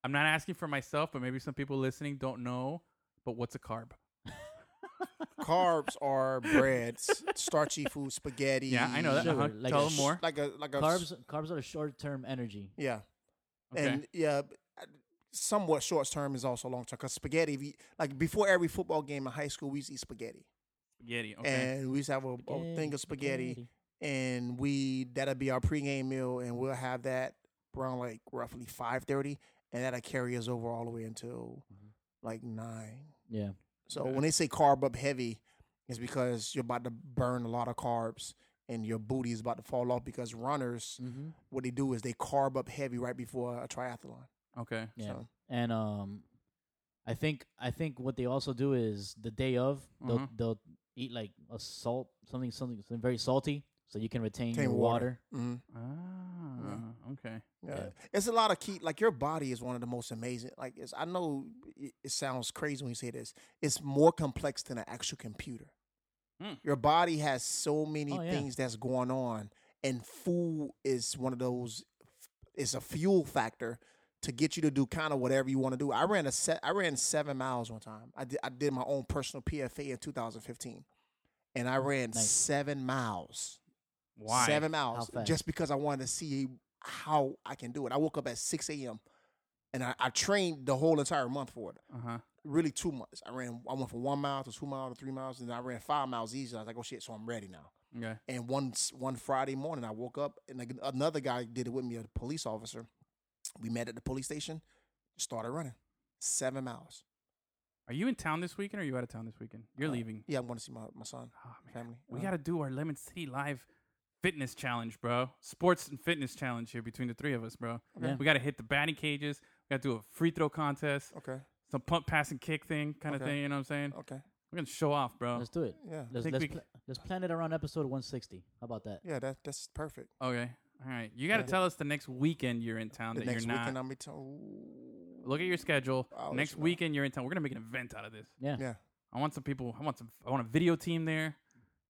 Speaker 6: I'm not asking for myself, but maybe some people listening don't know. But what's a carb?
Speaker 2: Carbs are breads, starchy food, spaghetti.
Speaker 6: Yeah, I know that.
Speaker 5: Sure,
Speaker 6: Uh-huh.
Speaker 5: like
Speaker 6: Tell
Speaker 5: a
Speaker 6: them
Speaker 5: sh-
Speaker 6: more.
Speaker 2: Like a like a
Speaker 5: Carbs, carbs are short term energy.
Speaker 2: Yeah.
Speaker 6: Okay.
Speaker 2: And yeah, b- uh, somewhat short term is also long term. Cause spaghetti, if you- like before every football game in high school, we used to eat spaghetti,
Speaker 6: Spaghetti. Okay.
Speaker 2: and we used to have a, a Oh, thing of spaghetti, and we that'll be our pregame meal, and we'll have that around like roughly five thirty, and that'll carry us over all the way until
Speaker 5: Mm-hmm.
Speaker 2: like nine.
Speaker 5: Yeah,
Speaker 2: So
Speaker 6: Okay.
Speaker 2: when they say carb up heavy, it's because you're about to burn a lot of carbs. And your booty is about to fall off because runners,
Speaker 6: Mm-hmm.
Speaker 5: hmm
Speaker 2: what they do is they carb up heavy right before a triathlon.
Speaker 6: okay.
Speaker 5: yeah.
Speaker 2: So.
Speaker 5: And um, I think I think what they also do is the day of they'll
Speaker 6: Mhm.
Speaker 5: they'll eat like a salt something something, something very salty, so you can retain
Speaker 2: Retain
Speaker 5: your water.
Speaker 2: water. Mhm.
Speaker 6: Ah. Okay.
Speaker 2: Yeah. It's a lot of key. Like your body is one of the most amazing. Like it's, I know it, it sounds crazy when you say this. It's more complex than an actual computer.
Speaker 6: Mm.
Speaker 2: Your body has so many
Speaker 5: Hmm. Oh, yeah.
Speaker 2: things that's going on, and food is one of those. It's a fuel factor to get you to do kind of whatever you want to do. I ran a set. I ran seven miles one time. I did. I did my own personal PFA in 2015, and I ran
Speaker 5: Nice.
Speaker 2: seven miles
Speaker 6: Why?
Speaker 2: seven miles
Speaker 5: fast?
Speaker 2: just because I wanted to see how I can do it. I woke up at 6 a.m. and I, I trained the whole entire month for it.
Speaker 6: Uh-huh.
Speaker 2: Really, two months. I ran, I went from one mile to two miles to three miles, and then I ran five miles easy. I was like, oh shit, so I'm ready now.
Speaker 6: Okay.
Speaker 2: And one s- one Friday morning, I woke up and like, another guy did it with me, a police officer. We met at the police station, started running seven miles.
Speaker 6: Are you in town this weekend or are you out of town this weekend? You're leaving.
Speaker 2: Uh, Yeah, I want to see my, my son,
Speaker 6: Oh, man.
Speaker 2: family.
Speaker 6: We
Speaker 2: Uh,
Speaker 6: got to do our Lemon City Live fitness challenge, bro. Sports and fitness challenge here between the three of us, bro.
Speaker 5: Yeah.
Speaker 6: We got to hit the batting cages. We got to do a free throw contest,
Speaker 2: Uh, okay,
Speaker 6: some pump, pass, and kick thing kind of
Speaker 2: Okay.
Speaker 6: thing. You know what I'm saying?
Speaker 2: okay,
Speaker 6: We're going to show off, bro.
Speaker 5: Let's do it.
Speaker 2: yeah,
Speaker 5: Let's
Speaker 6: Think
Speaker 5: let's,
Speaker 6: we
Speaker 5: pla- let's plan it around episode 160. How about that?
Speaker 2: yeah. That that's perfect.
Speaker 6: Okay. All right. You got to
Speaker 2: Yeah.
Speaker 6: tell us the next weekend you're in town
Speaker 2: The
Speaker 6: that
Speaker 2: next
Speaker 6: you're not.
Speaker 2: weekend, I'm be told.
Speaker 6: Look at your schedule.
Speaker 2: I'll let
Speaker 6: next
Speaker 2: you know.
Speaker 6: weekend you're in town. We're going to make an event out of this.
Speaker 5: Yeah.
Speaker 2: Yeah.
Speaker 6: I want some people. I want some. I want a video team there,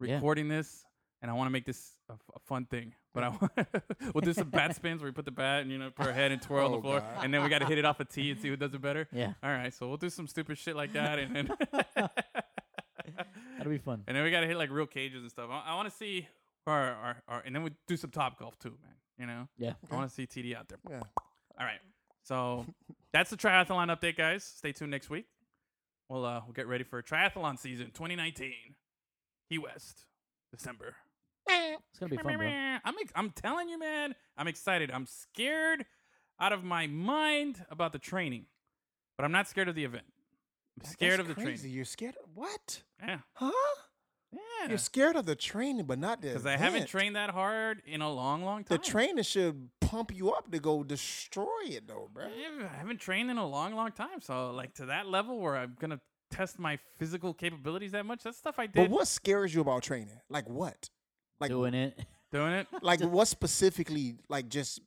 Speaker 5: Yeah.
Speaker 6: recording this, and I want to make this a, a fun thing. But I want, we'll do some bat spins where we put the bat and you know put our head and twirl on the
Speaker 2: Oh,
Speaker 6: floor,
Speaker 2: God.
Speaker 6: and then we got to hit it off a tee and see who does it better.
Speaker 5: Yeah.
Speaker 6: All right, so we'll do some stupid shit like that, and then
Speaker 5: That'll be fun.
Speaker 6: and then we got to hit like real cages and stuff. I, I want to see our, our our and then we do some top golf too, man. You know,
Speaker 5: Yeah.
Speaker 6: I want to see TD out there.
Speaker 2: Yeah.
Speaker 6: All right. So that's the triathlon update, guys. Stay tuned next week. We'll uh, we'll get ready for triathlon season 2019. Key West, December.
Speaker 5: It's gonna be fun, bro.
Speaker 6: I'm ex- I'm telling you, man. I'm excited. I'm scared out of my mind about the training, but I'm not scared of the event. I'm scared of the
Speaker 2: crazy.
Speaker 6: training.
Speaker 2: You're scared of what?
Speaker 6: Yeah,
Speaker 2: Huh?
Speaker 6: yeah.
Speaker 2: You're scared of the training, but not the.
Speaker 6: Because I haven't
Speaker 2: event.
Speaker 6: trained that hard in a long, long
Speaker 2: The
Speaker 6: time.
Speaker 2: training should pump you up to go destroy it, though, bro.
Speaker 6: I haven't trained in a long, long time. So, like to that level where I'm gonna test my physical capabilities that much. That's stuff I did.
Speaker 2: But what scares you about training? Like what? Like
Speaker 5: Doing it.
Speaker 6: Doing it.
Speaker 2: like what specifically? Like just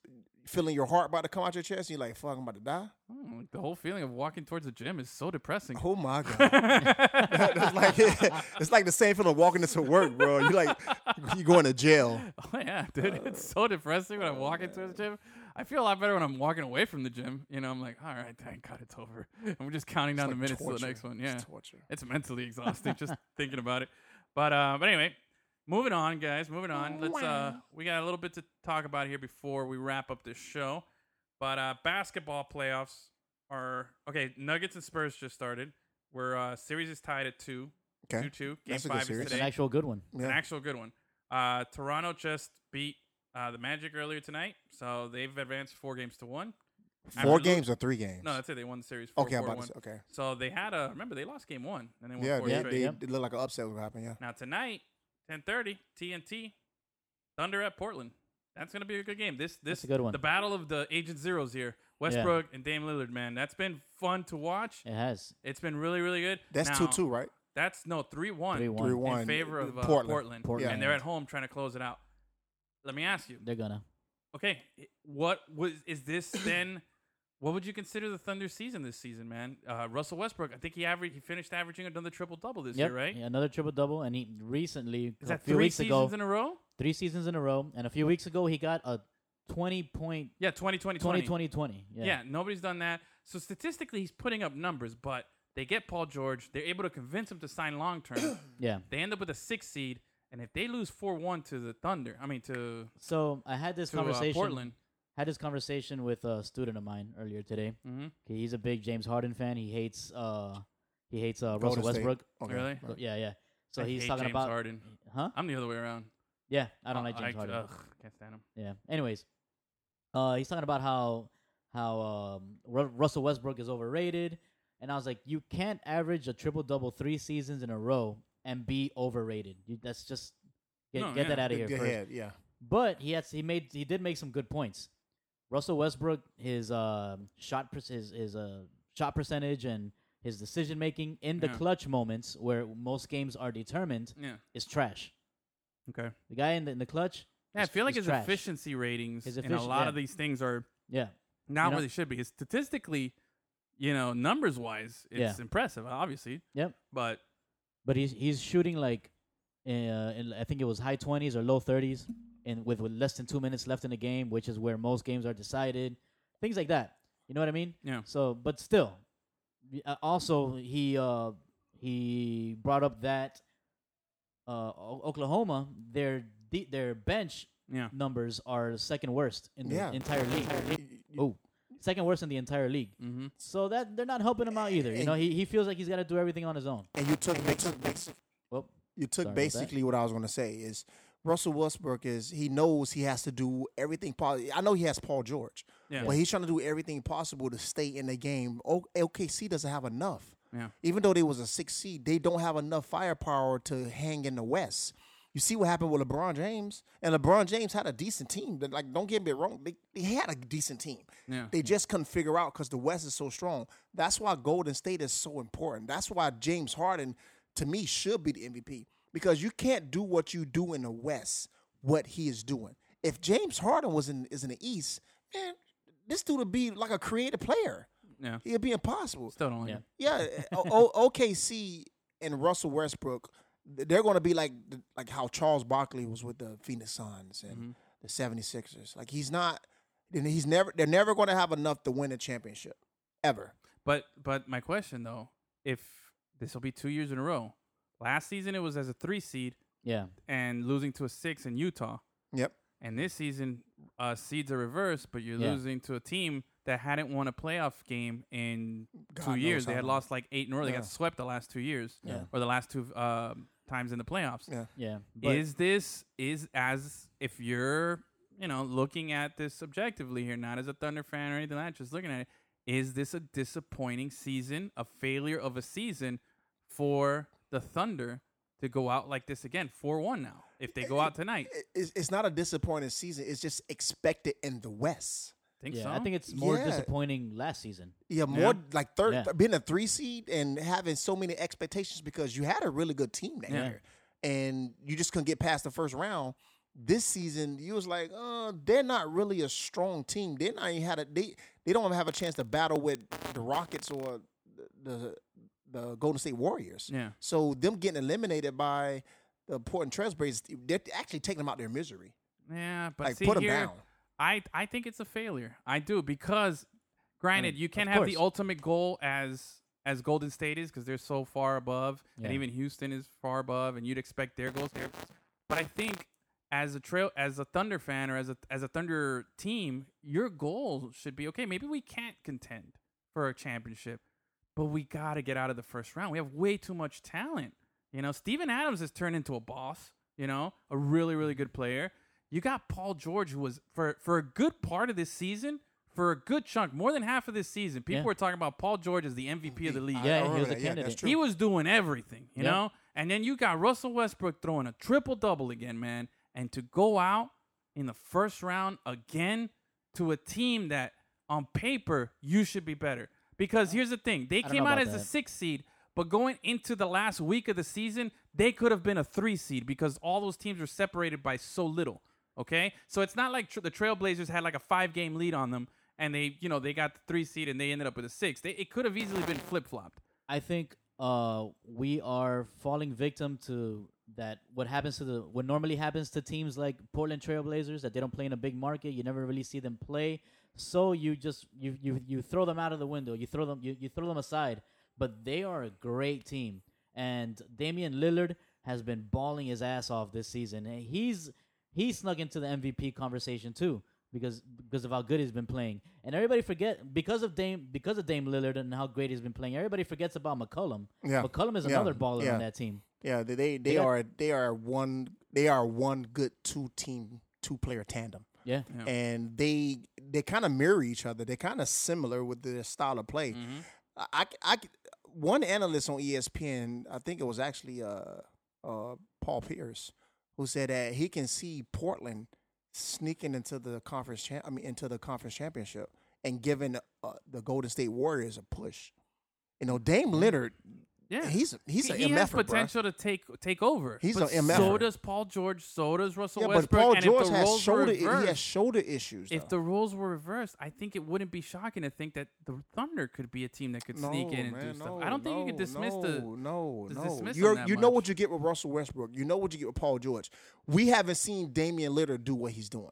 Speaker 2: feeling your heart about to come out your chest. And you're like, fuck, I'm about to die.
Speaker 6: Mm, like the whole feeling of walking towards the gym is so depressing.
Speaker 2: Oh my god. That's like it's like the same feeling of walking into work, bro. You like you going to jail.
Speaker 6: Oh yeah, dude, it's so depressing
Speaker 2: oh,
Speaker 6: when I'm walking towards the gym. I feel a lot better when I'm walking away from the gym. You know, I'm like, all right, thank God it's over. And we're just counting
Speaker 2: It's
Speaker 6: down
Speaker 2: like
Speaker 6: the minutes to
Speaker 2: torture.
Speaker 6: the next one. Yeah,
Speaker 2: It's
Speaker 6: it's,
Speaker 2: torture.
Speaker 6: mentally exhausting just thinking about it. But uh, but anyway, moving on, guys. Moving on. Let's uh, we got a little bit to talk about here before we wrap up this show. But uh, basketball playoffs are okay. Nuggets and Spurs just started. We're uh, series is tied at two,
Speaker 2: Okay.
Speaker 6: two two. Game
Speaker 2: That's a good
Speaker 6: five is
Speaker 2: series.
Speaker 5: It's an
Speaker 6: today
Speaker 5: actual good one.
Speaker 2: Yeah.
Speaker 6: an actual good one. Uh, Toronto just beat uh, the Magic earlier tonight, so they've advanced four games to one. After
Speaker 2: Four
Speaker 6: lo-
Speaker 2: games or three games?
Speaker 6: No, that's it. They won the series. Four,
Speaker 2: okay, I'm
Speaker 6: four,
Speaker 2: about
Speaker 6: one.
Speaker 2: to say, okay.
Speaker 6: So they had a remember they lost game one and they won
Speaker 2: Yeah,
Speaker 6: four
Speaker 2: they,
Speaker 5: yeah,
Speaker 6: straight.
Speaker 2: they,
Speaker 5: yeah.
Speaker 2: it looked like an upset would happen. Yeah.
Speaker 6: Now tonight, ten thirty TNT Thunder at Portland. That's gonna be a good game. This this
Speaker 5: a good one.
Speaker 6: The battle of the agent zeros here. Westbrook and Dame Lillard, man, that's been fun to watch.
Speaker 5: It has.
Speaker 6: It's been really really good.
Speaker 2: That's
Speaker 6: Now,
Speaker 2: two two, right?
Speaker 6: That's no three one.
Speaker 5: 3-1.
Speaker 2: Three
Speaker 6: in
Speaker 2: one
Speaker 6: favor of uh, Portland.
Speaker 2: Portland.
Speaker 6: Portland.
Speaker 5: Portland.
Speaker 6: and they're at home trying to close it out. Let me ask you.
Speaker 5: They're gonna.
Speaker 6: Okay, i- what was is this then? What would you consider the Thunder season this season, man? Uh, Russell Westbrook, I think he averaged, he finished averaging another triple double this
Speaker 5: Yep.
Speaker 6: year, right?
Speaker 5: Yeah, another triple double, and he recently
Speaker 6: Is
Speaker 5: a
Speaker 6: that
Speaker 5: few
Speaker 6: three
Speaker 5: weeks
Speaker 6: seasons
Speaker 5: ago,
Speaker 6: in a row?
Speaker 5: three seasons in a row, and a few weeks ago he got a 20 point
Speaker 6: Yeah, 20, 20,
Speaker 5: 20 20
Speaker 6: 20.
Speaker 5: 20. Yeah.
Speaker 6: Yeah. nobody's done that. So statistically, he's putting up numbers, but they get Paul George. They're able to convince him to sign long term.
Speaker 5: Yeah.
Speaker 6: they end up with a six seed, and if they lose four one to the Thunder, I mean to
Speaker 5: So I had this
Speaker 6: to uh,
Speaker 5: conversation.
Speaker 6: Portland,
Speaker 5: Had this conversation with a student of mine earlier today.
Speaker 6: Mhm.
Speaker 5: Okay, he's a big James Harden fan. He hates. Uh, he hates uh,
Speaker 2: Golden
Speaker 5: Russell
Speaker 2: State.
Speaker 5: Westbrook.
Speaker 2: Okay.
Speaker 6: Really?
Speaker 5: So- Yeah, yeah. So
Speaker 6: I
Speaker 5: he's
Speaker 6: hate
Speaker 5: talking
Speaker 6: James
Speaker 5: about
Speaker 6: Harden.
Speaker 5: Huh?
Speaker 6: I'm the other way around.
Speaker 5: Yeah, I don't like
Speaker 6: Uh,
Speaker 5: James Harden.
Speaker 6: Ugh, can't stand him.
Speaker 5: Yeah. Anyways, uh, he's talking about how how um, Ru- Russell Westbrook is overrated, and I was like, you can't average a triple double three seasons in a row and be overrated. You, that's just get,
Speaker 6: No,
Speaker 5: get that
Speaker 6: yeah.
Speaker 5: out of here
Speaker 2: Go
Speaker 5: first.
Speaker 2: ahead, yeah.
Speaker 5: But he has he made he did make some good points. Russell Westbrook, his um shot per- his his uh, shot percentage and his decision making in the
Speaker 6: Yeah.
Speaker 5: clutch moments where most games are determined
Speaker 6: Yeah.
Speaker 5: is trash.
Speaker 6: Okay.
Speaker 5: The guy in the, in the clutch,
Speaker 6: Yeah, I
Speaker 5: is-
Speaker 6: feel like
Speaker 5: is
Speaker 6: his
Speaker 5: trash.
Speaker 6: efficiency ratings
Speaker 5: His
Speaker 6: and a
Speaker 5: effici-
Speaker 6: lot
Speaker 5: yeah.
Speaker 6: of these things are
Speaker 5: Yeah,
Speaker 6: not
Speaker 5: You know-
Speaker 6: where they should be. His statistically, you know, numbers wise, it's
Speaker 5: Yeah.
Speaker 6: impressive, obviously.
Speaker 5: Yep.
Speaker 6: But
Speaker 5: But he's he's shooting like, uh, in, I think it was high twenties or low thirties, and with, with less than two minutes left in the game, which is where most games are decided. Things like that. You know what I mean?
Speaker 6: Yeah.
Speaker 5: So, but still, y- uh, also he uh he brought up that uh O- Oklahoma their de- their bench
Speaker 6: yeah,
Speaker 5: numbers are second worst in the
Speaker 2: Yeah.
Speaker 5: entire league. Oh, second worst in the entire league.
Speaker 6: Mhm.
Speaker 5: So that they're not helping him out either. You know, he, he feels like he's got to do everything on his own.
Speaker 2: And you took, basi-
Speaker 5: Well,
Speaker 2: you took
Speaker 5: Sorry about that.
Speaker 2: basically what I was going to say is Russell Westbrook is he knows he has to do everything possible. I know he has Paul George,
Speaker 6: Yeah.
Speaker 2: but he's trying to do everything possible to stay in the game. O- OKC doesn't have enough.
Speaker 6: Yeah.
Speaker 2: Even though they was a six seed, they don't have enough firepower to hang in the West. You see what happened with LeBron James, and LeBron James had a decent team. But, Like, don't get me wrong, they, they had a decent team.
Speaker 6: Yeah.
Speaker 2: They just couldn't figure out because the West is so strong. That's why Golden State is so important. That's why James Harden, to me, should be the MVP because you can't do what you do in the West, what he is doing. If James Harden was in is in the East, man, this dude would be like a creative player.
Speaker 6: yeah,
Speaker 2: It'd be impossible.
Speaker 6: still don't like
Speaker 5: Yeah.
Speaker 6: him.
Speaker 2: Yeah, eh, o- O- OKC and Russell Westbrook, th- they're going to be like the- like how Charles Barkley was with the Phoenix Suns and the 76ers. Like he's not and he's never they're never going to have enough to win a championship ever.
Speaker 6: But but my question though, if this will be two years in a row, last season it was as a three seed
Speaker 5: yeah.
Speaker 6: and losing to a six in Utah,
Speaker 2: Yep.
Speaker 6: and this season uh, seeds are reversed, but you're
Speaker 5: Yeah.
Speaker 6: losing to a team that hadn't won a playoff game in
Speaker 2: God
Speaker 6: two
Speaker 2: knows
Speaker 6: years. They
Speaker 2: how
Speaker 6: had
Speaker 2: long.
Speaker 6: lost like eight in a row. They
Speaker 2: Yeah.
Speaker 6: got swept the last two years
Speaker 5: Yeah.
Speaker 6: or the last two um times in the playoffs.
Speaker 2: Yeah.
Speaker 5: Yeah. But
Speaker 6: is this is as if you're you know looking at this objectively here, not as a Thunder fan or anything like that, just looking at it. Is this a disappointing season, a failure of a season for the Thunder to go out like this again, four one now? If they go out tonight,
Speaker 2: It- It's, it's not a disappointing season. It's just expected in the West.
Speaker 6: think
Speaker 5: yeah,
Speaker 6: so.
Speaker 5: I think it's more
Speaker 2: Yeah.
Speaker 5: disappointing last season.
Speaker 2: Yeah, more
Speaker 6: Yeah.
Speaker 2: like third
Speaker 5: Yeah.
Speaker 2: being a three seed and having so many expectations because you had a really good team that
Speaker 6: Yeah.
Speaker 2: year, and you just couldn't get past the first round. This season, you was like, uh, they're not really a strong team. They not even had a they they don't have a chance to battle with the Rockets or the the, the Golden State Warriors.
Speaker 6: Yeah.
Speaker 2: So them getting eliminated by the Portland Trailblazers, they're actually taking them out their misery.
Speaker 6: yeah, but
Speaker 2: like
Speaker 6: see
Speaker 2: put them
Speaker 6: here,
Speaker 2: down.
Speaker 6: I I think it's a failure. I do because, granted, you can't
Speaker 5: of
Speaker 6: have the
Speaker 5: course.
Speaker 6: ultimate goal as as Golden State is because they're so far above,
Speaker 5: Yeah.
Speaker 6: and even Houston is far above, and you'd expect their goals there. But I think as a trail as a Thunder fan or as a as a Thunder team, your goal should be okay. Maybe we can't contend for a championship, but we gotta get out of the first round. We have way too much talent. You know, Steven Adams has turned into a boss, you know, a really, really good player. You got Paul George, who was for for a good part of this season, for a good chunk, more than half of this season, people
Speaker 5: Yeah.
Speaker 6: were talking about Paul George as the MVP of the league.
Speaker 2: I- I
Speaker 5: Yeah, he
Speaker 2: remember
Speaker 5: was a
Speaker 2: that. Yeah, that's
Speaker 5: candidate.
Speaker 2: true.
Speaker 6: He was doing everything, you
Speaker 5: Yeah.
Speaker 6: know? And then you got Russell Westbrook throwing a triple double again, man. And to go out in the first round again to a team that on paper you should be better. Because here's the thing they
Speaker 5: don't
Speaker 6: came
Speaker 5: know
Speaker 6: out
Speaker 5: about
Speaker 6: as a
Speaker 5: that.
Speaker 6: six seed, but going into the last week of the season, they could have been a three seed because all those teams were separated by so little. Okay, so it's not like tr- the Trailblazers had like a five game lead on them, and they, you know, they got the three seed and they ended up with a six. They, it could have easily been flip flopped.
Speaker 5: I think uh, we are falling victim to that. What happens to the what normally happens to teams like Portland Trailblazers that they don't play in a big market. You never really see them play, so you just you you you throw them out of the window. You throw them you, you throw them aside. But they are a great team, and Damian Lillard has been balling his ass off this season. And he's he snuck into the MVP conversation too because because of how good he's been playing. And everybody forget because of Dame because of Dame Lillard and how great he's been playing. Everybody forgets about McCollum.
Speaker 2: Yeah.
Speaker 5: McCollum is
Speaker 2: Yeah.
Speaker 5: another baller
Speaker 2: Yeah.
Speaker 5: on that team.
Speaker 2: Yeah, they they, they
Speaker 5: got-
Speaker 2: are they are one they are one good two team two player tandem,
Speaker 5: Yeah.
Speaker 2: and they they kind of mirror each other. They're kind of similar with their style of play. I, I c- I c- one analyst on E ESPN, I think it was actually uh uh Paul Pierce, who said that he can see Portland sneaking into the conference champ. I mean, into the conference championship and giving uh, the Golden State Warriors a push. You know, Dame Leonard,
Speaker 6: Yeah,
Speaker 2: He's he's an
Speaker 6: he has
Speaker 2: MF
Speaker 6: potential to take take over.
Speaker 2: He's
Speaker 6: but
Speaker 2: a MF-er.
Speaker 6: So does Paul George. So does Russell
Speaker 2: Yeah, but
Speaker 6: Westbrook.
Speaker 2: Paul
Speaker 6: and
Speaker 2: George
Speaker 6: if the
Speaker 2: has
Speaker 6: roles were
Speaker 2: shoulder he
Speaker 6: reversed,
Speaker 2: has shoulder issues.
Speaker 6: if
Speaker 2: though.
Speaker 6: the roles were reversed, I think it wouldn't be shocking to think that the Thunder could be a team that could sneak in and
Speaker 2: No,
Speaker 6: do
Speaker 2: man,
Speaker 6: stuff.
Speaker 2: no,
Speaker 6: I don't think you could
Speaker 2: no,
Speaker 6: dismiss
Speaker 2: no,
Speaker 6: the
Speaker 2: no
Speaker 6: to
Speaker 2: no.
Speaker 6: dismiss
Speaker 2: You're-
Speaker 6: him that
Speaker 2: you know
Speaker 6: much.
Speaker 2: what you get with Russell Westbrook. You know what you get with Paul George. We haven't seen Damian Lillard do what he's doing.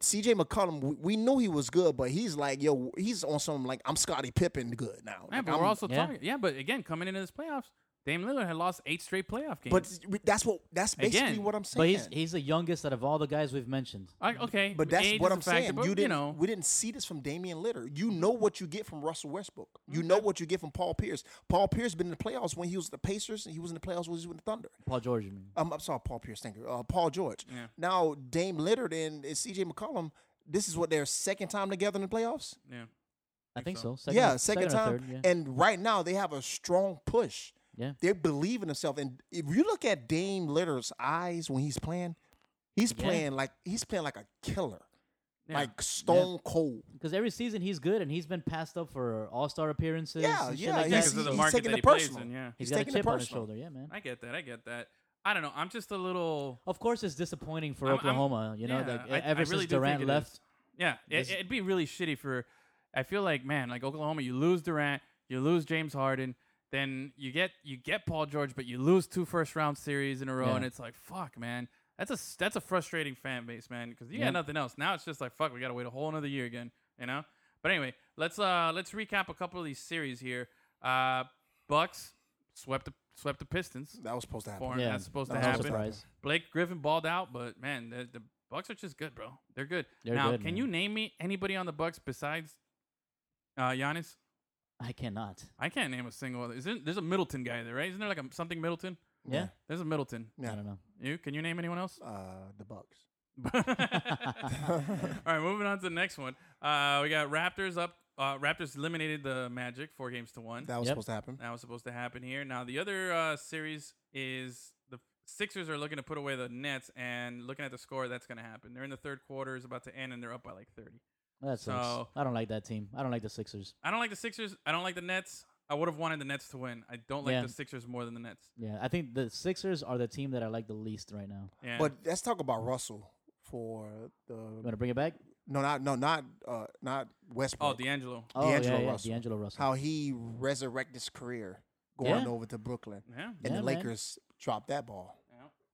Speaker 2: C.J. McCollum, we, we knew he was good, but he's like, yo, he's on some like I'm Scottie Pippen good now.
Speaker 6: Yeah,
Speaker 2: Like,
Speaker 6: but
Speaker 2: I'm-
Speaker 6: we're also
Speaker 5: Yeah.
Speaker 6: talking. Yeah, but again, coming into this playoffs, Dame Lillard had lost eight straight playoff games.
Speaker 2: but that's what that's basically
Speaker 6: Again.
Speaker 2: what I'm saying.
Speaker 5: But he's he's the youngest out of all the guys we've mentioned.
Speaker 6: I- okay,
Speaker 2: But that's
Speaker 6: age
Speaker 2: what
Speaker 6: is a
Speaker 2: I'm
Speaker 6: factor,
Speaker 2: saying.
Speaker 6: But,
Speaker 2: you
Speaker 6: you
Speaker 2: didn't.
Speaker 6: know,
Speaker 2: we didn't see this from Damian Lillard. You know what you get from Russell Westbrook. You
Speaker 6: Mm-hmm.
Speaker 2: know what you get from Paul Pierce. Paul Pierce been in the playoffs when he was the Pacers, and he was in the playoffs when he was with the Thunder.
Speaker 5: Paul George, you mean?
Speaker 2: Um, I'm sorry, Paul Pierce. Thank you. Uh, Paul George. Now Dame Lillard and, and C.J. McCollum. This is what their second time together in the playoffs.
Speaker 6: yeah.
Speaker 5: I think so.
Speaker 2: yeah,
Speaker 5: or
Speaker 2: second,
Speaker 5: or
Speaker 2: time.
Speaker 5: third,
Speaker 2: And right now they have a strong push.
Speaker 5: yeah. yeah.
Speaker 2: They believe in themselves. And if you look at Dame Lillard's eyes when he's playing, he's
Speaker 5: Yeah.
Speaker 2: playing like he's playing like a killer,
Speaker 6: Yeah.
Speaker 2: like stone cold.
Speaker 5: Because every season he's good and he's been passed up for All Star appearances.
Speaker 2: Yeah,
Speaker 5: and shit
Speaker 2: yeah,
Speaker 5: Like
Speaker 2: he's-
Speaker 5: that.
Speaker 6: because of the
Speaker 2: he's
Speaker 6: market
Speaker 2: taking it
Speaker 6: that he plays
Speaker 2: personal.
Speaker 6: in. Yeah,
Speaker 5: he's
Speaker 2: he's
Speaker 5: got a
Speaker 2: taking it
Speaker 5: chip on his
Speaker 2: personal.
Speaker 5: shoulder. Yeah, man.
Speaker 6: I get that. I get that. I don't know. I'm just a little.
Speaker 5: Of course, it's disappointing for
Speaker 6: I'm- I'm-
Speaker 5: Oklahoma. you know,
Speaker 6: yeah,
Speaker 5: like
Speaker 6: I-
Speaker 5: ever
Speaker 6: I really
Speaker 5: since
Speaker 6: do think
Speaker 5: Durant
Speaker 6: it is.
Speaker 5: left,
Speaker 6: Yeah, it,
Speaker 5: This-
Speaker 6: it'd be really shitty for. I feel like man, like Oklahoma, you lose Durant, you lose James Harden, then you get you get Paul George, but you lose two first round series in a row,
Speaker 5: Yeah.
Speaker 6: and it's like fuck, man. That's a s- that's a frustrating fan base, man, because you
Speaker 5: Yeah.
Speaker 6: got nothing else. Now it's just like fuck, we gotta wait a whole another year again, you know. But anyway, let's uh let's recap a couple of these series here. Uh, Bucks swept the swept the Pistons.
Speaker 2: That was supposed to happen.
Speaker 6: Foreign,
Speaker 5: Yeah,
Speaker 6: that's supposed
Speaker 2: that
Speaker 6: to
Speaker 2: was
Speaker 5: no
Speaker 6: happen.
Speaker 2: supposed to happen.
Speaker 5: surprise.
Speaker 6: Blake Griffin balled out, but man, the, the Bucks are just good, bro. They're good.
Speaker 5: They're
Speaker 6: now,
Speaker 5: good,
Speaker 6: can
Speaker 5: man.
Speaker 6: you name me anybody on the Bucks besides uh, Giannis?
Speaker 5: I cannot.
Speaker 6: I can't name a single other. Is there, there's a Middleton guy there, right? Isn't there like a, something Middleton?
Speaker 5: Yeah.
Speaker 6: There's a Middleton.
Speaker 5: I
Speaker 2: Yeah.
Speaker 5: don't know.
Speaker 6: You can you name anyone else?
Speaker 2: Uh, the Bucks.
Speaker 6: All right, moving on to the next one. Uh, we got Raptors up. Uh, Raptors eliminated the Magic four games to one.
Speaker 2: That was
Speaker 5: Yep.
Speaker 2: supposed to happen.
Speaker 6: That was supposed to happen here. Now the other uh, series is the Sixers are looking to put away the Nets, and looking at the score, that's going to happen. They're in the third quarter, is about to end, and they're up by like thirty.
Speaker 5: That sucks.
Speaker 6: So-
Speaker 5: I don't like that team. I don't like the Sixers.
Speaker 6: I don't like the Sixers. I don't like the Nets. I would have wanted the Nets to win. I don't like
Speaker 5: Yeah.
Speaker 6: the Sixers more than the Nets.
Speaker 5: Yeah, I think the Sixers are the team that I like the least right now.
Speaker 6: Yeah.
Speaker 2: But let's talk about Russell for
Speaker 5: You
Speaker 2: the
Speaker 5: want to bring it back?
Speaker 2: no, not no, not uh, not Westbrook.
Speaker 6: oh, D'Angelo.
Speaker 5: Oh
Speaker 2: D'Angelo
Speaker 5: yeah, yeah,
Speaker 2: Russell.
Speaker 5: D'Angelo Russell.
Speaker 2: how he resurrected his career going
Speaker 5: Yeah.
Speaker 2: over to Brooklyn,
Speaker 6: Yeah.
Speaker 2: and
Speaker 5: Yeah,
Speaker 2: the
Speaker 5: man.
Speaker 2: Lakers dropped that ball.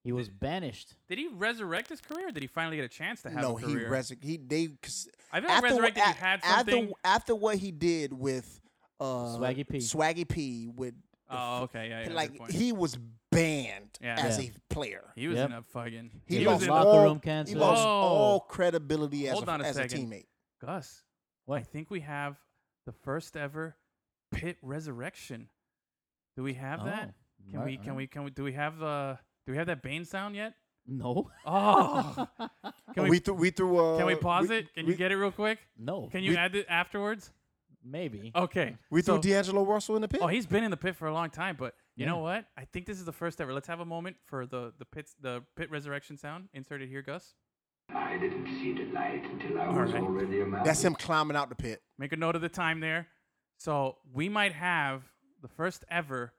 Speaker 5: he was banished.
Speaker 6: Did he resurrect his career? or Did he finally get a chance to have
Speaker 2: No,
Speaker 6: a
Speaker 2: he
Speaker 6: career?
Speaker 2: res he they. 'cause
Speaker 6: I feel like resurrected.
Speaker 2: what-
Speaker 6: he had
Speaker 2: a- after,
Speaker 6: something.
Speaker 2: after what he did with uh,
Speaker 5: Swaggy P.
Speaker 2: Swaggy P with the
Speaker 6: oh,
Speaker 2: f-
Speaker 6: okay. Yeah. yeah good
Speaker 2: like
Speaker 6: point.
Speaker 2: he was banned
Speaker 6: Yeah.
Speaker 2: as
Speaker 5: Yeah.
Speaker 2: a player.
Speaker 6: He was
Speaker 5: Yep.
Speaker 6: in a fucking.
Speaker 2: He,
Speaker 5: He
Speaker 2: lost
Speaker 5: was in-
Speaker 2: all,
Speaker 5: Locker room cancer.
Speaker 2: He lost
Speaker 6: Whoa.
Speaker 2: all credibility as,
Speaker 6: Oh. Hold
Speaker 2: a,
Speaker 6: on a
Speaker 2: as a
Speaker 6: second.
Speaker 2: teammate.
Speaker 6: Gus. I
Speaker 5: What?
Speaker 6: think we have the first ever pit resurrection. Do we have that?
Speaker 5: Oh,
Speaker 6: Can
Speaker 5: right,
Speaker 6: we? Can
Speaker 5: alright.
Speaker 6: we? Can we? Do we have uh Do we have that Bane sound yet?
Speaker 5: No,
Speaker 6: Oh. can
Speaker 2: we,
Speaker 6: we?
Speaker 2: threw, we threw. Uh,
Speaker 6: Can we pause it? Can you
Speaker 2: we-
Speaker 6: get it real quick?
Speaker 5: no.
Speaker 6: Can you add it afterwards?
Speaker 5: Maybe.
Speaker 6: Okay.
Speaker 2: We threw
Speaker 6: so-
Speaker 2: D'Angelo Russell in the pit.
Speaker 6: Oh, he's been in the pit for a long time, but you know
Speaker 5: Yeah.
Speaker 6: what? I think this is the first ever. Let's have a moment for the the pits the pit resurrection sound inserted here, Gus.
Speaker 8: I didn't see the light until I
Speaker 6: All
Speaker 8: was
Speaker 6: right.
Speaker 8: already a man.
Speaker 2: That's him climbing out the pit.
Speaker 6: Make a note of the time there. So we might have the first ever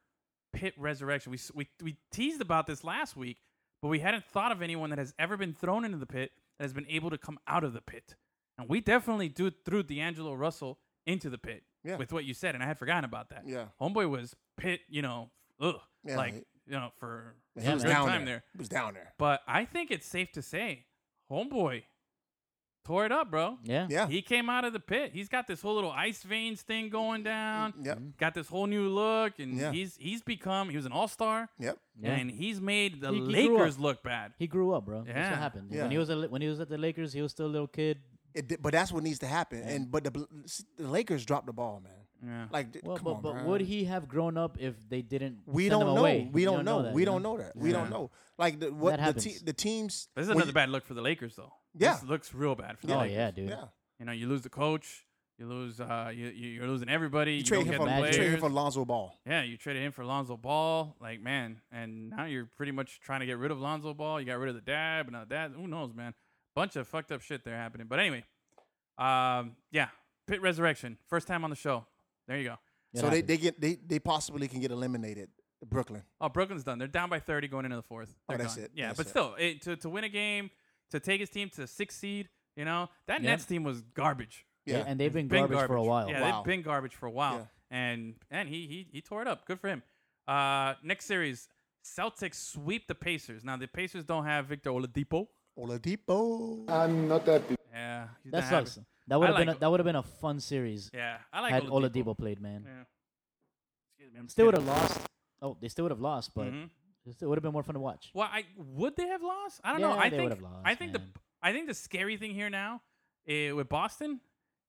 Speaker 6: pit resurrection. We s- we we teased about this last week, but we hadn't thought of anyone that has ever been thrown into the pit that has been able to come out of the pit. And we definitely do threw D'Angelo Russell into the pit
Speaker 2: Yeah.
Speaker 6: with what you said, and I had forgotten about that.
Speaker 2: Yeah.
Speaker 6: homeboy was pit. You know, ugh,
Speaker 2: Yeah,
Speaker 6: like
Speaker 2: he-
Speaker 6: you know for
Speaker 2: He
Speaker 5: Yeah,
Speaker 2: was
Speaker 5: man.
Speaker 6: Great
Speaker 2: down
Speaker 6: time
Speaker 2: there.
Speaker 6: there.
Speaker 2: He was down there.
Speaker 6: But I think it's safe to say, homeboy tore it up, bro.
Speaker 5: Yeah.
Speaker 2: Yeah.
Speaker 6: He came out of the pit. He's got this whole little ice veins thing going down.
Speaker 2: Yep.
Speaker 6: Got this whole new look, and
Speaker 2: Yeah.
Speaker 6: he's he's become. He was an all star,
Speaker 2: Yep.
Speaker 5: Yeah.
Speaker 6: and he's made the
Speaker 5: He- he grew
Speaker 6: Lakers
Speaker 5: up.
Speaker 6: look bad.
Speaker 5: He grew up, bro. That's
Speaker 6: Yeah.
Speaker 5: what happened.
Speaker 2: Yeah.
Speaker 5: When he was at, when he was at the Lakers, he was still a little kid.
Speaker 2: It, di- but that's what needs to happen. And but the, Bl- s- the Lakers dropped the ball, man.
Speaker 6: Yeah.
Speaker 2: Like, d-
Speaker 5: Well,
Speaker 2: come
Speaker 5: but,
Speaker 2: on,
Speaker 5: but
Speaker 2: bruh.
Speaker 5: would he have grown up if they didn't?
Speaker 2: We
Speaker 5: send
Speaker 2: don't
Speaker 5: him
Speaker 2: know.
Speaker 5: away?
Speaker 2: We
Speaker 5: You
Speaker 2: don't know.
Speaker 5: that,
Speaker 2: we
Speaker 5: you
Speaker 2: don't know that. We
Speaker 6: Yeah.
Speaker 2: don't know. Like the, what
Speaker 5: That
Speaker 2: the, te-
Speaker 5: happens.
Speaker 2: the teams.
Speaker 6: This is
Speaker 2: when
Speaker 6: another
Speaker 2: you-
Speaker 6: bad look for the Lakers, though.
Speaker 2: Yeah.
Speaker 6: this looks real bad for the
Speaker 5: Oh
Speaker 6: Lakers.
Speaker 5: yeah, dude.
Speaker 2: Yeah.
Speaker 6: You know, you lose the coach. You lose. Uh, you you- you're losing everybody. You,
Speaker 2: You trade
Speaker 6: don't
Speaker 2: him
Speaker 6: get
Speaker 2: for
Speaker 6: the
Speaker 5: Magic.
Speaker 2: you trade him
Speaker 6: players.
Speaker 2: for Lonzo Ball.
Speaker 6: Yeah, you traded him for Lonzo Ball, like man, and now you're pretty much trying to get rid of Lonzo Ball. You got rid of the dad, but not that. Who knows, man? Bunch of fucked up shit there happening. But anyway, um, yeah, Pit Resurrection, first time on the show. There you go.
Speaker 5: It
Speaker 2: so they,
Speaker 5: happens.
Speaker 2: they get they, they possibly can get eliminated. Brooklyn.
Speaker 6: Oh, Brooklyn's done. They're down by 30 going into the fourth.
Speaker 2: Oh,
Speaker 6: They're
Speaker 2: that's
Speaker 6: gone.
Speaker 2: it.
Speaker 6: Yeah,
Speaker 2: That's
Speaker 6: but
Speaker 2: it.
Speaker 6: still, it, to, to win a game, to take his team to the sixth seed, you know, that
Speaker 5: Yeah.
Speaker 6: Nets team was garbage.
Speaker 5: Yeah,
Speaker 2: Yeah.
Speaker 5: and they've been garbage, for a while.
Speaker 6: Yeah,
Speaker 2: Wow.
Speaker 6: they've been garbage for a while. And and he, he he tore it up. Good for him. Uh, next series, Celtics sweep the Pacers. Now the Pacers don't have Victor Oladipo.
Speaker 2: Oladipo.
Speaker 6: Yeah, he's
Speaker 5: that
Speaker 6: not having-
Speaker 5: sucks. That would have
Speaker 6: I
Speaker 5: been
Speaker 6: like-
Speaker 5: a, that would have been a fun series
Speaker 6: Yeah, I like
Speaker 5: had
Speaker 6: Oladipo.
Speaker 5: Oladipo, played, man.
Speaker 6: Yeah. Excuse me, I'm
Speaker 5: Still would
Speaker 6: kidding.
Speaker 5: have lost. Oh, they still would have lost, but
Speaker 6: Mhm.
Speaker 5: it would have been more fun to watch.
Speaker 6: Well, I would they have lost? I don't know.
Speaker 5: Yeah,
Speaker 6: I
Speaker 5: they
Speaker 6: think
Speaker 5: would have lost,
Speaker 6: I think
Speaker 5: man.
Speaker 6: the I think the scary thing here now eh, with Boston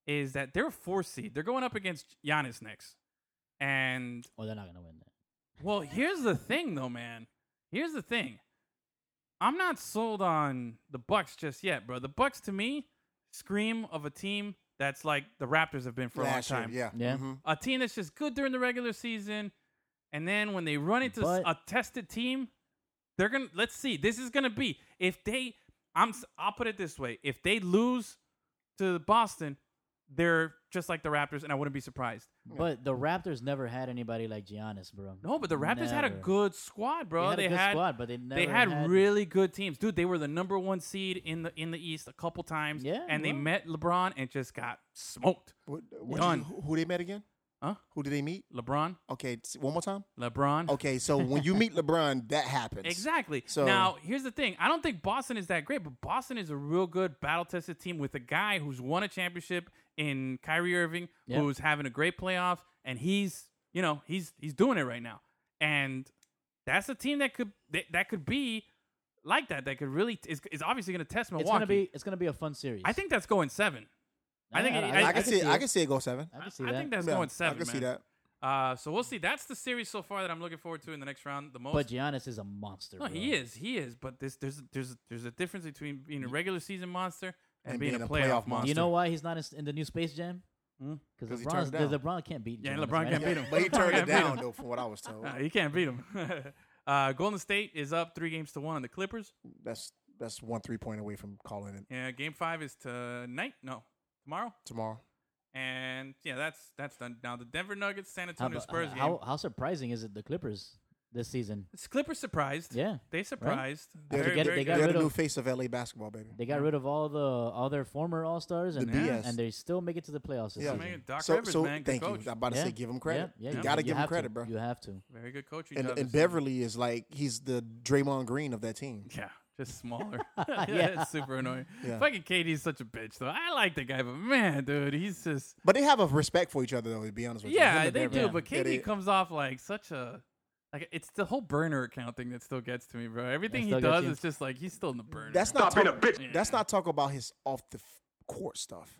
Speaker 6: is that they're a four seed. They're going up against Giannis next. And
Speaker 5: Well, they're not gonna win that.
Speaker 6: well, here's the thing though, man. Here's the thing. I'm not sold on the Bucks just yet, bro. The Bucks to me scream of a team that's like the Raptors have been for a long
Speaker 2: Last year,
Speaker 6: time.
Speaker 2: Yeah.
Speaker 5: Yeah.
Speaker 2: mhm.
Speaker 6: A team that's just good during the regular season, and then when they run into s
Speaker 5: But-
Speaker 6: a tested team, they're gonna. Let's see. This is gonna be if they. I'm. s- I'll put it this way: if they lose to Boston, they're just like the Raptors, and I wouldn't be surprised.
Speaker 5: But the Raptors never had anybody like Giannis, bro.
Speaker 6: No, but the Raptors had a
Speaker 5: Never.
Speaker 6: good squad, bro.
Speaker 5: They had a good squad, but they
Speaker 6: they
Speaker 5: never
Speaker 6: had,
Speaker 5: had-
Speaker 6: really good teams, dude. They were the number one seed in the in the East a couple times,
Speaker 5: Yeah,
Speaker 6: and they
Speaker 5: well.
Speaker 6: met LeBron and just got smoked.
Speaker 2: What, what
Speaker 6: Done.
Speaker 2: you- who, who they met again?
Speaker 6: Huh?
Speaker 2: Who did they meet?
Speaker 6: LeBron,
Speaker 2: Okay, s- one more time.
Speaker 6: LeBron.
Speaker 2: Okay, so when you meet LeBron, that happens.
Speaker 6: Exactly.
Speaker 2: So-
Speaker 6: now, here's the thing. I don't think Boston is that great, but Boston is a real good battle tested team with a guy who's won a championship in Kyrie Irving,
Speaker 5: Yeah.
Speaker 6: who's having a great playoff, and he's you know he's he's doing it right now, and that's a team that could that, that could be like that. That could really is, is obviously going to test Milwaukee.
Speaker 5: It's gonna be it's gonna be a fun series.
Speaker 6: I think that's going seven. I think it-
Speaker 2: I,
Speaker 6: I
Speaker 2: can
Speaker 6: can
Speaker 2: see. It. I can see it go seven.
Speaker 5: I can see
Speaker 6: I
Speaker 5: that.
Speaker 6: think that's
Speaker 2: Yeah,
Speaker 6: going seven.
Speaker 2: I can see
Speaker 6: man.
Speaker 2: that.
Speaker 6: Uh, so we'll see. That's the series so far that I'm looking forward to in the next round the most.
Speaker 5: But Giannis is a monster.
Speaker 6: No,
Speaker 5: bro.
Speaker 6: he is. He is. But this, there's there's there's a difference between being a regular season monster and, being, a playoff, monster.
Speaker 5: You know why he's not in, in the new Space Jam?
Speaker 6: Hmm?
Speaker 5: Because
Speaker 2: 'Cause he
Speaker 5: LeBron,
Speaker 2: turned it down.
Speaker 5: LeBron can't beat.
Speaker 6: Yeah,
Speaker 5: Giannis,
Speaker 6: LeBron
Speaker 5: right?
Speaker 6: can't beat him.
Speaker 2: But he turned
Speaker 6: Yeah,
Speaker 2: it
Speaker 6: beat him.
Speaker 2: down though, from what I was told.
Speaker 6: Nah, you can't beat him. uh, Golden State is up three games to one on the Clippers.
Speaker 2: That's that's one three point away from calling it
Speaker 6: Yeah, game five is tonight. No, tomorrow.
Speaker 2: tomorrow.
Speaker 6: And yeah, that's that's done. Now the Denver Nuggets, San
Speaker 5: How,
Speaker 6: Antonio
Speaker 5: about-
Speaker 6: Spurs game.
Speaker 5: how, how surprising is it the Clippers this season?
Speaker 6: It's Clippers surprised.
Speaker 5: Yeah,
Speaker 6: they surprised.
Speaker 2: They
Speaker 6: Very,
Speaker 5: get it-
Speaker 6: very
Speaker 5: they got
Speaker 6: good.
Speaker 2: They're
Speaker 5: rid
Speaker 2: the new
Speaker 5: of-
Speaker 2: face of LA basketball, baby.
Speaker 5: They
Speaker 6: Mm.
Speaker 5: got rid of all the all their former All Stars and
Speaker 2: The BS.
Speaker 5: and they still make it to the playoffs. This
Speaker 2: Yeah.
Speaker 5: season.
Speaker 6: Man, Doc
Speaker 2: so
Speaker 6: Rivers,
Speaker 2: so
Speaker 6: man, good
Speaker 2: thank you.
Speaker 6: coach.
Speaker 2: I'm about to say give him credit.
Speaker 5: Yeah, yeah,
Speaker 2: you gotta
Speaker 5: you
Speaker 2: give him
Speaker 5: have to.
Speaker 2: credit, bro.
Speaker 5: You have to.
Speaker 6: Very good coach.
Speaker 2: And, and Beverly is like he's the Draymond Green of that team.
Speaker 6: Yeah, just smaller.
Speaker 5: Yeah.
Speaker 6: yeah, it's super annoying.
Speaker 2: Yeah.
Speaker 6: Fucking KD's such a bitch though. I like the guy, but man, dude, he's just
Speaker 2: But they have a respect for each other though. To be honest with you, Him
Speaker 6: yeah,
Speaker 2: and
Speaker 6: they
Speaker 2: Beverly.
Speaker 6: do.
Speaker 5: Yeah.
Speaker 6: But
Speaker 2: Yeah,
Speaker 6: KD
Speaker 2: they-
Speaker 6: comes off like such a like it's the whole burner account thing that still gets to me, bro. Everything he
Speaker 5: still gets
Speaker 6: does
Speaker 5: you.
Speaker 6: is just like he's still in the burner.
Speaker 2: That's not
Speaker 3: being
Speaker 2: talk-
Speaker 3: a bitch.
Speaker 6: Yeah.
Speaker 2: that's not talk about his off the f- court stuff.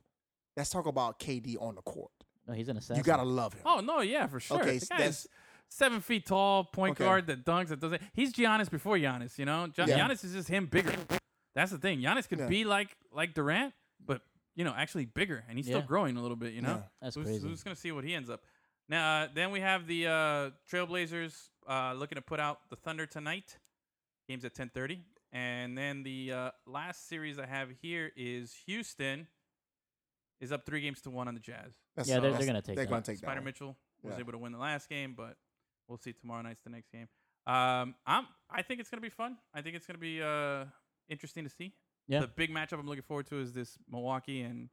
Speaker 2: That's talk about KD on the court.
Speaker 5: No, he's an assassin.
Speaker 2: you gotta love him.
Speaker 6: Oh no, yeah, for sure.
Speaker 2: Okay,
Speaker 6: the
Speaker 2: so
Speaker 6: guy
Speaker 2: that's-
Speaker 6: is seven feet tall, point
Speaker 2: Okay.
Speaker 6: guard that dunks that doesn't. He's Giannis before Giannis, you know. Gi-
Speaker 2: Yeah.
Speaker 6: Giannis is just him bigger. That's the thing. Giannis could
Speaker 2: Yeah.
Speaker 6: be like like Durant, but you know, actually bigger, and he's still
Speaker 5: Yeah.
Speaker 6: growing a little bit. You know,
Speaker 2: Yeah.
Speaker 5: That's
Speaker 6: who's,
Speaker 5: crazy.
Speaker 6: Who's gonna see what he ends up? Now, uh, then we have the uh, Trailblazers uh, looking to put out the Thunder tonight. Games at ten thirty, and then the uh, last series I have here is Houston is up three games to one on the Jazz.
Speaker 2: That's-
Speaker 5: Yeah, they're-
Speaker 2: that's-
Speaker 5: they're gonna take
Speaker 2: They're
Speaker 5: that.
Speaker 2: gonna take
Speaker 6: Spider
Speaker 2: that. one.
Speaker 6: Mitchell was
Speaker 2: Yeah.
Speaker 6: able to win the last game, but we'll see. Tomorrow night's the next game. Um, I'm. I think it's gonna be fun. I think it's gonna be uh interesting to see.
Speaker 5: Yeah.
Speaker 6: The big matchup I'm looking forward to is this Milwaukee and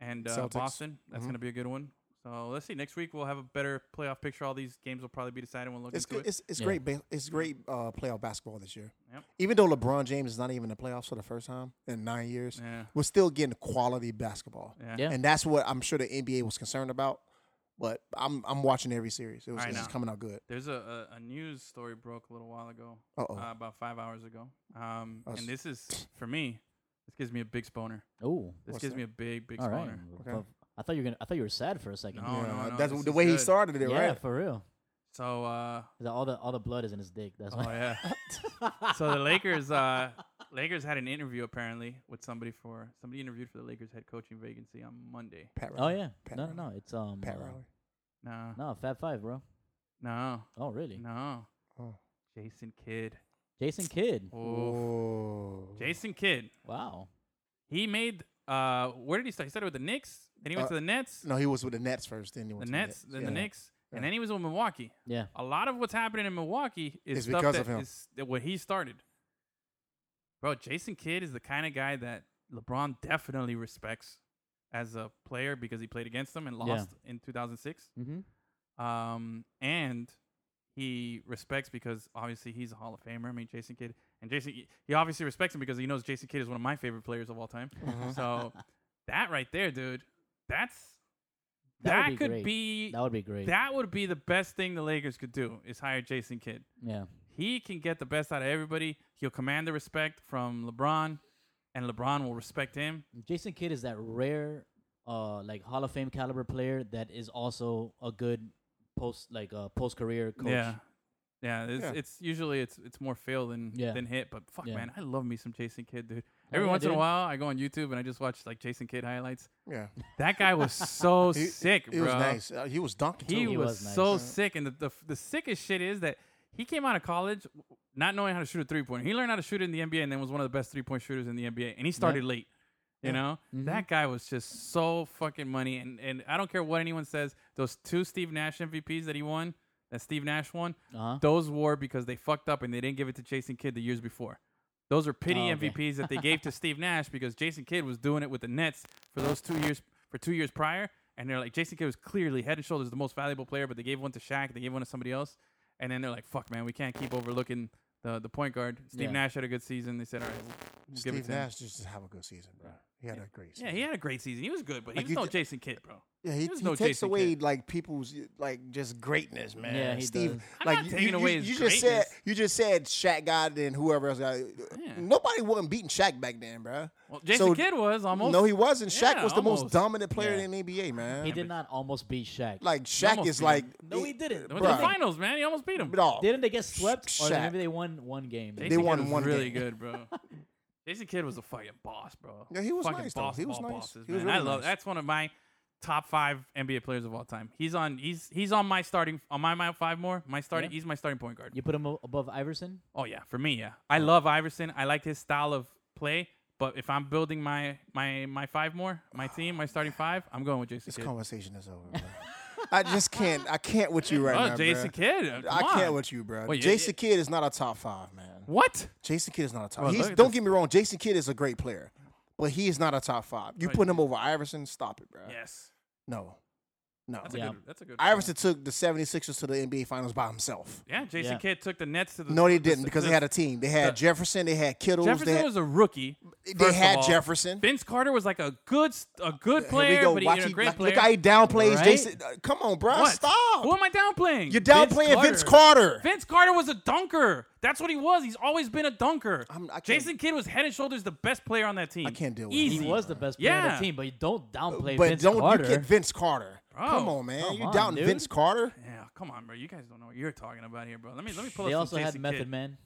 Speaker 6: and uh,
Speaker 2: Celtics.
Speaker 6: Boston. That's
Speaker 2: Mhm.
Speaker 6: gonna be a good one. So let's see. Next week we'll have a better playoff picture. All these games will probably be decided. We'll look
Speaker 2: It's
Speaker 6: into
Speaker 2: good. It's, it's
Speaker 5: Yeah.
Speaker 2: great. ba- It's great uh, playoff basketball this year.
Speaker 6: Yep.
Speaker 2: Even though LeBron James is not even in the playoffs for the first time in nine years,
Speaker 6: it. Yeah.
Speaker 2: we're still getting quality basketball,
Speaker 6: Yeah.
Speaker 5: Yeah.
Speaker 2: and that's what I'm sure the NBA was concerned about. But I'm I'm watching every series. It was
Speaker 6: I
Speaker 2: it's
Speaker 6: know.
Speaker 2: just coming out good.
Speaker 6: There's a, a, a news story broke a little while ago,
Speaker 2: Uh-oh.
Speaker 6: uh, about five hours ago. Um,
Speaker 2: Oh, s-
Speaker 6: and this is for me. This gives me a big sponer.
Speaker 5: Oh,
Speaker 6: This
Speaker 2: What's
Speaker 6: gives
Speaker 2: that?
Speaker 6: me a big big
Speaker 5: all
Speaker 6: sponer.
Speaker 5: right. Well, I thought you were gonna. I thought you were sad for a second.
Speaker 6: No, no, no,
Speaker 2: that's
Speaker 6: this
Speaker 2: the
Speaker 6: is
Speaker 2: way he
Speaker 6: good.
Speaker 2: started it,
Speaker 5: yeah,
Speaker 2: right?
Speaker 5: for real.
Speaker 6: So uh,
Speaker 5: 'Cause All the all the blood is in his dick. That's
Speaker 6: Oh
Speaker 5: why.
Speaker 6: yeah.
Speaker 2: Oh.
Speaker 6: so the Lakers, uh, Lakers had an interview apparently with somebody for somebody interviewed for the Lakers head coaching vacancy on Monday.
Speaker 2: Pat
Speaker 5: Oh
Speaker 2: Riley.
Speaker 5: yeah.
Speaker 2: Pat
Speaker 5: No,
Speaker 2: Riley.
Speaker 5: no, no. It's um.
Speaker 2: Pat
Speaker 5: uh,
Speaker 2: Riley.
Speaker 6: No,
Speaker 5: no, Fab Five, bro.
Speaker 6: no,
Speaker 5: Oh really?
Speaker 6: no.
Speaker 2: Oh.
Speaker 6: Jason Kidd.
Speaker 5: Jason Kidd.
Speaker 6: Oof.
Speaker 2: Whoa.
Speaker 6: Jason Kidd.
Speaker 5: Wow.
Speaker 6: He made. Uh, where did he start? He started with the Knicks. Then he went
Speaker 2: Uh,
Speaker 6: to the Nets.
Speaker 2: No, he was with the Nets first. Then he
Speaker 6: the
Speaker 2: went to
Speaker 6: Nets.
Speaker 2: The
Speaker 6: Then the
Speaker 2: Yeah.
Speaker 6: Knicks. and then he was with Milwaukee.
Speaker 5: Yeah.
Speaker 6: A lot of what's happening in Milwaukee is
Speaker 2: It's
Speaker 6: stuff
Speaker 2: because
Speaker 6: that
Speaker 2: of him.
Speaker 6: is- that what he started. Bro, Jason Kidd is the kind of guy that LeBron definitely respects as a player because he played against him and
Speaker 5: Yeah.
Speaker 6: lost in 2006.
Speaker 5: Mm-hmm.
Speaker 6: Um, and he respects because obviously he's a Hall of Famer. I mean, Jason Kidd and Jason, he obviously respects him because he knows Jason Kidd is one of my favorite players of all time.
Speaker 2: Mm-hmm.
Speaker 6: So that right there, dude, that's
Speaker 5: That
Speaker 6: that,
Speaker 5: would be
Speaker 6: could
Speaker 5: great.
Speaker 6: be
Speaker 5: That would be great.
Speaker 6: that would be the best thing the Lakers could do is hire Jason Kidd.
Speaker 5: yeah.
Speaker 6: He can get the best out of everybody. He'll command the respect from LeBron, and LeBron will respect him.
Speaker 5: Jason Kidd is that rare, uh, like Hall of Fame caliber player that is also a good post, like uh, post career coach.
Speaker 6: Yeah, yeah. It's,
Speaker 2: Yeah.
Speaker 6: it's usually it's it's more fail than
Speaker 5: Yeah.
Speaker 6: than hit. But fuck,
Speaker 5: Yeah. Oh,
Speaker 6: man, I love me some Jason Kidd, dude. Every
Speaker 5: yeah,
Speaker 6: once in a
Speaker 5: dude.
Speaker 6: while, I go on YouTube and I just watch like Jason Kidd highlights.
Speaker 2: Yeah,
Speaker 6: That guy was so
Speaker 2: He-
Speaker 6: sick,
Speaker 2: He
Speaker 6: bro.
Speaker 2: was nice. Uh, he was dunking
Speaker 6: He,
Speaker 2: too.
Speaker 5: He
Speaker 6: was,
Speaker 5: was nice.
Speaker 6: so
Speaker 5: Yeah.
Speaker 6: sick, and the, the the sickest shit is that he came out of college w- not knowing how to shoot a three point. He learned how to shoot it in the NBA, and then was one of the best three point shooters in the NBA. And he started late. You know
Speaker 5: Mm-hmm.
Speaker 6: that guy was just so fucking money, and and I don't care what anyone says. Those two Steve Nash MVPs that he won, that Steve Nash won,
Speaker 5: Uh-huh.
Speaker 6: those were because they fucked up and they didn't give it to Jason Kidd the years before. Those are pity
Speaker 5: Oh, okay.
Speaker 6: MVPs that they gave to Steve Nash because Jason Kidd was doing it with the Nets for those two years for two years prior, and they're like Jason Kidd was clearly head and shoulders the most valuable player, but they gave one to Shaq, they gave one to somebody else, and then they're like, "Fuck, man, we can't keep overlooking the the point guard." Steve
Speaker 5: Yeah.
Speaker 6: Nash had a good season. They said, "All right, we'll- we'll give it
Speaker 2: Steve
Speaker 6: to
Speaker 2: Nash just didn't have a good season, bro. He had a great.
Speaker 6: him." Yeah,
Speaker 2: season.
Speaker 6: he had a great season. He was good, but he
Speaker 2: Like,
Speaker 6: was
Speaker 2: you
Speaker 6: no
Speaker 2: d-
Speaker 6: Jason Kidd, bro.
Speaker 2: Yeah, he,
Speaker 6: There was
Speaker 2: he
Speaker 6: no
Speaker 2: takes
Speaker 6: Jason
Speaker 2: away
Speaker 6: Kidd.
Speaker 2: like people's like just greatness, man.
Speaker 5: Yeah, he
Speaker 2: Steve,
Speaker 5: does.
Speaker 6: I'm
Speaker 2: like
Speaker 6: not
Speaker 2: you-
Speaker 6: taking
Speaker 2: you,
Speaker 6: away
Speaker 2: you,
Speaker 6: his
Speaker 2: just said
Speaker 6: greatness.
Speaker 2: you just said Shaq got it and whoever else got it.
Speaker 6: Yeah.
Speaker 2: Nobody wasn't beating Shaq back then, bro.
Speaker 6: Well, Jason
Speaker 2: So-
Speaker 6: Kidd was almost
Speaker 2: no, he wasn't. Shaq
Speaker 6: Yeah,
Speaker 2: was the most
Speaker 6: almost.
Speaker 2: dominant player
Speaker 5: Yeah.
Speaker 2: in the NBA, man.
Speaker 5: He did not almost beat Shaq.
Speaker 2: like Shaq
Speaker 6: almost
Speaker 2: is
Speaker 6: beat him.
Speaker 2: like
Speaker 5: No, he didn't.
Speaker 6: They went to the
Speaker 2: Bruh.
Speaker 6: finals, man. He almost beat him.
Speaker 2: no.
Speaker 5: Didn't they get swept? Or
Speaker 2: Shaq.
Speaker 5: maybe they won one game.
Speaker 6: Jason
Speaker 2: They
Speaker 6: Kidd
Speaker 2: won
Speaker 6: was
Speaker 2: one
Speaker 6: really
Speaker 2: game.
Speaker 6: good, bro. Jason Kidd was a fucking boss, bro.
Speaker 2: Yeah, he was
Speaker 6: fucking
Speaker 2: nice, though.
Speaker 6: boss
Speaker 2: He
Speaker 6: of
Speaker 2: was
Speaker 6: all
Speaker 2: nice.
Speaker 6: Bosses,
Speaker 2: He was
Speaker 6: man.
Speaker 2: really
Speaker 6: I love
Speaker 2: nice.
Speaker 6: that's one of my top five NBA players of all time. He's on he's he's on my starting on my, my five more. My starting
Speaker 5: Yeah.
Speaker 6: he's my starting point guard.
Speaker 5: You put him a- above Iverson.
Speaker 6: Oh yeah, for me, yeah. I love Iverson. I like his style of play. But if I'm building my my my five more, my team, my starting five, I'm going with Jason
Speaker 2: This
Speaker 6: Kidd.
Speaker 2: conversation is over. Bro. I just can't. I can't with you right
Speaker 6: Oh,
Speaker 2: now,
Speaker 6: Jason
Speaker 2: bruh.
Speaker 6: Kidd. uh,
Speaker 2: I
Speaker 6: come
Speaker 2: can't
Speaker 6: on.
Speaker 2: with you, bro.
Speaker 6: Well, you-
Speaker 2: Jason Kidd is not a top five, man.
Speaker 6: What?
Speaker 2: Jason Kidd is not a top.
Speaker 6: Bro,
Speaker 2: he's,
Speaker 6: look at
Speaker 2: don't
Speaker 6: this-
Speaker 2: get me wrong. Jason Kidd is a great player, but he is not a top five. You
Speaker 6: Right.
Speaker 2: put him over Iverson, stop it, bro.
Speaker 6: Yes.
Speaker 2: No, no.
Speaker 6: That's a
Speaker 5: Yeah.
Speaker 6: good that's a good
Speaker 2: Uh, Iverson took the 76ers to the NBA Finals by himself.
Speaker 6: Yeah, Jason
Speaker 5: Yeah.
Speaker 6: Kidd took the Nets to the
Speaker 2: No, they
Speaker 6: the- the-
Speaker 2: didn't because they had a team. They had
Speaker 6: the-
Speaker 2: Jefferson. They had Kittles.
Speaker 6: Jefferson
Speaker 2: they had,
Speaker 6: was a rookie.
Speaker 2: they
Speaker 6: first of
Speaker 2: had
Speaker 6: all.
Speaker 2: Jefferson.
Speaker 6: Vince Carter was like a good, a good
Speaker 2: Here
Speaker 6: player, but he,
Speaker 2: Watch
Speaker 6: you know,
Speaker 2: he-
Speaker 6: great
Speaker 2: like,
Speaker 6: player.
Speaker 2: Look how he downplays
Speaker 5: Right?
Speaker 2: Jason. uh, Come on, bro.
Speaker 6: What?
Speaker 2: Stop.
Speaker 6: Who am I downplaying?
Speaker 2: You're downplaying Vince Carter.
Speaker 6: Vince Carter was a dunker. That's what he was. He's always been a dunker.
Speaker 2: I'm- I can't-
Speaker 6: Jason Kidd was head and shoulders the best player on that team.
Speaker 2: I can't deal with
Speaker 5: He
Speaker 6: Easy.
Speaker 5: was the best player on
Speaker 6: Yeah.
Speaker 5: the team, but you don't downplay
Speaker 2: but
Speaker 5: Vince
Speaker 2: don't
Speaker 5: Carter.
Speaker 2: you get Vince Carter.
Speaker 6: Bro,
Speaker 2: come on, man.
Speaker 5: come
Speaker 2: you
Speaker 5: on,
Speaker 2: doubting
Speaker 5: dude.
Speaker 2: Vince Carter?
Speaker 6: Yeah, come on, bro. You guys don't know what you're talking about here, bro. Let me let me pull
Speaker 5: they
Speaker 6: up.
Speaker 5: also
Speaker 6: some
Speaker 5: had
Speaker 6: Jason
Speaker 5: Method
Speaker 6: Kidd.
Speaker 5: Man.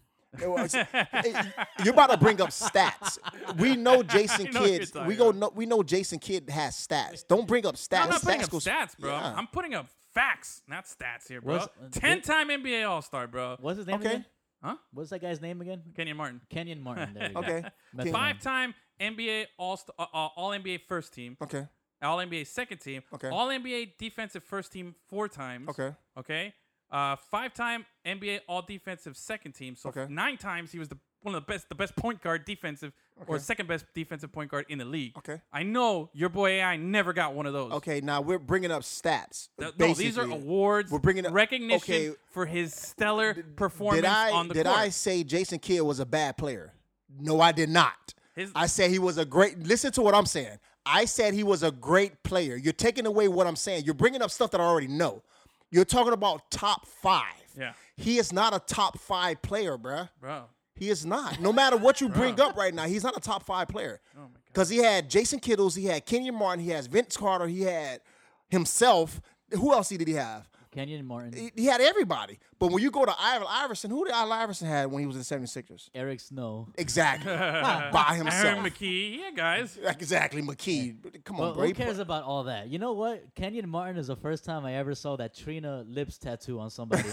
Speaker 2: It was- it- you're about to bring up stats. We know Jason
Speaker 6: I know what you're
Speaker 2: Kidd.
Speaker 6: talking
Speaker 2: We go.
Speaker 6: about.
Speaker 2: Know, we know Jason Kidd has stats. Don't bring up stats.
Speaker 6: I'm not putting
Speaker 2: stats
Speaker 6: up
Speaker 2: goes-
Speaker 6: stats, bro.
Speaker 2: Yeah.
Speaker 6: I'm putting up facts, not stats here, bro.
Speaker 5: What's- uh,
Speaker 6: Ten-time NBA All-Star, bro.
Speaker 5: What's his name
Speaker 2: Okay.
Speaker 5: again?
Speaker 6: Huh?
Speaker 5: What's that guy's name again?
Speaker 6: Kenyon Martin.
Speaker 5: Kenyon Martin. There you go.
Speaker 2: Okay.
Speaker 5: Method Man.
Speaker 6: Five-time NBA All uh, All NBA First Team.
Speaker 2: Okay.
Speaker 6: All NBA second team.
Speaker 2: Okay.
Speaker 6: All NBA defensive first team four times.
Speaker 2: Okay.
Speaker 6: Okay. Uh, five time NBA All Defensive second team. So
Speaker 2: Okay.
Speaker 6: nine times he was the one of the best, the best point guard defensive or
Speaker 2: Okay.
Speaker 6: second best defensive point guard in the league.
Speaker 2: Okay.
Speaker 6: I know your boy AI never got one of those.
Speaker 2: Okay. Now we're bringing up stats.
Speaker 6: Th- no, these are
Speaker 2: basically.
Speaker 6: awards.
Speaker 2: We're bringing up
Speaker 6: recognition
Speaker 2: okay,
Speaker 6: for his stellar performance
Speaker 2: Did I
Speaker 6: on the
Speaker 2: did
Speaker 6: court.
Speaker 2: I say Jason Kidd was a bad player? No, I did not.
Speaker 6: His-
Speaker 2: I said he was a great. Listen to what I'm saying. I said he was a great player. You're taking away what I'm saying. You're bringing up stuff that I already know. You're talking about top five.
Speaker 6: Yeah.
Speaker 2: He is not a top five player, bruh.
Speaker 6: Bro,
Speaker 2: He is not. No matter what you bring up right now, he's not a top five player.
Speaker 6: Oh
Speaker 2: Because he had Jason Kittles, he had Kenyon Martin, he has Vince Carter, he had himself. Who else did he have?
Speaker 5: Kenyon Martin.
Speaker 2: He, he had everybody. But when you go to Ivan Iverson, who did Al Iverson had when he was in the 76ers?
Speaker 5: Eric Snow.
Speaker 2: Exactly. By
Speaker 6: Aaron
Speaker 2: himself.
Speaker 6: McKee. Yeah, guys.
Speaker 2: Like, exactly, McKee. Come on,
Speaker 5: Well,
Speaker 2: bro. He
Speaker 5: who cares
Speaker 2: put-
Speaker 5: about all that? You know what? Kenyon Martin is the first time I ever saw that Trina lips tattoo on somebody.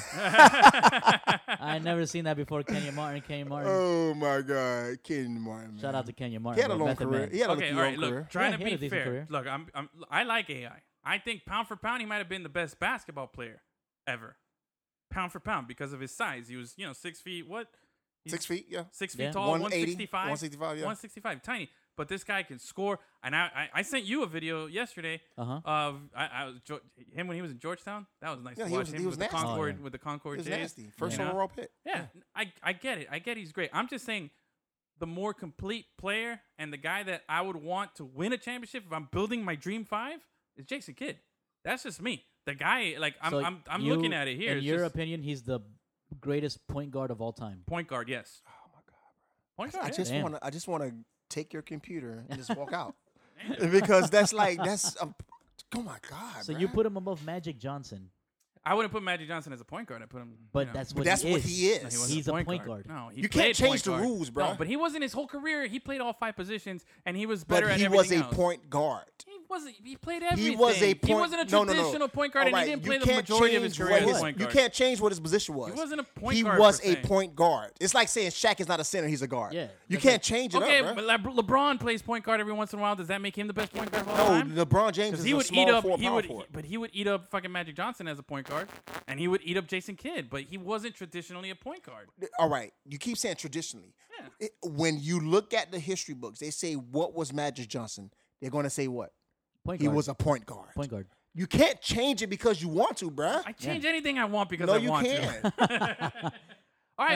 Speaker 5: I had never seen that before. Kenyon Martin, Kenyon Martin.
Speaker 2: oh my God, Kenyon Martin.
Speaker 5: Shout
Speaker 2: man.
Speaker 5: out to Kenyon Martin.
Speaker 2: He had a
Speaker 5: bro.
Speaker 2: long
Speaker 5: Method
Speaker 2: career.
Speaker 5: Man.
Speaker 2: He had a
Speaker 6: okay,
Speaker 2: long
Speaker 6: all right. Look,
Speaker 2: career.
Speaker 6: trying
Speaker 5: Yeah, he
Speaker 6: to
Speaker 5: had a
Speaker 6: be
Speaker 5: decent
Speaker 6: fair.
Speaker 5: career.
Speaker 6: Look, I'm, I'm, I like AI. I think pound for pound, he might have been the best basketball player. ever, pound for pound, because of his size. He was, you know, six feet. What? He's
Speaker 2: Six feet, yeah.
Speaker 6: Six feet
Speaker 5: Yeah.
Speaker 6: tall,
Speaker 2: 180,
Speaker 6: 165,
Speaker 2: 165, yeah.
Speaker 6: 165, tiny. But this guy can score. And I, I, I sent you a video yesterday
Speaker 5: Uh-huh.
Speaker 6: of I, I was, Geor- him when he was in Georgetown. That was nice
Speaker 2: Yeah,
Speaker 6: to
Speaker 2: he
Speaker 6: watch
Speaker 2: was-
Speaker 6: him
Speaker 2: he was
Speaker 6: with,
Speaker 2: nasty.
Speaker 6: the
Speaker 2: Oh,
Speaker 6: Concord,
Speaker 5: yeah.
Speaker 6: with the Concord
Speaker 2: It's
Speaker 6: Jays.
Speaker 2: nasty. First
Speaker 6: You know?
Speaker 2: overall pick.
Speaker 6: Yeah, I, I get it. I get he's great. I'm just saying, the more complete player and the guy that I would want to win a championship if I'm building my dream five is Jason Kidd. That's just me. The guy, like I'm,
Speaker 5: So
Speaker 6: I'm, I'm
Speaker 5: you-
Speaker 6: looking at it here.
Speaker 5: In
Speaker 6: It's
Speaker 5: your
Speaker 6: just
Speaker 5: opinion, he's the greatest point guard of all time.
Speaker 6: point guard, yes. Oh my god, point guard.
Speaker 2: I
Speaker 6: yeah.
Speaker 2: just
Speaker 5: Damn.
Speaker 2: want to. I just want to take your computer and just walk out because that's like that's. A, oh my god.
Speaker 5: So you
Speaker 2: bruh.
Speaker 5: put him above Magic Johnson,
Speaker 6: I wouldn't put Magic Johnson as a point guard. I put him,
Speaker 5: but
Speaker 6: you know,
Speaker 5: that's
Speaker 2: But
Speaker 5: what
Speaker 2: that's
Speaker 5: he
Speaker 2: what
Speaker 5: is.
Speaker 2: he is.
Speaker 6: no, he wasn't
Speaker 5: He's
Speaker 6: a
Speaker 5: a
Speaker 6: point,
Speaker 5: point
Speaker 6: guard.
Speaker 5: guard.
Speaker 6: No, he
Speaker 2: You
Speaker 6: played
Speaker 2: can't change
Speaker 6: point
Speaker 2: the
Speaker 6: guard.
Speaker 2: rules, bro.
Speaker 6: No, but he wasn't his whole career. He played all five positions, and he was
Speaker 2: But
Speaker 6: better at
Speaker 2: he was
Speaker 6: everything
Speaker 2: a
Speaker 6: else.
Speaker 2: point guard.
Speaker 6: He wasn't. He played everything.
Speaker 2: He was a point.
Speaker 6: He wasn't a
Speaker 2: no, no,
Speaker 6: traditional
Speaker 2: no.
Speaker 6: point guard,
Speaker 2: Alright,
Speaker 6: and he didn't
Speaker 2: you
Speaker 6: play the
Speaker 2: can't
Speaker 6: majority of his
Speaker 2: change
Speaker 6: career
Speaker 2: what
Speaker 6: as a
Speaker 2: his-
Speaker 6: point
Speaker 2: You
Speaker 6: guard.
Speaker 2: can't change what his position was.
Speaker 6: wasn't a point
Speaker 2: He
Speaker 6: guard,
Speaker 2: was
Speaker 6: per
Speaker 2: a
Speaker 6: se.
Speaker 2: point guard. It's like saying Shaq is not a center; he's a guard.
Speaker 5: Yeah,
Speaker 2: you
Speaker 5: that's
Speaker 2: can't
Speaker 5: like-
Speaker 2: change it
Speaker 6: Okay,
Speaker 2: up,
Speaker 6: but
Speaker 2: bro.
Speaker 6: Le- LeBron plays point guard every once in a while. Does that make him the best point guard of all time?
Speaker 2: No, LeBron James
Speaker 6: Because
Speaker 2: is
Speaker 6: he
Speaker 2: a
Speaker 6: would
Speaker 2: small
Speaker 6: eat up.
Speaker 2: four,
Speaker 6: He
Speaker 2: power
Speaker 6: would, e-
Speaker 2: forward.
Speaker 6: but he would eat up fucking Magic Johnson as a point guard, and he would eat up Jason Kidd. But he wasn't traditionally a point guard.
Speaker 2: all right, you keep saying traditionally. It- when you look at the history books, they say what was Magic Johnson. They're going to say what
Speaker 5: Point
Speaker 2: he
Speaker 5: guard.
Speaker 2: was a point guard.
Speaker 5: point guard.
Speaker 2: You can't change it because you want to, bruh.
Speaker 6: I change anything I want because
Speaker 2: no,
Speaker 6: I
Speaker 2: you
Speaker 6: want
Speaker 2: can't.
Speaker 6: to. All right,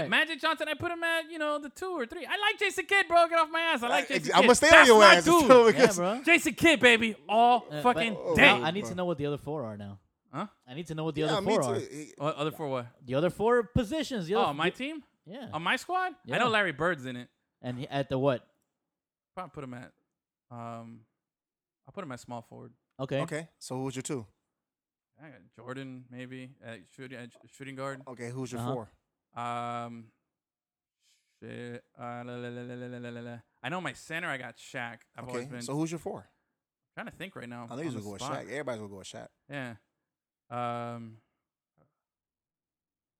Speaker 5: Right.
Speaker 6: Magic Johnson. I put him at you know the two or three. I like Jason Kidd, bro. Get off my ass. I like
Speaker 2: Ex-
Speaker 6: Jason.
Speaker 2: I'm
Speaker 6: Kidd.
Speaker 2: gonna stay on
Speaker 6: That's
Speaker 2: your
Speaker 6: my
Speaker 2: ass. until-
Speaker 6: dude.
Speaker 5: Yeah,
Speaker 2: because-
Speaker 5: bro.
Speaker 6: Jason Kidd, baby, all
Speaker 5: Uh, but-
Speaker 6: fucking
Speaker 5: Oh,
Speaker 6: day.
Speaker 5: now I need to know what the other four are now.
Speaker 6: Huh?
Speaker 5: I need to know what the
Speaker 2: Yeah,
Speaker 5: other
Speaker 2: me
Speaker 5: four are.
Speaker 2: too. He-
Speaker 6: What, other four what?
Speaker 5: The other four positions. The other
Speaker 6: Oh, my team?
Speaker 5: yeah.
Speaker 6: On my squad? I
Speaker 5: Yeah.
Speaker 6: know Larry Bird's in it.
Speaker 5: and he, at the what?
Speaker 6: Probably put him at um I'll put him at small forward.
Speaker 5: Okay.
Speaker 2: Okay, so who's your two?
Speaker 6: I got Jordan, maybe at shooting at sh- shooting guard.
Speaker 2: Okay, who's your
Speaker 5: Uh-huh.
Speaker 2: four?
Speaker 6: Um shit. Uh, la, la, la, la, la, la, la, la. I know my center I got Shaq. I've always
Speaker 2: Okay,
Speaker 6: been
Speaker 2: so who's your four?
Speaker 6: trying to think right now.
Speaker 2: I know
Speaker 6: on
Speaker 2: he's
Speaker 6: the
Speaker 2: gonna go with
Speaker 6: spot.
Speaker 2: Shaq. Everybody's gonna go with Shaq.
Speaker 6: Yeah. Um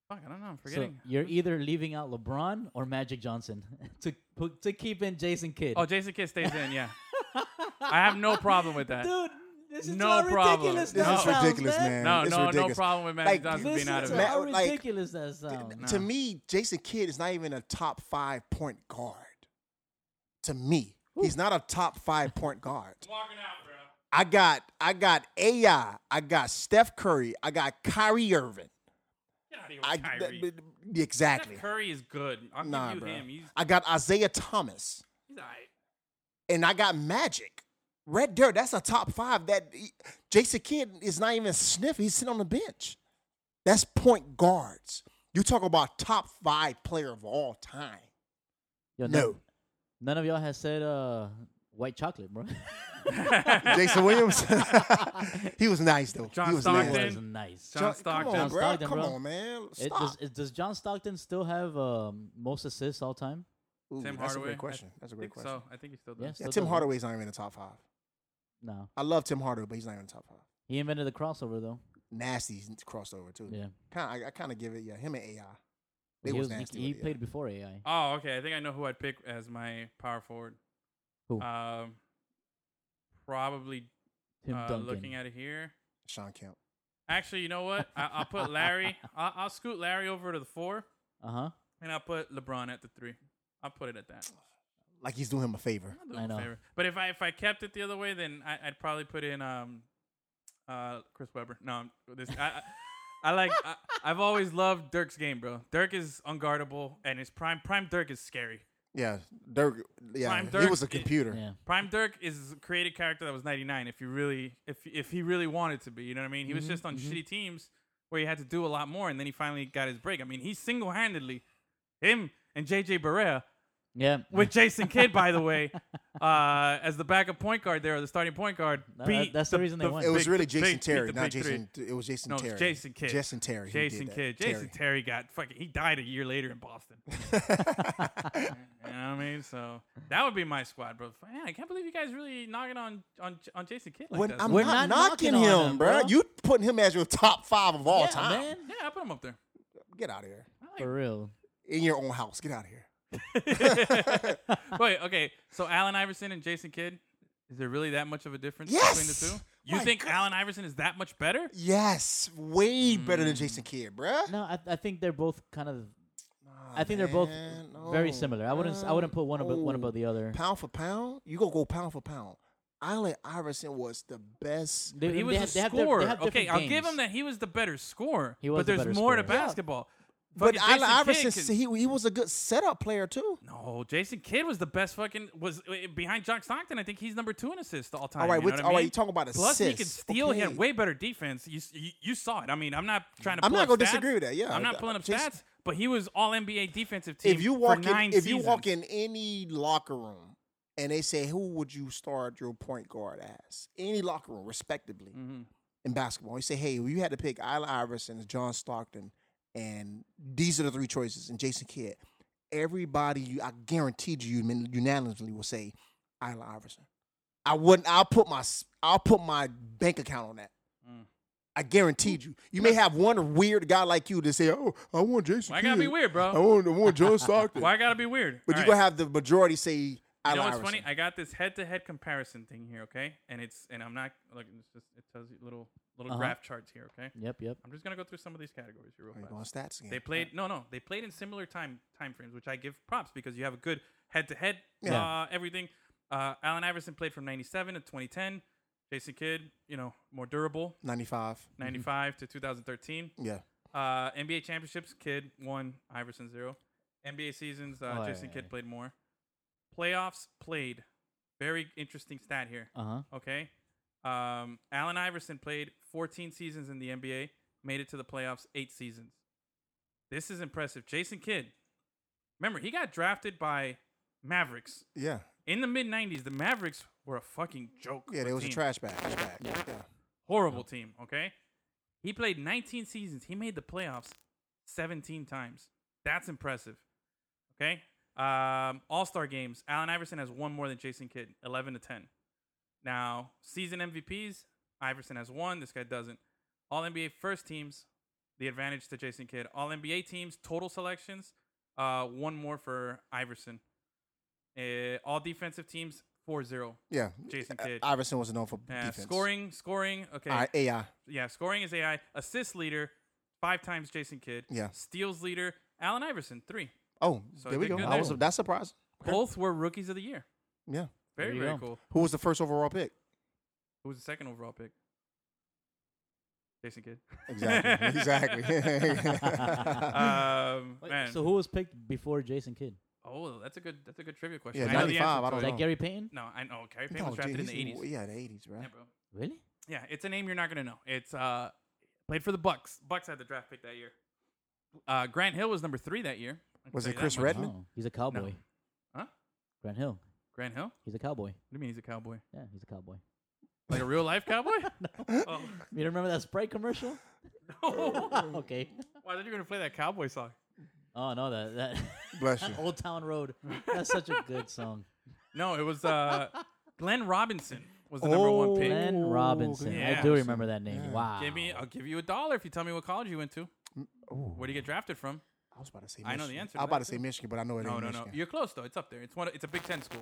Speaker 6: Fuck, I don't know. I'm
Speaker 5: So
Speaker 6: forgetting.
Speaker 5: you're either leaving out LeBron or Magic Johnson to put, to keep in Jason Kidd.
Speaker 6: oh, Jason Kidd stays in, yeah. I have no problem with that.
Speaker 5: dude, this is
Speaker 6: No
Speaker 5: how
Speaker 6: problem.
Speaker 5: ridiculous
Speaker 6: This
Speaker 5: that
Speaker 6: is
Speaker 5: sounds,
Speaker 2: ridiculous, man.
Speaker 6: No,
Speaker 2: It's
Speaker 6: no, no
Speaker 2: ridiculous.
Speaker 6: problem with Magic
Speaker 2: Like,
Speaker 6: Johnson
Speaker 5: This
Speaker 6: being out
Speaker 5: is
Speaker 6: of
Speaker 2: a-
Speaker 6: it.
Speaker 2: Matt,
Speaker 5: how
Speaker 2: like,
Speaker 5: ridiculous that sounds.
Speaker 2: To me, Jason Kidd is not even a top five point guard. To me, he's not a top five point guard.
Speaker 6: Walking out, bro.
Speaker 2: I got I got AI. I got Steph Curry. I got Kyrie Irving.
Speaker 6: Get out of here
Speaker 2: I
Speaker 6: with Kyrie.
Speaker 2: th- th- exactly.
Speaker 6: Steph Curry is good. I'll
Speaker 2: Nah,
Speaker 6: give you
Speaker 2: bro.
Speaker 6: him. He's,
Speaker 2: I got Isaiah Thomas,
Speaker 6: he's all right.
Speaker 2: and I got Magic. Red there, that's a top five. That e, Jason Kidd is not even sniffing. He's sitting on the bench. That's point guards. You talk about top five player of all time.
Speaker 5: Yo, none-
Speaker 2: No,
Speaker 5: None of y'all has said uh, white chocolate, bro.
Speaker 2: Jason Williams. he was nice though.
Speaker 6: John
Speaker 2: he was
Speaker 6: Stockton.
Speaker 2: nice.
Speaker 5: that was nice.
Speaker 6: Then- John
Speaker 2: Come on,
Speaker 6: Stockton.
Speaker 2: bro.
Speaker 5: Stockton,
Speaker 2: Come
Speaker 5: bro.
Speaker 2: on, man.
Speaker 5: It,
Speaker 2: Stop.
Speaker 5: does, it, does John Stockton still have um, most assists all time?
Speaker 2: Ooh, that's
Speaker 6: Tim
Speaker 2: a
Speaker 6: Hardaway.
Speaker 2: great question.
Speaker 6: I
Speaker 2: That's a great
Speaker 6: think
Speaker 2: question.
Speaker 6: So I think he still does.
Speaker 5: Yes.
Speaker 2: Yeah,
Speaker 5: So
Speaker 2: Tim
Speaker 5: does-
Speaker 2: Hardaway's not even in the top five.
Speaker 5: No.
Speaker 2: I love Tim Hardaway, but he's not even in the top five.
Speaker 5: He invented the crossover though.
Speaker 2: Nasty crossover too.
Speaker 5: Yeah.
Speaker 2: Kinda, I, I kind of give it. Yeah, him and AI. They
Speaker 5: he
Speaker 2: was,
Speaker 5: was- he-
Speaker 2: nasty.
Speaker 5: he
Speaker 2: with it, yeah.
Speaker 5: played before AI.
Speaker 6: Oh, okay. I think I know who I'd pick as my power forward.
Speaker 5: Who?
Speaker 6: Um, probably
Speaker 5: Tim
Speaker 6: uh,
Speaker 5: Duncan.
Speaker 6: looking at it here.
Speaker 2: Sean Kemp.
Speaker 6: Actually, you know what? I, I'll put Larry. I'll, I'll scoot Larry over to the four,
Speaker 5: Uh huh.
Speaker 6: and I'll put LeBron at the three. I'll put it at that.
Speaker 2: Like he's doing him a favor.
Speaker 6: I'll do him
Speaker 5: I
Speaker 6: a
Speaker 5: know.
Speaker 6: favor. But if I if I kept it the other way, then I, I'd probably put in um, uh, Chris Webber. No, I'm, this I. I I like. I, I've always loved Dirk's game, bro. Dirk is unguardable, and his prime prime Dirk is scary.
Speaker 2: Yeah, Dirk. Yeah,
Speaker 6: Prime
Speaker 2: he
Speaker 6: Dirk
Speaker 2: was a
Speaker 6: i-
Speaker 2: computer.
Speaker 5: Yeah.
Speaker 6: Prime Dirk is a created character that was 99. If you really, if if he really wanted to be, you know what I mean. He was
Speaker 5: Mm-hmm,
Speaker 6: just on shitty teams where he had to do a lot more, and then he finally got his break. I mean, he single handedly, him and JJ Barea
Speaker 5: Yeah.
Speaker 6: with Jason Kidd, by the way, uh, as the backup point guard there or the starting point guard.
Speaker 5: No,
Speaker 6: beat
Speaker 5: that- that's the reason they won.
Speaker 2: It was
Speaker 6: big-
Speaker 2: really
Speaker 6: big-
Speaker 2: Jason
Speaker 6: beat the
Speaker 2: Terry,
Speaker 6: big
Speaker 2: not
Speaker 6: three.
Speaker 2: Jason. It was Jason
Speaker 6: No, it's
Speaker 2: Terry.
Speaker 6: Jason Kidd.
Speaker 2: Jason Terry. who did
Speaker 6: Jason
Speaker 2: that.
Speaker 6: Kidd. Jason Terry got fucking. He died a year later in Boston. you know what I mean? So that would be my squad, bro. Man, I can't believe you guys really knocking on on on Jason Kidd like
Speaker 2: When,
Speaker 6: that.
Speaker 2: I'm
Speaker 5: We're
Speaker 2: not,
Speaker 5: not knocking
Speaker 2: knocking
Speaker 5: on
Speaker 2: him,
Speaker 5: him,
Speaker 2: bro.
Speaker 5: bro.
Speaker 2: You putting him as your top five of all
Speaker 5: Yeah,
Speaker 2: time.
Speaker 5: man.
Speaker 6: yeah, I put him up there.
Speaker 2: Get out of here.
Speaker 5: For real.
Speaker 2: In your own house. Get out of here.
Speaker 6: Wait, okay. So Allen Iverson and Jason Kidd, is there really that much of a difference
Speaker 2: Yes.
Speaker 6: between the two? You
Speaker 2: My
Speaker 6: think
Speaker 2: God.
Speaker 6: Allen Iverson is that much better?
Speaker 2: Yes, way better than
Speaker 6: Mm.
Speaker 2: Jason Kidd, bruh.
Speaker 5: No, I, I think they're both kind of. I think they're both
Speaker 2: Man, Oh,
Speaker 5: very
Speaker 2: no,
Speaker 5: similar. I wouldn't. s- I wouldn't put one above one
Speaker 2: no.
Speaker 5: above the other.
Speaker 2: Pound for pound, you gonna go pound for pound. Allen Iverson was the best.
Speaker 5: They,
Speaker 6: But he was
Speaker 5: have-
Speaker 6: a
Speaker 5: have their-
Speaker 6: scorer.
Speaker 5: have
Speaker 6: okay,
Speaker 5: different
Speaker 6: I'll give
Speaker 5: games.
Speaker 6: him that he was the better scorer.
Speaker 5: He was
Speaker 6: but
Speaker 5: the
Speaker 6: there's
Speaker 5: better
Speaker 6: more to
Speaker 5: scorer. Yeah.
Speaker 6: basketball.
Speaker 2: But
Speaker 6: Fucking
Speaker 2: Allen
Speaker 6: Jason Kidd
Speaker 2: Iverson,
Speaker 6: can-
Speaker 2: see, he, he was a good setup player too.
Speaker 6: No, Jason Kidd was the best fucking was uh, behind Jock Stockton. I think he's number two in assists all time.
Speaker 2: All right,
Speaker 6: you know
Speaker 2: we're-
Speaker 6: what I
Speaker 2: all right,
Speaker 6: mean?
Speaker 2: you're talking about
Speaker 6: Plus, he could
Speaker 2: assists.
Speaker 6: steal. He had
Speaker 2: Okay.
Speaker 6: way better defense. You, s- you you saw it. I mean, I'm not trying to.
Speaker 2: I'm
Speaker 6: pull
Speaker 2: not
Speaker 6: up
Speaker 2: gonna
Speaker 6: stats.
Speaker 2: disagree with that, yeah.
Speaker 6: I'm not pulling up
Speaker 2: Jason-
Speaker 6: stats, but he was all NBA defensive team.
Speaker 2: If you walk
Speaker 6: for nine
Speaker 2: in, if you walk
Speaker 6: seasons.
Speaker 2: in any locker room and they say who would you start your point guard as, any locker room, respectively,
Speaker 6: Mm. Mm-hmm.
Speaker 2: in basketball, you say, hey, you had to pick Allen Iverson, John Stockton, and these are the three choices, and Jason Kidd. Everybody, you, I guaranteed you, unanim- unanimously will say Allen Iverson. I wouldn't. I'll put my s- I'll put my bank account on that.
Speaker 6: Mm.
Speaker 2: I guaranteed you. You may have one weird guy like you to say, "Oh, I want Jason."
Speaker 6: Why gotta be
Speaker 2: Kidd.
Speaker 6: weird, bro?
Speaker 2: I want, I want John Stockton.
Speaker 6: Oh. Why I gotta be weird?
Speaker 2: Oh. But
Speaker 6: All
Speaker 2: you're
Speaker 6: right.
Speaker 2: gonna have the majority say
Speaker 6: You
Speaker 2: Allen
Speaker 6: know what's
Speaker 2: Iverson.
Speaker 6: funny? I got this head-to-head comparison thing here, okay? And it's and I'm not like it's just it tells you little little
Speaker 5: Uh-huh.
Speaker 6: graph charts here, okay?
Speaker 5: Yep, yep.
Speaker 6: I'm just gonna go through some of these categories here real
Speaker 2: Are you
Speaker 6: fast.
Speaker 2: going stats again?
Speaker 6: They played no no they played in similar time time frames, which I give props because you have a good head to head
Speaker 5: Yeah.
Speaker 6: uh everything. Uh Allen Iverson played from ninety seven to twenty ten. Jason Kidd, you know, more durable,
Speaker 2: Mm-hmm. 95.
Speaker 6: ninety five to two thousand thirteen.
Speaker 2: Yeah.
Speaker 6: Uh NBA championships, Kidd one, Iverson zero. NBA seasons, uh,
Speaker 5: Oh,
Speaker 6: Jason
Speaker 5: yeah,
Speaker 6: Kidd
Speaker 5: yeah.
Speaker 6: played more. Playoffs played. Very interesting stat here.
Speaker 5: Uh huh.
Speaker 6: Okay. Um, Allen Iverson played 14 seasons in the NBA, made it to the playoffs eight seasons. This is impressive. Jason Kidd, remember, he got drafted by Mavericks.
Speaker 2: Yeah.
Speaker 6: In the mid 90s, the Mavericks were a fucking joke.
Speaker 2: Yeah,
Speaker 6: of
Speaker 2: there was a
Speaker 6: team.
Speaker 2: trash bag. Trash bag. Yeah.
Speaker 6: Horrible team, okay? He played 19 seasons. He made the playoffs 17 times. That's impressive, okay? Um, All star games. Allen Iverson has one more than Jason Kidd, 11 to 10. Now, season MVPs, Iverson has one. This guy doesn't. All NBA first teams, the advantage to Jason Kidd. All NBA teams, total selections, uh, one more for Iverson. Uh, all defensive teams, 4 0.
Speaker 2: Yeah.
Speaker 6: Jason
Speaker 2: Uh,
Speaker 6: Kidd.
Speaker 2: Iverson was known for
Speaker 6: Yeah,
Speaker 2: defense.
Speaker 6: scoring, scoring. Okay.
Speaker 2: Uh, AI.
Speaker 6: Yeah, scoring is AI. Assist leader, five times Jason Kidd.
Speaker 2: Yeah.
Speaker 6: Steals leader, Allen Iverson, three.
Speaker 2: Oh,
Speaker 6: So
Speaker 2: there we
Speaker 6: they
Speaker 2: go.
Speaker 6: good
Speaker 2: I was,
Speaker 6: there.
Speaker 2: that's surprising.
Speaker 6: Both were rookies of the year.
Speaker 2: Yeah.
Speaker 5: There
Speaker 6: Very,
Speaker 5: you
Speaker 6: very
Speaker 5: go.
Speaker 6: cool.
Speaker 2: Who was the first overall pick?
Speaker 6: Who was the second overall pick? Jason Kidd.
Speaker 2: Exactly.
Speaker 6: Uh,
Speaker 2: exactly.
Speaker 6: um,
Speaker 5: Wait,
Speaker 6: man.
Speaker 5: so who was picked before Jason Kidd?
Speaker 6: oh, that's a good that's a good trivia question.
Speaker 2: Yeah,
Speaker 6: I know the
Speaker 2: 95,
Speaker 6: answer
Speaker 2: I
Speaker 6: to
Speaker 2: don't
Speaker 6: it.
Speaker 5: Is that
Speaker 2: know.
Speaker 5: Gary Payton?
Speaker 6: Oh, No, I know. Gary Payton
Speaker 2: No,
Speaker 6: was drafted
Speaker 2: dude,
Speaker 6: in the
Speaker 2: he's-
Speaker 6: 80s.
Speaker 2: Yeah, the 80s, right?
Speaker 6: Yeah, bro.
Speaker 5: Really?
Speaker 6: Yeah, it's a name you're not gonna know. It's uh played for the Bucks. Bucks had the draft pick that year. Uh, Grant Hill was number three that year. I can
Speaker 2: Was
Speaker 6: tell
Speaker 2: it
Speaker 6: you that
Speaker 2: Chris
Speaker 6: much.
Speaker 2: Red- Redmond?
Speaker 5: Oh, he's a cowboy.
Speaker 6: Huh?
Speaker 5: Grant Hill.
Speaker 6: Grant Hill? What
Speaker 5: He's a cowboy.
Speaker 6: do you mean he's a cowboy?
Speaker 5: Yeah, he's a cowboy.
Speaker 6: Like a real life cowboy? Oh.
Speaker 5: You remember that Sprite commercial? Oh, okay.
Speaker 6: Why thought you were gonna play that cowboy song?
Speaker 5: Oh no, that that
Speaker 2: Bless you.
Speaker 5: Old Town Road. That's such a good song.
Speaker 6: No, it was uh, Glenn Robinson was the number one pick.
Speaker 5: Glenn
Speaker 2: Oh,
Speaker 5: Robinson. I do
Speaker 6: yeah.
Speaker 5: remember that name. Wow.
Speaker 6: Give me, I'll give you a dollar if you tell me what college you went to.
Speaker 2: Mm.
Speaker 6: Where do you get drafted from?
Speaker 2: I was about to say
Speaker 6: I
Speaker 2: Michigan.
Speaker 6: know the answer to
Speaker 2: I was about
Speaker 6: that,
Speaker 2: to say
Speaker 6: too.
Speaker 2: Michigan, but I know it
Speaker 6: No,
Speaker 2: ain't
Speaker 6: no, no.
Speaker 2: Michigan.
Speaker 6: You're close though. It's up there. It's one. It's a Big Ten school.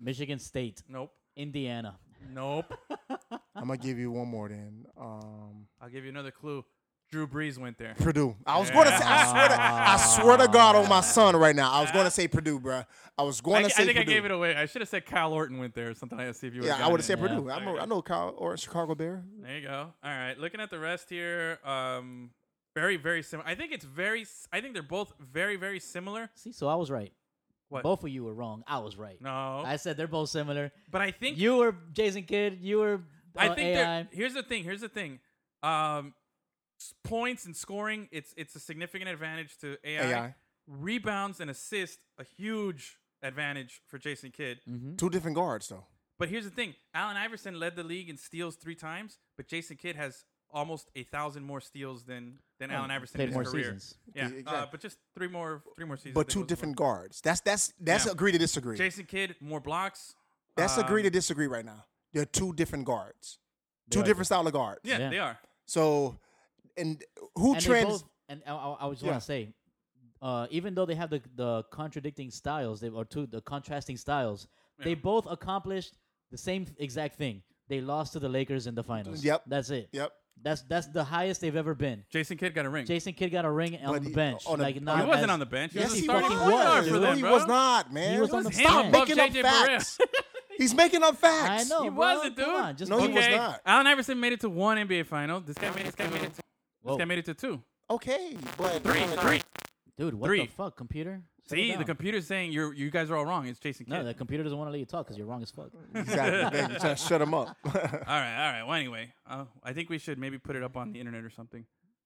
Speaker 5: Michigan State,
Speaker 6: Nope.
Speaker 5: Indiana.
Speaker 6: Nope.
Speaker 2: I'm going to give you one more then. Um,
Speaker 6: I'll give you another clue. Drew Brees went there.
Speaker 2: Purdue. I was going to say, I swear, to, I swear to God on my son right now, I was going to say Purdue, bruh. I was
Speaker 6: I,
Speaker 2: going
Speaker 6: I
Speaker 2: to say
Speaker 6: think I
Speaker 2: Purdue.
Speaker 6: gave it away. I should have said Kyle Orton went there or something. I see if you. would've
Speaker 2: yeah, I
Speaker 6: gotten
Speaker 2: would have
Speaker 6: it.
Speaker 2: said
Speaker 5: Yeah.
Speaker 2: Purdue. I'm a, I know Kyle or Chicago Bear.
Speaker 6: There you go. All right, looking at the rest here, um, very very similar. I think it's very. s- I think they're both very very similar.
Speaker 5: See, so I was right.
Speaker 6: What?
Speaker 5: Both of you were wrong. I was right.
Speaker 6: No,
Speaker 5: I said they're both similar.
Speaker 6: but I think
Speaker 5: You were Jason Kidd. You were.
Speaker 6: I
Speaker 5: uh,
Speaker 6: think
Speaker 5: AI.
Speaker 6: they're here's the thing. Here's the thing. Um, s- points and scoring, it's it's a significant advantage to AI.
Speaker 2: AI.
Speaker 6: Rebounds and assists, a huge advantage for Jason Kidd.
Speaker 5: Mm-hmm.
Speaker 2: Two different guards though.
Speaker 6: But here's the thing: Allen Iverson led the league in steals three times, but Jason Kidd has almost a thousand more steals than than
Speaker 5: Oh,
Speaker 6: Allen Iverson
Speaker 5: played
Speaker 6: in his
Speaker 5: more
Speaker 6: career.
Speaker 5: seasons.
Speaker 6: Yeah,
Speaker 2: Yeah,
Speaker 6: uh,
Speaker 2: exactly.
Speaker 6: but just three more three more seasons.
Speaker 2: But
Speaker 6: than
Speaker 2: two
Speaker 6: those
Speaker 2: different
Speaker 6: ones.
Speaker 2: guards. That's that's that's
Speaker 6: Yeah.
Speaker 2: agree to disagree.
Speaker 6: Jason Kidd more blocks.
Speaker 2: that's
Speaker 6: um,
Speaker 2: agree to disagree right now. They're two different guards.
Speaker 5: They
Speaker 2: Two
Speaker 5: are
Speaker 2: different style of guards.
Speaker 6: Yeah,
Speaker 5: Yeah.
Speaker 6: they are.
Speaker 2: So and who
Speaker 5: and they
Speaker 2: trends
Speaker 5: both, and I, I, I just
Speaker 2: Yeah.
Speaker 5: want to say, uh, even though they have the, the contradicting styles, they or two the contrasting styles, they both accomplished the same exact thing: They lost to the Lakers in the finals.
Speaker 2: Yep.
Speaker 5: That's it.
Speaker 2: Yep.
Speaker 5: That's that's the highest they've ever been.
Speaker 6: Jason Kidd got a ring.
Speaker 5: Jason Kidd got a ring on
Speaker 2: But
Speaker 5: the
Speaker 2: he-
Speaker 5: bench.
Speaker 2: on a-
Speaker 5: like
Speaker 2: on
Speaker 5: not
Speaker 6: Oh, he wasn't
Speaker 5: as-
Speaker 6: on the bench.
Speaker 5: Yes,
Speaker 6: was
Speaker 5: he
Speaker 6: the starting
Speaker 5: fucking
Speaker 6: point guard
Speaker 5: was.
Speaker 6: for
Speaker 2: No,
Speaker 6: them,
Speaker 2: he
Speaker 6: bro.
Speaker 2: was not, man.
Speaker 5: was
Speaker 2: He
Speaker 5: on the
Speaker 6: him
Speaker 2: Stop
Speaker 5: bench.
Speaker 6: above
Speaker 2: making up
Speaker 6: JJ Barea.
Speaker 2: facts. He's making up
Speaker 5: I
Speaker 2: facts.
Speaker 5: know.
Speaker 6: He
Speaker 5: bro.
Speaker 6: wasn't, dude.
Speaker 5: Come on, just
Speaker 2: No,
Speaker 5: go
Speaker 2: he
Speaker 6: okay.
Speaker 5: with
Speaker 2: was not.
Speaker 6: Allen Iverson made it to one NBA final. This guy made this guy made it. To, this
Speaker 5: Whoa.
Speaker 6: guy made it to two.
Speaker 2: Okay, but
Speaker 5: Dude, what the
Speaker 6: Three.
Speaker 5: fuck, computer? Settle
Speaker 6: See, the
Speaker 5: down.
Speaker 6: computer's saying you you guys are all wrong. It's Jason Kidd.
Speaker 5: No, the computer doesn't want to let you talk because you're wrong as fuck.
Speaker 2: exactly. Man, you trying to shut him up.
Speaker 6: all right, all right. Well, anyway, uh, I think we should maybe put it up on the internet or something.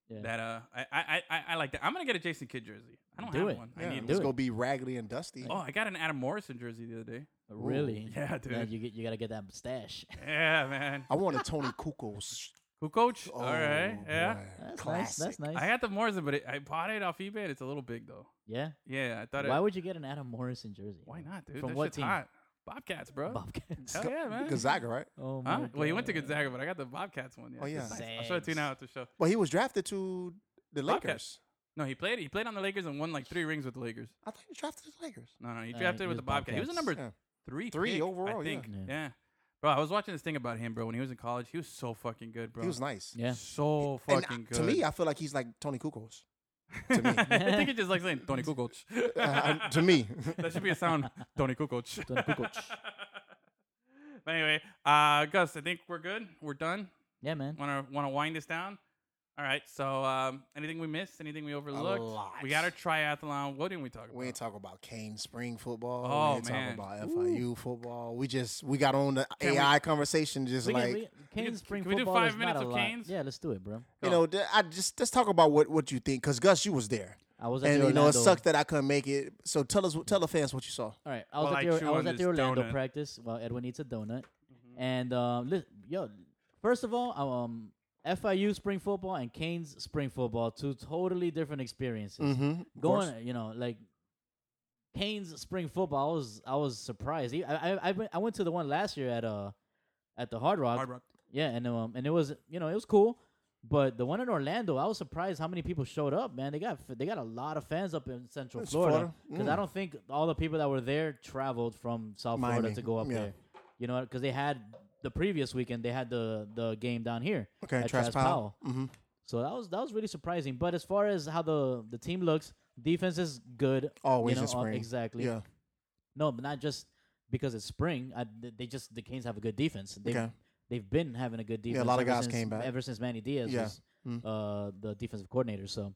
Speaker 5: Yeah.
Speaker 6: That uh, I, I I I like that. I'm gonna get a Jason Kidd jersey. I don't
Speaker 5: Do
Speaker 6: have
Speaker 5: it.
Speaker 6: one.
Speaker 2: Yeah,
Speaker 6: I need
Speaker 5: do
Speaker 2: It's
Speaker 5: it.
Speaker 2: gonna be raggedy and dusty.
Speaker 6: Oh, I got an Adam Morrison jersey the other day.
Speaker 5: really?
Speaker 6: Yeah, dude.
Speaker 5: Man, you get you gotta get that stash.
Speaker 6: Yeah, man.
Speaker 2: I want a Tony Kukoc.
Speaker 6: Who coach?
Speaker 2: Oh,
Speaker 6: all right. Yeah.
Speaker 2: boy.
Speaker 5: That's nice.
Speaker 2: Classic.
Speaker 5: That's nice.
Speaker 6: I got the Morrison, but it, I bought it off eBay. and It's a little big though.
Speaker 5: yeah.
Speaker 6: Yeah, I thought.
Speaker 5: Why
Speaker 6: it,
Speaker 5: would you get an Adam Morrison jersey?
Speaker 6: Why not, dude?
Speaker 5: From
Speaker 6: that
Speaker 5: what
Speaker 6: shit's
Speaker 5: team?
Speaker 6: hot. Bobcats, bro.
Speaker 5: Bobcats.
Speaker 6: Hell yeah, man.
Speaker 2: Gonzaga, right?
Speaker 5: Oh my.
Speaker 6: Huh? Well, he went to
Speaker 5: God.
Speaker 6: Gonzaga, but I got the Bobcats one. Yeah.
Speaker 2: Oh,
Speaker 6: It's
Speaker 2: yeah.
Speaker 6: nice. I'll show it to you
Speaker 5: Zags.
Speaker 6: now after the show.
Speaker 2: Well, he was drafted to the
Speaker 6: Bobcats.
Speaker 2: Lakers.
Speaker 6: No, he played. He played on the Lakers and won like three rings with the Lakers.
Speaker 2: I thought he was drafted to the Lakers.
Speaker 6: No, no, he
Speaker 5: Uh,
Speaker 6: drafted
Speaker 5: he
Speaker 6: with the
Speaker 5: was
Speaker 6: Bobcats. He was a
Speaker 5: Bobcats.
Speaker 6: number
Speaker 2: Yeah.
Speaker 6: three,
Speaker 2: Three
Speaker 6: pick,
Speaker 2: overall,
Speaker 6: I
Speaker 2: yeah.
Speaker 6: think.
Speaker 5: Yeah.
Speaker 6: Yeah. bro. I was watching this thing about him, bro. When he was in college, he was so fucking good, bro.
Speaker 2: He was nice.
Speaker 5: Yeah.
Speaker 6: so
Speaker 2: And
Speaker 6: fucking
Speaker 2: I-
Speaker 6: good.
Speaker 2: to me, I feel like he's like Tony Kukoc. To me,
Speaker 6: I think he just like saying Tony Kukoc.
Speaker 2: Uh, to me,
Speaker 6: that should be a sound, Tony Kukoc.
Speaker 5: Tony Kukoc.
Speaker 6: But anyway, uh, Gus, I think we're good. We're done.
Speaker 5: Yeah, man.
Speaker 6: Want to want to wind this down? All right. So, um, anything we missed? Anything we overlooked?
Speaker 2: lot.
Speaker 6: We got our triathlon. What didn't we talk about?
Speaker 2: we ain't talking about Kane spring football.
Speaker 6: Oh,
Speaker 2: we ain't
Speaker 6: man.
Speaker 2: talking about FIU football. We just we got on the
Speaker 6: Can we-
Speaker 2: AI conversation, just
Speaker 5: We can-
Speaker 2: like
Speaker 5: we- Canes
Speaker 6: can-
Speaker 5: spring
Speaker 6: can we do
Speaker 5: football
Speaker 6: five
Speaker 5: is
Speaker 6: minutes
Speaker 5: not a
Speaker 6: of
Speaker 5: lot.
Speaker 6: Canes?
Speaker 5: Yeah, let's do it, bro.
Speaker 2: you know. th- I just let's talk about what what you think, because Gus, you was there,
Speaker 5: I was at
Speaker 2: and
Speaker 5: the
Speaker 2: you know it
Speaker 5: Orlando-
Speaker 2: sucked that I couldn't make it. So tell us, tell the fans what you saw.
Speaker 5: All right, I was
Speaker 6: While
Speaker 5: at
Speaker 6: I
Speaker 5: the,
Speaker 6: chew
Speaker 5: I was
Speaker 6: on
Speaker 5: at the
Speaker 6: this
Speaker 5: Orlando
Speaker 6: donut. Mm-hmm.
Speaker 5: practice while Edwin eats a donut, and um, li- yo, first of all, um, FIU spring football and Canes spring football two totally different experiences.
Speaker 2: Mm-hmm.
Speaker 5: Going, you know, like Canes spring football, I was I was surprised. E- I I I, went- I went to the one last year at uh at the Hard Rock,
Speaker 6: Hard rock.
Speaker 5: yeah, and um and it was you know it was cool. But the one in Orlando, I was surprised how many people showed up. Man, they got they got a lot of fans up in Central
Speaker 2: That's
Speaker 5: Florida
Speaker 2: Florida.
Speaker 5: because
Speaker 2: Mm.
Speaker 5: I don't think all the people that were there traveled from South
Speaker 2: Miami.
Speaker 5: Florida to go up
Speaker 2: Yeah.
Speaker 5: there. You know, because they had the previous weekend they had the the game down here.
Speaker 2: Okay,
Speaker 5: at
Speaker 2: Travis
Speaker 5: Travis
Speaker 2: Powell.
Speaker 5: Powell.
Speaker 2: Mm-hmm.
Speaker 5: So that was that was really surprising. But as far as how the the team looks, defense is good. you
Speaker 2: Always
Speaker 5: know,
Speaker 2: in
Speaker 5: uh,
Speaker 2: spring.
Speaker 5: exactly.
Speaker 2: Yeah.
Speaker 5: No, but not just because it's spring. I, th- they just the Canes have a good defense. They've,
Speaker 2: Okay.
Speaker 5: they've been having a good defense.
Speaker 2: Yeah, a lot of
Speaker 5: ever
Speaker 2: guys
Speaker 5: since-
Speaker 2: came back.
Speaker 5: ever since Manny Diaz
Speaker 2: Yeah.
Speaker 5: was
Speaker 2: Mm.
Speaker 5: uh, the defensive coordinator. So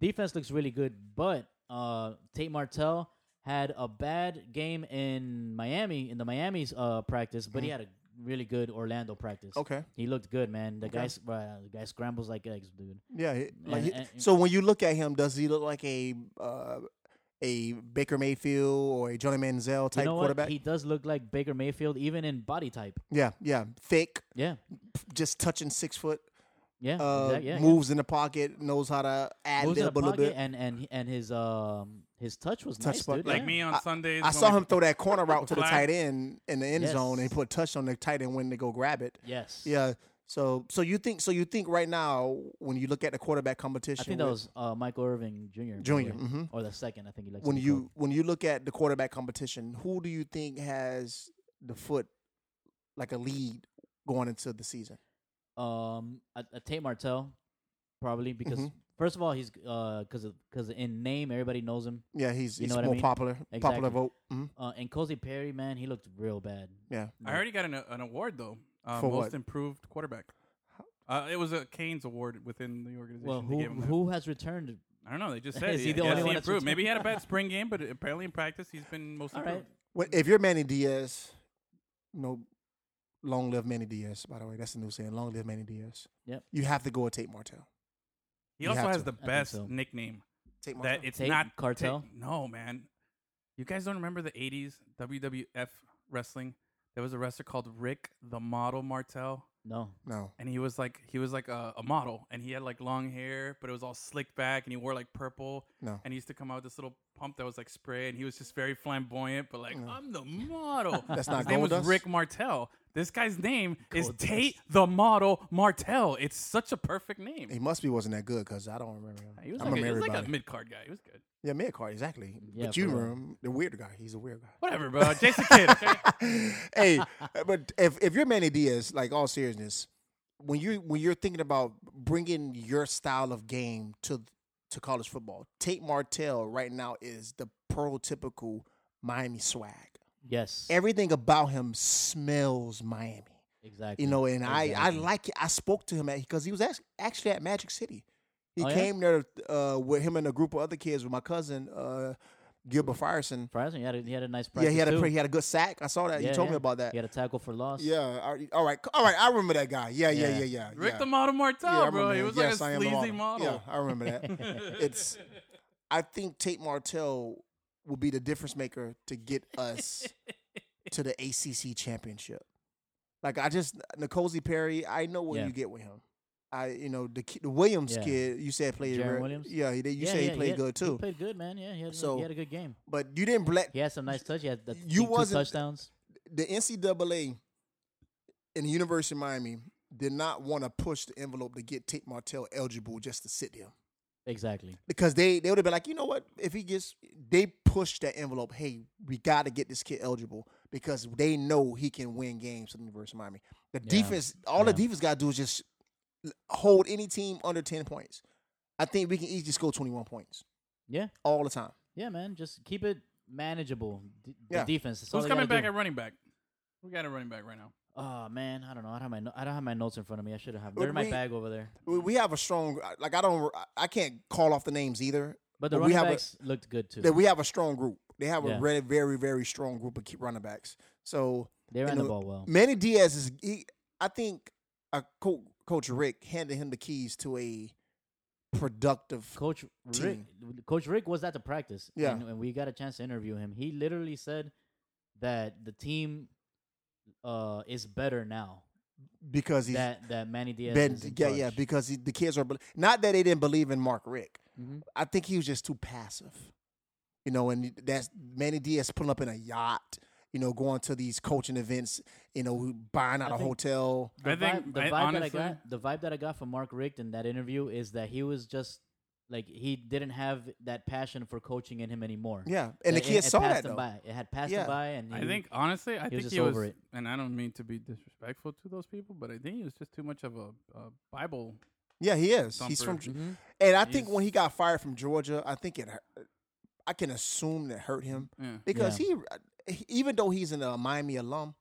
Speaker 5: defense looks really good, but uh, Tate Martell had a bad game in Miami in the Miami's uh, practice, but he had a really good Orlando practice.
Speaker 2: Hmm. Okay.
Speaker 5: He looked good, man. The
Speaker 2: Okay.
Speaker 5: guy, s- uh, the guy scrambles like eggs, dude.
Speaker 2: Yeah. he- like
Speaker 5: And-
Speaker 2: he-
Speaker 5: and-
Speaker 2: so when you look at him, does he look like a uh, a Baker Mayfield or a Johnny Manziel type
Speaker 5: you know
Speaker 2: quarterback?
Speaker 5: what? He does look like Baker Mayfield, even in body type.
Speaker 2: yeah. Yeah. Thick,
Speaker 5: Yeah,
Speaker 2: just touching six foot.
Speaker 5: yeah,
Speaker 2: Uh,
Speaker 5: exact- yeah, yeah.
Speaker 2: moves in the pocket, knows how to add
Speaker 5: moves in
Speaker 2: up a
Speaker 5: the
Speaker 2: little
Speaker 5: pocket,
Speaker 2: bit.
Speaker 5: and and and his um his touch was
Speaker 2: Touch
Speaker 5: nice,
Speaker 2: spot. uh,
Speaker 5: dude.
Speaker 6: Like
Speaker 5: yeah.
Speaker 6: me on Sundays.
Speaker 2: I
Speaker 6: when
Speaker 2: saw
Speaker 6: we-
Speaker 2: him throw that corner route to the
Speaker 6: Flag.
Speaker 2: tight end in the end
Speaker 5: Yes.
Speaker 2: zone, and he put a touch on the tight end when they go grab it.
Speaker 5: Yes.
Speaker 2: Yeah. So, so you think so? You think right now, when you look at the quarterback competition,
Speaker 5: I think that
Speaker 2: with-
Speaker 5: was uh, Michael Irving Jr. by the
Speaker 2: Junior,
Speaker 5: way.
Speaker 2: mhm.
Speaker 5: or the second. I think he likes to
Speaker 2: when
Speaker 5: be
Speaker 2: you
Speaker 5: called.
Speaker 2: when you look at the quarterback competition, who do you think has the foot like a lead going into the season?
Speaker 5: um a, a Tate Martell probably because
Speaker 2: Mm-hmm.
Speaker 5: first of all he's uh because because in name everybody knows him.
Speaker 2: Yeah, he's,
Speaker 5: You
Speaker 2: he's
Speaker 5: know what I
Speaker 2: more
Speaker 5: mean?
Speaker 2: popular, popular
Speaker 5: Exactly.
Speaker 2: vote. hmm
Speaker 5: Uh, and Cozy Perry, man, he looked real bad.
Speaker 2: Yeah,
Speaker 6: I already got an, an award though. Uh,
Speaker 2: For
Speaker 6: most
Speaker 2: what?
Speaker 6: improved quarterback. Uh, it was a Kane's award within the organization.
Speaker 5: Well,
Speaker 6: They
Speaker 5: who
Speaker 6: gave him that.
Speaker 5: who has returned?
Speaker 6: I don't know. They just said
Speaker 5: Is he
Speaker 6: yeah,
Speaker 5: the
Speaker 6: yes,
Speaker 5: only one that's
Speaker 6: improved. Maybe he had a bad
Speaker 5: returned?
Speaker 6: spring game, but apparently in practice he's been most
Speaker 5: All
Speaker 6: improved.
Speaker 5: right.
Speaker 2: When, if you're Manny Diaz, you know, long live Manny Diaz. By the way, that's the new saying: long live Manny Diaz.
Speaker 5: Yep.
Speaker 2: You have to go with Tate Martell.
Speaker 6: He
Speaker 2: You
Speaker 6: also
Speaker 2: have
Speaker 6: has
Speaker 2: to.
Speaker 6: the
Speaker 5: think
Speaker 6: best
Speaker 5: so.
Speaker 6: nickname.
Speaker 2: Tate Martell.
Speaker 6: That it's
Speaker 5: Tate
Speaker 6: not
Speaker 5: Cartel?
Speaker 6: Tate- no, man. You guys don't remember the '80s WWF wrestling? There was a wrestler called Rick the Model Martel,
Speaker 5: No,
Speaker 2: no.
Speaker 6: and he was like he was like a, a model, and he had like long hair, but it was all slicked back, and he wore like purple,
Speaker 2: No.
Speaker 6: and he used to come out with this little pump that was like spray, and he was just very flamboyant. But like, I'm the model.
Speaker 2: That's not
Speaker 6: His name was
Speaker 2: Goldust?
Speaker 6: Rick Martel. This guy's name is Tate the Model Martel. It's such a perfect name.
Speaker 2: He must be wasn't that good because I don't remember him.
Speaker 6: He was
Speaker 2: I
Speaker 6: like, a,
Speaker 2: remember
Speaker 6: he was like
Speaker 2: everybody.
Speaker 6: a mid card guy. He was good.
Speaker 2: yeah, mid card exactly.
Speaker 5: Yeah,
Speaker 2: but you
Speaker 5: for real.
Speaker 2: remember him, the weird guy. He's a weird guy.
Speaker 6: Whatever, bro. Jason Kidd. Okay?
Speaker 2: hey, uh, but if if you're Manny Diaz, like all seriousness, when you when you're thinking about bringing your style of game to to college football, Tate Martell right now is the prototypical Miami swag.
Speaker 5: Yes.
Speaker 2: Everything about him smells Miami.
Speaker 5: exactly.
Speaker 2: You know, and I I
Speaker 5: Exactly.
Speaker 2: like it. I spoke to him because he was act- actually at Magic City. He
Speaker 5: Oh, yeah?
Speaker 2: came there uh, with him and a group of other kids with my cousin uh, Gilbert Fireson.
Speaker 5: Fryerson, he had a, he had a nice
Speaker 2: Yeah,
Speaker 5: practice
Speaker 2: he had a
Speaker 5: too.
Speaker 2: pre- he had a good sack. I saw that.
Speaker 5: Yeah,
Speaker 2: you told
Speaker 5: yeah.
Speaker 2: me about that.
Speaker 5: He had a tackle for loss.
Speaker 2: Yeah. all right- All right. All right. I remember that guy. Yeah. Yeah. Yeah. Yeah.
Speaker 5: Yeah.
Speaker 2: yeah
Speaker 6: Rick the Model Martel,
Speaker 2: Yeah, I
Speaker 6: bro.
Speaker 2: remember
Speaker 6: He
Speaker 2: him.
Speaker 6: was
Speaker 2: Yes, I
Speaker 6: like a
Speaker 2: am the
Speaker 6: sleazy model.
Speaker 2: Yeah, I remember that. it's. I think Tate Martell will be the difference maker to get us to the ACC championship. Like I just Nicozy Perry, I know what
Speaker 5: Yeah.
Speaker 2: you get with him. I you know the, ki- the Williams
Speaker 5: Yeah.
Speaker 2: kid you said played
Speaker 5: Jaron
Speaker 2: re-
Speaker 5: Williams?
Speaker 2: Yeah, he did. You said he
Speaker 5: yeah,
Speaker 2: played
Speaker 5: had-
Speaker 2: good
Speaker 5: He
Speaker 2: too.
Speaker 5: played good, man. Yeah, he had,
Speaker 2: So-
Speaker 5: he had a good game.
Speaker 2: But you didn't let
Speaker 5: He had some nice touch. He had the,
Speaker 2: You
Speaker 5: two
Speaker 2: wasn't-
Speaker 5: touchdowns.
Speaker 2: the NCAA and the University of Miami did not want to push the envelope to get Tate Martell eligible just to sit there.
Speaker 5: Exactly.
Speaker 2: Because they, they would have been like, you know what? If he gets, they pushed that envelope. Hey, we got to get this kid eligible because they know he can win games for the University of Miami. The
Speaker 5: Yeah.
Speaker 2: defense, all the
Speaker 5: Yeah.
Speaker 2: defense got to do is just l- hold any team under 10 points. I think we can easily score 21 points
Speaker 5: Yeah.
Speaker 2: all the time.
Speaker 5: Yeah, man. Just keep it manageable. D-
Speaker 2: Yeah.
Speaker 5: The defense. That's all
Speaker 6: Who's
Speaker 5: they
Speaker 6: coming
Speaker 5: gotta
Speaker 6: back
Speaker 5: do.
Speaker 6: at running back? We got a running back right now.
Speaker 5: Oh man, I don't know. I don't have my no- I don't have my notes in front of me. I should have. They're in
Speaker 2: we-
Speaker 5: my bag over there.
Speaker 2: We, we have a strong, like, I don't, I can't call off the names either.
Speaker 5: But the
Speaker 2: we
Speaker 5: running
Speaker 2: have a-
Speaker 5: backs looked good too.
Speaker 2: that we have a strong group. They have a
Speaker 5: Yeah.
Speaker 2: very, very, very strong group of key running backs. So
Speaker 5: They ran
Speaker 2: and
Speaker 5: the
Speaker 2: the-
Speaker 5: ball well.
Speaker 2: Manny Diaz is, he, I think, uh, Co- Coach Rick handed him the keys to a productive.
Speaker 5: Coach Rick, Coach Rick was at the practice.
Speaker 2: Yeah.
Speaker 5: and, and we got a chance to interview him. He literally said that the team uh is better now
Speaker 2: because he's
Speaker 5: that that Manny Diaz
Speaker 2: been,
Speaker 5: is in
Speaker 2: yeah, yeah,
Speaker 5: charge.
Speaker 2: because he, the kids are bel- not that they didn't believe in Mark Rick.
Speaker 5: Mhm.
Speaker 2: I think he was just too passive, you know. And that's Manny Diaz pulling up in a yacht, you know, going to these coaching events, you know, buying out a
Speaker 5: I think-
Speaker 2: hotel.
Speaker 5: the
Speaker 6: I
Speaker 5: vibe,
Speaker 6: think-
Speaker 5: the
Speaker 6: I-
Speaker 5: vibe
Speaker 6: honestly-
Speaker 5: that I got, the vibe that I got from Mark Richt in that interview is that he was just like he didn't have that passion for coaching in him anymore.
Speaker 2: Yeah, and the
Speaker 5: Like, it-
Speaker 2: kids
Speaker 5: it
Speaker 2: saw
Speaker 5: passed
Speaker 2: that
Speaker 5: him
Speaker 2: though.
Speaker 5: by. It had passed
Speaker 2: Yeah.
Speaker 5: him by, and
Speaker 6: I
Speaker 5: he-
Speaker 6: think honestly, I
Speaker 5: he was
Speaker 6: think
Speaker 5: just
Speaker 6: he was,
Speaker 5: over it.
Speaker 6: and I don't mean to be disrespectful to those people, but I think he was just too much of a, a Bible.
Speaker 2: Yeah, he is. He's from,
Speaker 6: Thumper.
Speaker 5: Mm-hmm.
Speaker 2: and I think
Speaker 6: He's-
Speaker 2: when he got fired from Georgia, I think it, hurt- I can assume that hurt him
Speaker 6: Yeah.
Speaker 2: because he, even though he's an uh, Miami alum,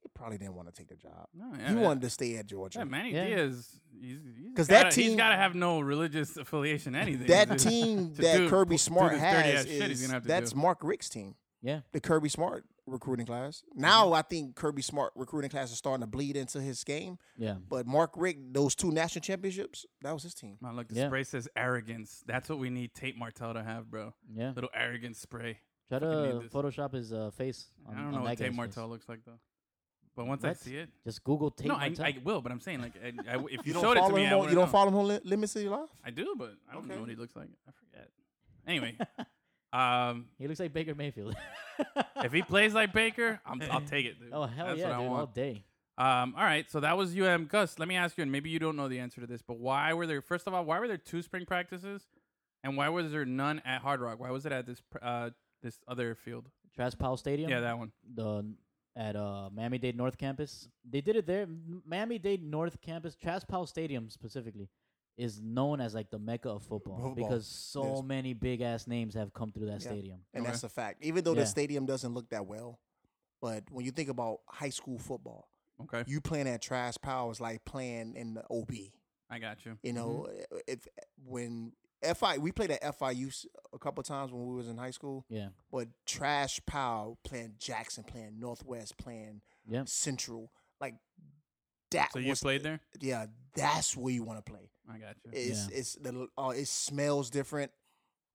Speaker 2: he probably didn't want to take the job.
Speaker 6: No, yeah,
Speaker 2: he
Speaker 6: yeah.
Speaker 2: wanted to stay at Georgia.
Speaker 6: Yeah, Manny
Speaker 5: Yeah.
Speaker 6: Diaz. He's, he's
Speaker 2: 'Cause that
Speaker 6: gotta- he's
Speaker 2: team-
Speaker 6: got to have no religious affiliation. Anything
Speaker 2: that
Speaker 6: Just-
Speaker 2: team
Speaker 6: to
Speaker 2: that
Speaker 6: do-
Speaker 2: Kirby
Speaker 6: do
Speaker 2: Smart
Speaker 6: this dirty
Speaker 2: has
Speaker 6: ass shit he's
Speaker 2: is
Speaker 6: gonna have to
Speaker 2: that's
Speaker 6: do.
Speaker 2: Mark Rick's team.
Speaker 5: yeah,
Speaker 2: The Kirby Smart recruiting class.
Speaker 6: Mm-hmm.
Speaker 2: Now I think Kirby Smart recruiting class is starting to bleed into his game.
Speaker 5: yeah,
Speaker 2: But Mark Rick, those two national championships, that was his team.
Speaker 6: Man, look, the
Speaker 5: Yeah.
Speaker 6: spray says arrogance. That's what we need Tate Martell to have, bro.
Speaker 5: yeah.
Speaker 6: Little arrogance spray.
Speaker 5: Try
Speaker 6: fucking need
Speaker 5: to
Speaker 6: this.
Speaker 5: Photoshop his uh, face. On,
Speaker 6: I don't
Speaker 5: on
Speaker 6: know
Speaker 5: that
Speaker 6: what Tate
Speaker 5: guy's
Speaker 6: Martell
Speaker 5: face.
Speaker 6: looks like though. But once I
Speaker 5: What?
Speaker 6: see it,
Speaker 5: Just Google Tate
Speaker 6: no, I,
Speaker 5: Martell.
Speaker 6: I will. But I'm saying, like, I, I, if you,
Speaker 2: don't
Speaker 6: showed it to
Speaker 2: follow
Speaker 6: me,
Speaker 2: him
Speaker 6: I
Speaker 2: on,
Speaker 6: wouldn't
Speaker 2: you don't
Speaker 6: know.
Speaker 2: follow him on Lim- Limit City Live?
Speaker 6: I do, but I don't
Speaker 2: Okay.
Speaker 6: know what he looks like. I forget. Anyway, um,
Speaker 5: he looks like Baker Mayfield.
Speaker 6: if he plays like Baker, I'm, I'll take it. Dude.
Speaker 5: oh hell
Speaker 6: That's
Speaker 5: yeah,
Speaker 6: what I
Speaker 5: dude, all
Speaker 6: want.
Speaker 5: day.
Speaker 6: Um, all right, so that was UM Gus. Let me ask you, and maybe you don't know the answer to this, but why were there? First of all, why were there two spring practices, and why was there none at Hard Rock? Why was it at this pr- uh, this other field?
Speaker 5: Travis Powell Stadium.
Speaker 6: Yeah, that one.
Speaker 5: the at uh Miami Dade North Campus. They did it there. Miami Dade North Campus, Travis Powell Stadium specifically, is known as like the mecca of football,
Speaker 2: Football.
Speaker 5: because so
Speaker 2: Yes.
Speaker 5: many big ass names have come through that
Speaker 2: Yeah.
Speaker 5: stadium.
Speaker 2: And
Speaker 6: Okay.
Speaker 2: that's a fact. Even though
Speaker 5: Yeah.
Speaker 2: the stadium doesn't look that well, but when you think about high school football,
Speaker 6: Okay,
Speaker 2: you playing at Trash Power is like playing in the OB.
Speaker 6: I got you.
Speaker 2: You know, eh, if when FI we played at FIU s- a couple times when we was in high school,
Speaker 5: Yeah,
Speaker 2: but Trash Power playing Jackson, playing Northwest, playing
Speaker 5: yeah.
Speaker 2: Central, like that.
Speaker 6: So you
Speaker 2: was-
Speaker 6: played there?
Speaker 2: Yeah, that's where you want to play.
Speaker 6: I got you.
Speaker 2: It's it's the uh, it smells different.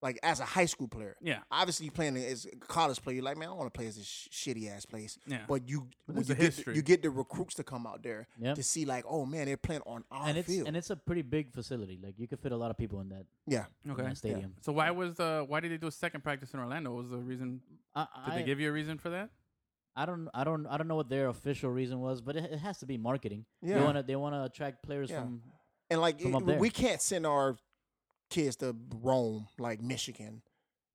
Speaker 2: Like as a high school player.
Speaker 6: Yeah.
Speaker 2: Obviously, you playing as a college player. You're like, man, I don't want to play as this sh- shitty ass place.
Speaker 6: Yeah.
Speaker 2: But you, when
Speaker 6: there's
Speaker 2: you,
Speaker 6: a
Speaker 2: get the,
Speaker 6: history.
Speaker 2: you get the recruits to come out there
Speaker 5: Yep.
Speaker 2: to see, like, oh man, they're playing on our
Speaker 5: and it's
Speaker 2: field.
Speaker 5: and it's a pretty big facility. Like you could fit a lot of people in that,
Speaker 2: yeah.
Speaker 5: in
Speaker 6: Okay.
Speaker 5: that stadium.
Speaker 6: So why was the why did they do a second practice in Orlando? What was the reason? Did
Speaker 5: I, I,
Speaker 6: they give you a reason for that?
Speaker 5: I don't I don't I don't know what their official reason was, but it, it has to be marketing. They
Speaker 2: Yeah.
Speaker 5: want to they want to attract players
Speaker 2: Yeah.
Speaker 5: from
Speaker 2: And like
Speaker 5: From up
Speaker 2: it-
Speaker 5: there.
Speaker 2: we can't send our kids to Rome, like Michigan.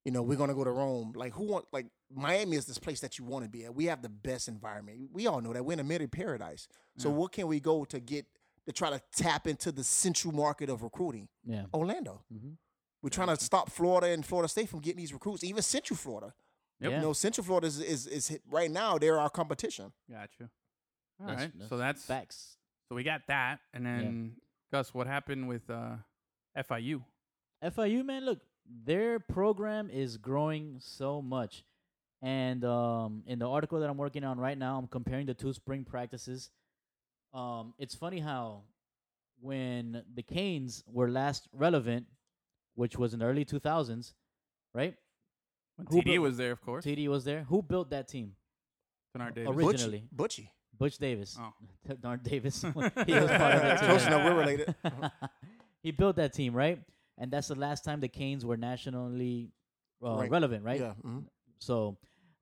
Speaker 2: You know, we're gonna go to Rome. Like who want like Miami is this place that you want to be at. We have the best environment. We all know that. We're in a middle paradise. So what can we go to get to try to tap into the central market of recruiting?
Speaker 5: yeah.
Speaker 2: Orlando.
Speaker 5: Mhm.
Speaker 2: We're trying to stop Florida and Florida State from getting these recruits, even Central Florida.
Speaker 6: Yep.
Speaker 5: yeah.
Speaker 2: You know, Central Florida is, is, is hit, right now, they're our competition.
Speaker 6: Got you. All right.
Speaker 5: That's-
Speaker 6: so that's
Speaker 5: facts.
Speaker 6: so we got that, and then Gus, what happened with uh, FIU?
Speaker 5: FIU, man, look, their program is growing so much. And um, in the article that I'm working on right now, I'm comparing the two spring practices. Um, it's funny how when the Canes were last relevant, which was in the early 2000s, right?
Speaker 6: When
Speaker 5: Who
Speaker 6: TD
Speaker 5: built-
Speaker 6: was there, of course.
Speaker 5: TD was there. Who built that team?
Speaker 6: Denard
Speaker 5: Ori-
Speaker 6: Davis.
Speaker 5: Originally.
Speaker 2: Butchie. Butchie.
Speaker 5: Butch Davis.
Speaker 6: Oh.
Speaker 5: Darn Davis. he was part of that team.
Speaker 2: Close enough, we're related.
Speaker 5: he built that team, right? And that's the last time the Canes were nationally uh,
Speaker 2: Right.
Speaker 5: relevant, right?
Speaker 2: Yeah. mhm.
Speaker 5: So,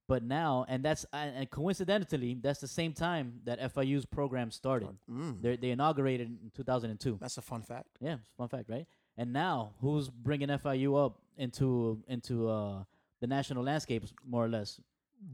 Speaker 5: but now, and that's and and coincidentally, that's the same time that FIU's program started.
Speaker 2: Mm.
Speaker 5: They they inaugurated in 2002.
Speaker 2: That's a fun fact.
Speaker 5: Yeah, it's a fun fact, right? And now, who's bringing FIU up into into uh, the national landscapes, more or less?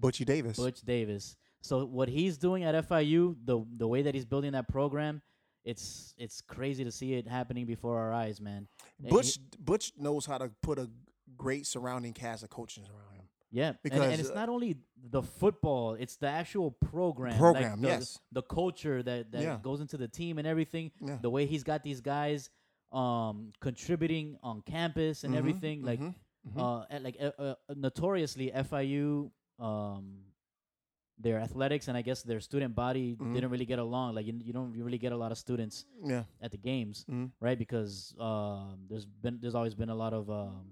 Speaker 2: Butchie Davis.
Speaker 5: Butch Davis. So what he's doing at FIU, the the way that he's building that program, it's it's crazy to see it happening before our eyes, man. And
Speaker 2: Butch
Speaker 5: he-
Speaker 2: Butch knows how to put a great surrounding cast of coaches around him.
Speaker 5: yeah, because and,
Speaker 2: because,
Speaker 5: it's
Speaker 2: uh,
Speaker 5: not only the football; it's the actual program, like
Speaker 2: Program,
Speaker 5: the,
Speaker 2: yes.
Speaker 5: the culture that that
Speaker 2: Yeah.
Speaker 5: goes into the team and everything.
Speaker 2: Yeah.
Speaker 5: The way he's got these guys um contributing on campus
Speaker 2: Mm-hmm,
Speaker 5: and everything, like
Speaker 2: Hmm?
Speaker 5: uh, at- like uh, uh, notoriously FIU um their athletics and I guess their student body
Speaker 2: Mm-hmm.
Speaker 5: didn't really get along. Like you, you don't really get a lot of students
Speaker 2: Yeah.
Speaker 5: at the games,
Speaker 2: Mm-hmm.
Speaker 5: right? Because um, there's been there's always been a lot of um,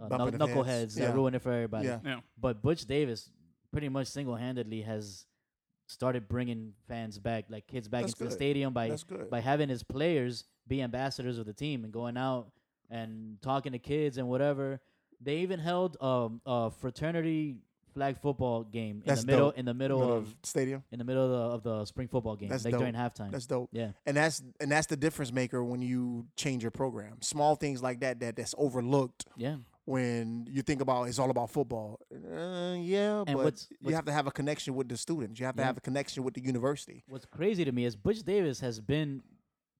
Speaker 5: uh,
Speaker 2: Bumping
Speaker 5: knuck-
Speaker 2: of heads.
Speaker 5: knuckleheads that
Speaker 2: Yeah.
Speaker 5: ruin it for everybody.
Speaker 2: Yeah.
Speaker 6: Yeah.
Speaker 5: But Butch Davis pretty much single handedly has started bringing fans back, like kids back
Speaker 2: That's
Speaker 5: into the
Speaker 2: good.
Speaker 5: stadium by
Speaker 2: That's good.
Speaker 5: by having his players be ambassadors of the team and going out and talking to kids and whatever. They even held um, a fraternity flag football game in
Speaker 2: That's
Speaker 5: the middle
Speaker 2: dope.
Speaker 5: in the middle,
Speaker 2: Middle
Speaker 5: of
Speaker 2: of stadium.
Speaker 5: in the middle of the, of the spring football game,
Speaker 2: That's
Speaker 5: like
Speaker 2: dope.
Speaker 5: during halftime.
Speaker 2: That's dope.
Speaker 5: Yeah.
Speaker 2: And that's and that's the difference maker when you change your program. Small things like that that that's overlooked
Speaker 5: yeah.
Speaker 2: when you think about it's all about football. Uh, yeah, but
Speaker 5: what's-
Speaker 2: you
Speaker 5: what's-
Speaker 2: have to have a connection with the students. You have to
Speaker 5: Yeah.
Speaker 2: have a connection with the university.
Speaker 5: What's crazy to me is Butch Davis has been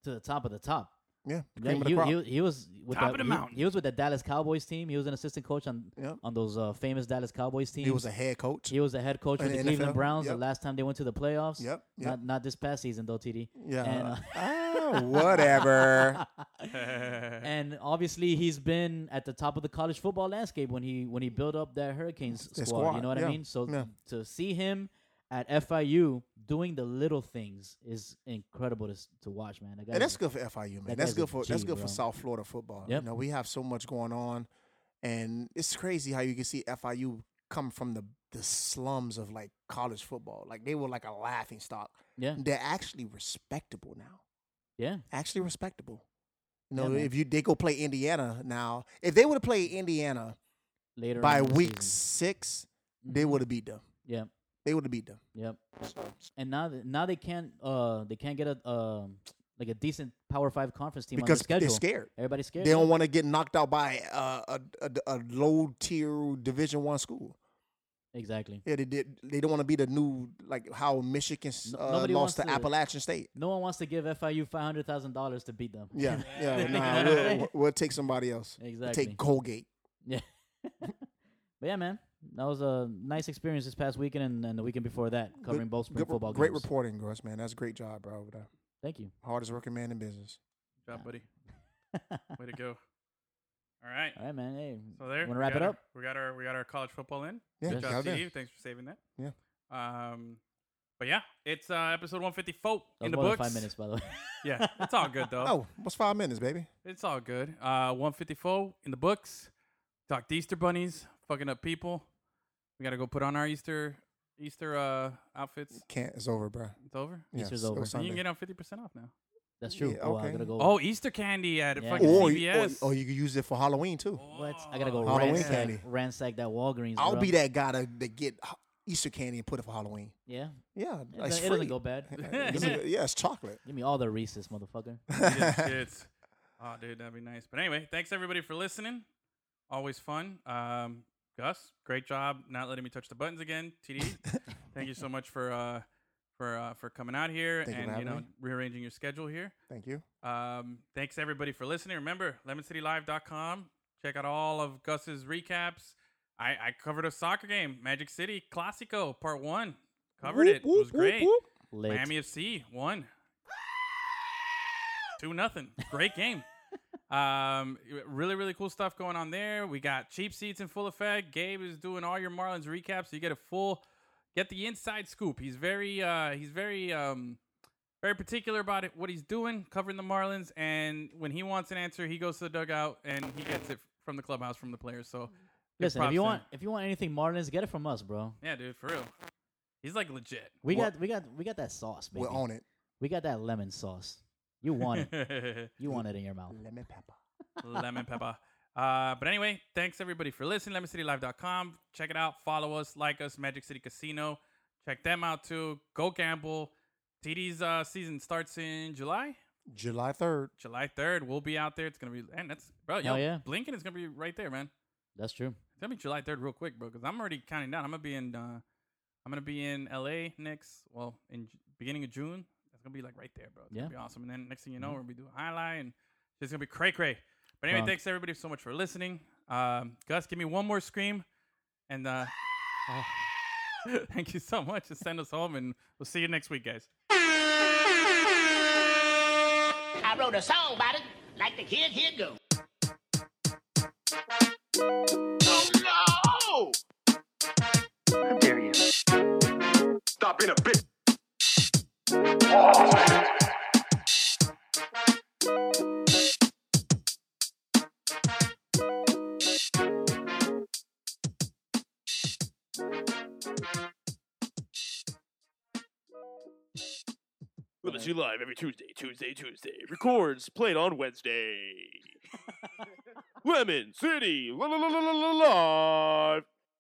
Speaker 5: to the top of the top.
Speaker 2: Yeah. the
Speaker 5: Yeah,
Speaker 2: cream of the
Speaker 5: he,
Speaker 2: crop.
Speaker 5: he, he was with
Speaker 6: Top
Speaker 5: the,
Speaker 6: of the
Speaker 5: he-
Speaker 6: mountain.
Speaker 5: He, was with the Dallas Cowboys team. He was an assistant coach on
Speaker 2: Yeah.
Speaker 5: on those uh, famous Dallas Cowboys teams.
Speaker 2: He was a head coach.
Speaker 5: He was the head coach
Speaker 2: In
Speaker 5: with the
Speaker 2: the
Speaker 5: Cleveland
Speaker 2: NFL,
Speaker 5: Browns the
Speaker 2: yep.
Speaker 5: last time they went to the playoffs.
Speaker 2: Yep, yep.
Speaker 5: Not not this past season though, TD.
Speaker 2: yeah.
Speaker 5: And, uh,
Speaker 2: Ah, whatever.
Speaker 5: and obviously he's been at the top of the college football landscape when he when he built up that Hurricanes
Speaker 2: The
Speaker 5: squad, You
Speaker 2: squad,
Speaker 5: know what I
Speaker 2: yeah,
Speaker 5: mean? So
Speaker 2: yeah.
Speaker 5: to see him at FIU doing the little things is incredible to s- to watch, man. That guy
Speaker 2: And
Speaker 5: is-
Speaker 2: that's good for FIU, man.
Speaker 5: that
Speaker 2: That's
Speaker 5: guy's a
Speaker 2: good for that's
Speaker 5: G,
Speaker 2: good
Speaker 5: bro.
Speaker 2: for South Florida football.
Speaker 5: Yep.
Speaker 2: You know, we have so much going on, and it's crazy how you can see FIU come from the the slums of like college football. Like they were like a laughing stock.
Speaker 5: yeah,
Speaker 2: They're actually respectable now.
Speaker 5: yeah.
Speaker 2: Actually respectable. You know,
Speaker 5: Yeah, man.
Speaker 2: if you they go play Indiana now, if they would have played Indiana
Speaker 5: Later
Speaker 2: by
Speaker 5: on in the
Speaker 2: week
Speaker 5: season. Mm-hmm.
Speaker 2: six, they would have beat them.
Speaker 5: Yeah.
Speaker 2: They would have beat them.
Speaker 5: Yep. And now th- now they can't uh they can't get a um like a decent Power Five conference team on
Speaker 2: Because
Speaker 5: the
Speaker 2: they're
Speaker 5: schedule.
Speaker 2: scared.
Speaker 5: Everybody's scared.
Speaker 2: They
Speaker 5: yeah.
Speaker 2: don't want to get knocked out by uh, a, a, a low tier Division One school.
Speaker 5: exactly.
Speaker 2: Yeah, they did. They don't want to be the new like how Michigan s-
Speaker 5: No-
Speaker 2: uh,
Speaker 5: nobody
Speaker 2: lost
Speaker 5: wants
Speaker 2: to,
Speaker 5: to-
Speaker 2: Appalachian State.
Speaker 5: No one wants to give FIU five hundred thousand dollars to beat them.
Speaker 2: Yeah, yeah. nah, we'll, we'll- we'll take somebody else. We'll
Speaker 5: Exactly.
Speaker 2: Take Colgate.
Speaker 5: Yeah. but yeah, man, that was a nice experience this past weekend and, and the weekend before that, covering both spring
Speaker 2: Good re-
Speaker 5: football
Speaker 2: great
Speaker 5: games.
Speaker 2: reporting, Gross man. That's a great job, bro. Over there.
Speaker 5: Thank you.
Speaker 2: Hardest working man in business.
Speaker 6: Good job, buddy. Way to go. All right.
Speaker 5: All right, man. Hey,
Speaker 6: So there.
Speaker 5: Want to
Speaker 6: we
Speaker 5: wrap it
Speaker 6: got our-
Speaker 5: up?
Speaker 6: we got our we got our college football in.
Speaker 2: Yeah,
Speaker 6: Good
Speaker 2: got
Speaker 6: job,
Speaker 2: it in.
Speaker 6: Steve. Thanks for saving that.
Speaker 2: Yeah.
Speaker 6: Um, but yeah, it's uh episode one fifty four
Speaker 5: That was
Speaker 6: in the
Speaker 5: more than
Speaker 6: books.
Speaker 5: five minutes, by the way.
Speaker 6: Yeah, it's all good though.
Speaker 2: Oh, what's five minutes, baby?
Speaker 6: It's all good. Uh, 154 in the books. Talked Easter bunnies, fucking up people. We gotta go put on our Easter Easter uh outfits.
Speaker 2: Can't. It's over, bro.
Speaker 6: It's over.
Speaker 2: Yes,
Speaker 5: Easter's
Speaker 2: it
Speaker 5: over.
Speaker 2: was
Speaker 6: And you
Speaker 2: Sunday.
Speaker 6: can get on fifty percent off now.
Speaker 5: That's true.
Speaker 2: Yeah,
Speaker 5: Oh, I
Speaker 2: okay.
Speaker 5: gotta go.
Speaker 6: Oh, Easter candy at
Speaker 5: Yeah. Oh,
Speaker 6: fucking
Speaker 2: or, you- or,
Speaker 6: CVS.
Speaker 2: or you could use it for Halloween too.
Speaker 5: what? oh, I gotta go
Speaker 2: Halloween
Speaker 5: ransack,
Speaker 2: candy.
Speaker 5: ransack that Walgreens.
Speaker 2: I'll
Speaker 5: bro.
Speaker 2: be that guy to, to get h- Easter candy and put it for Halloween.
Speaker 5: Yeah,
Speaker 2: Yeah,
Speaker 5: it,
Speaker 2: it's
Speaker 5: doesn't- it doesn't
Speaker 2: free.
Speaker 5: go bad.
Speaker 2: It's a- yeah, it's chocolate.
Speaker 5: Give me all the Reese's, motherfucker.
Speaker 6: Yeah, shit. Oh, dude, that'd be nice. But anyway, thanks everybody for listening. Always fun. Um, Gus, great job not letting me touch the buttons again. TD, thank you so much for uh, for uh, for coming out here
Speaker 2: Thank you for
Speaker 6: and you
Speaker 2: having
Speaker 6: know
Speaker 2: me.
Speaker 6: rearranging your schedule here.
Speaker 2: Thank you.
Speaker 6: Um, thanks everybody for listening. Remember, lemoncitylive.com. Check out all of Gus's recaps. I, I covered a soccer game, Magic City Classico Part One. Covered
Speaker 2: Whoop,
Speaker 6: it.
Speaker 2: whoop,
Speaker 6: it was
Speaker 2: whoop,
Speaker 6: great.
Speaker 2: whoop.
Speaker 5: Lit.
Speaker 6: Miami FC won. Two nothing. Great game. Um, really, really cool stuff going on there. We got cheap seats in full effect. Gabe is doing all your Marlins recaps, so you get a full, get the inside scoop. He's very, uh, he's very, um, very particular about it, what he's doing, covering the Marlins. And when he wants an answer, he goes to the dugout and he gets it from the clubhouse from the players. So, give
Speaker 5: Listen, if
Speaker 6: props
Speaker 5: you
Speaker 6: to
Speaker 5: want,
Speaker 6: him.
Speaker 5: if you want anything Marlins, get it from us, bro.
Speaker 6: yeah, dude, for real, he's like legit.
Speaker 5: We
Speaker 2: What-
Speaker 5: got, we got, we got that sauce, baby.
Speaker 2: We're on it.
Speaker 5: We got that lemon sauce. You want it. You want it in your mouth.
Speaker 2: Lemon pepper.
Speaker 6: lemon pepper. Uh, but anyway, thanks everybody for listening. LemonCityLive.com. Check it out. Follow us. Like us. Magic City Casino. Check them out too. Go gamble. TD's uh, season starts in July.
Speaker 2: July third.
Speaker 6: July 3rd. We'll be out there. It's going to be, and that's, bro, yo,
Speaker 5: Hell yeah.
Speaker 6: Blinken is going to be right there, man.
Speaker 5: That's true.
Speaker 6: It's going to be July 3rd real quick, bro, because I'm already counting down. I'm going to be in, uh, I'm going to be in LA next, well, in J- beginning of June. That's going to be like right there, bro. It's going
Speaker 5: Yeah.
Speaker 6: to be awesome. And then next thing you know, we're going to be doing highlight and it's going to be cray cray. But anyway,
Speaker 5: Fun.
Speaker 6: thanks everybody so much for listening. Um, Gus, give me one more scream. And uh, thank you so much. Just send us home, and we'll see you next week, guys.
Speaker 9: I wrote a song about it, like the kid here go.
Speaker 3: Oh
Speaker 4: How dare you?
Speaker 3: no! Stop being a bitch. With us you live every Tuesday, Tuesday, Tuesday. Records played on Wednesday. Lemon City, la la la la la la live.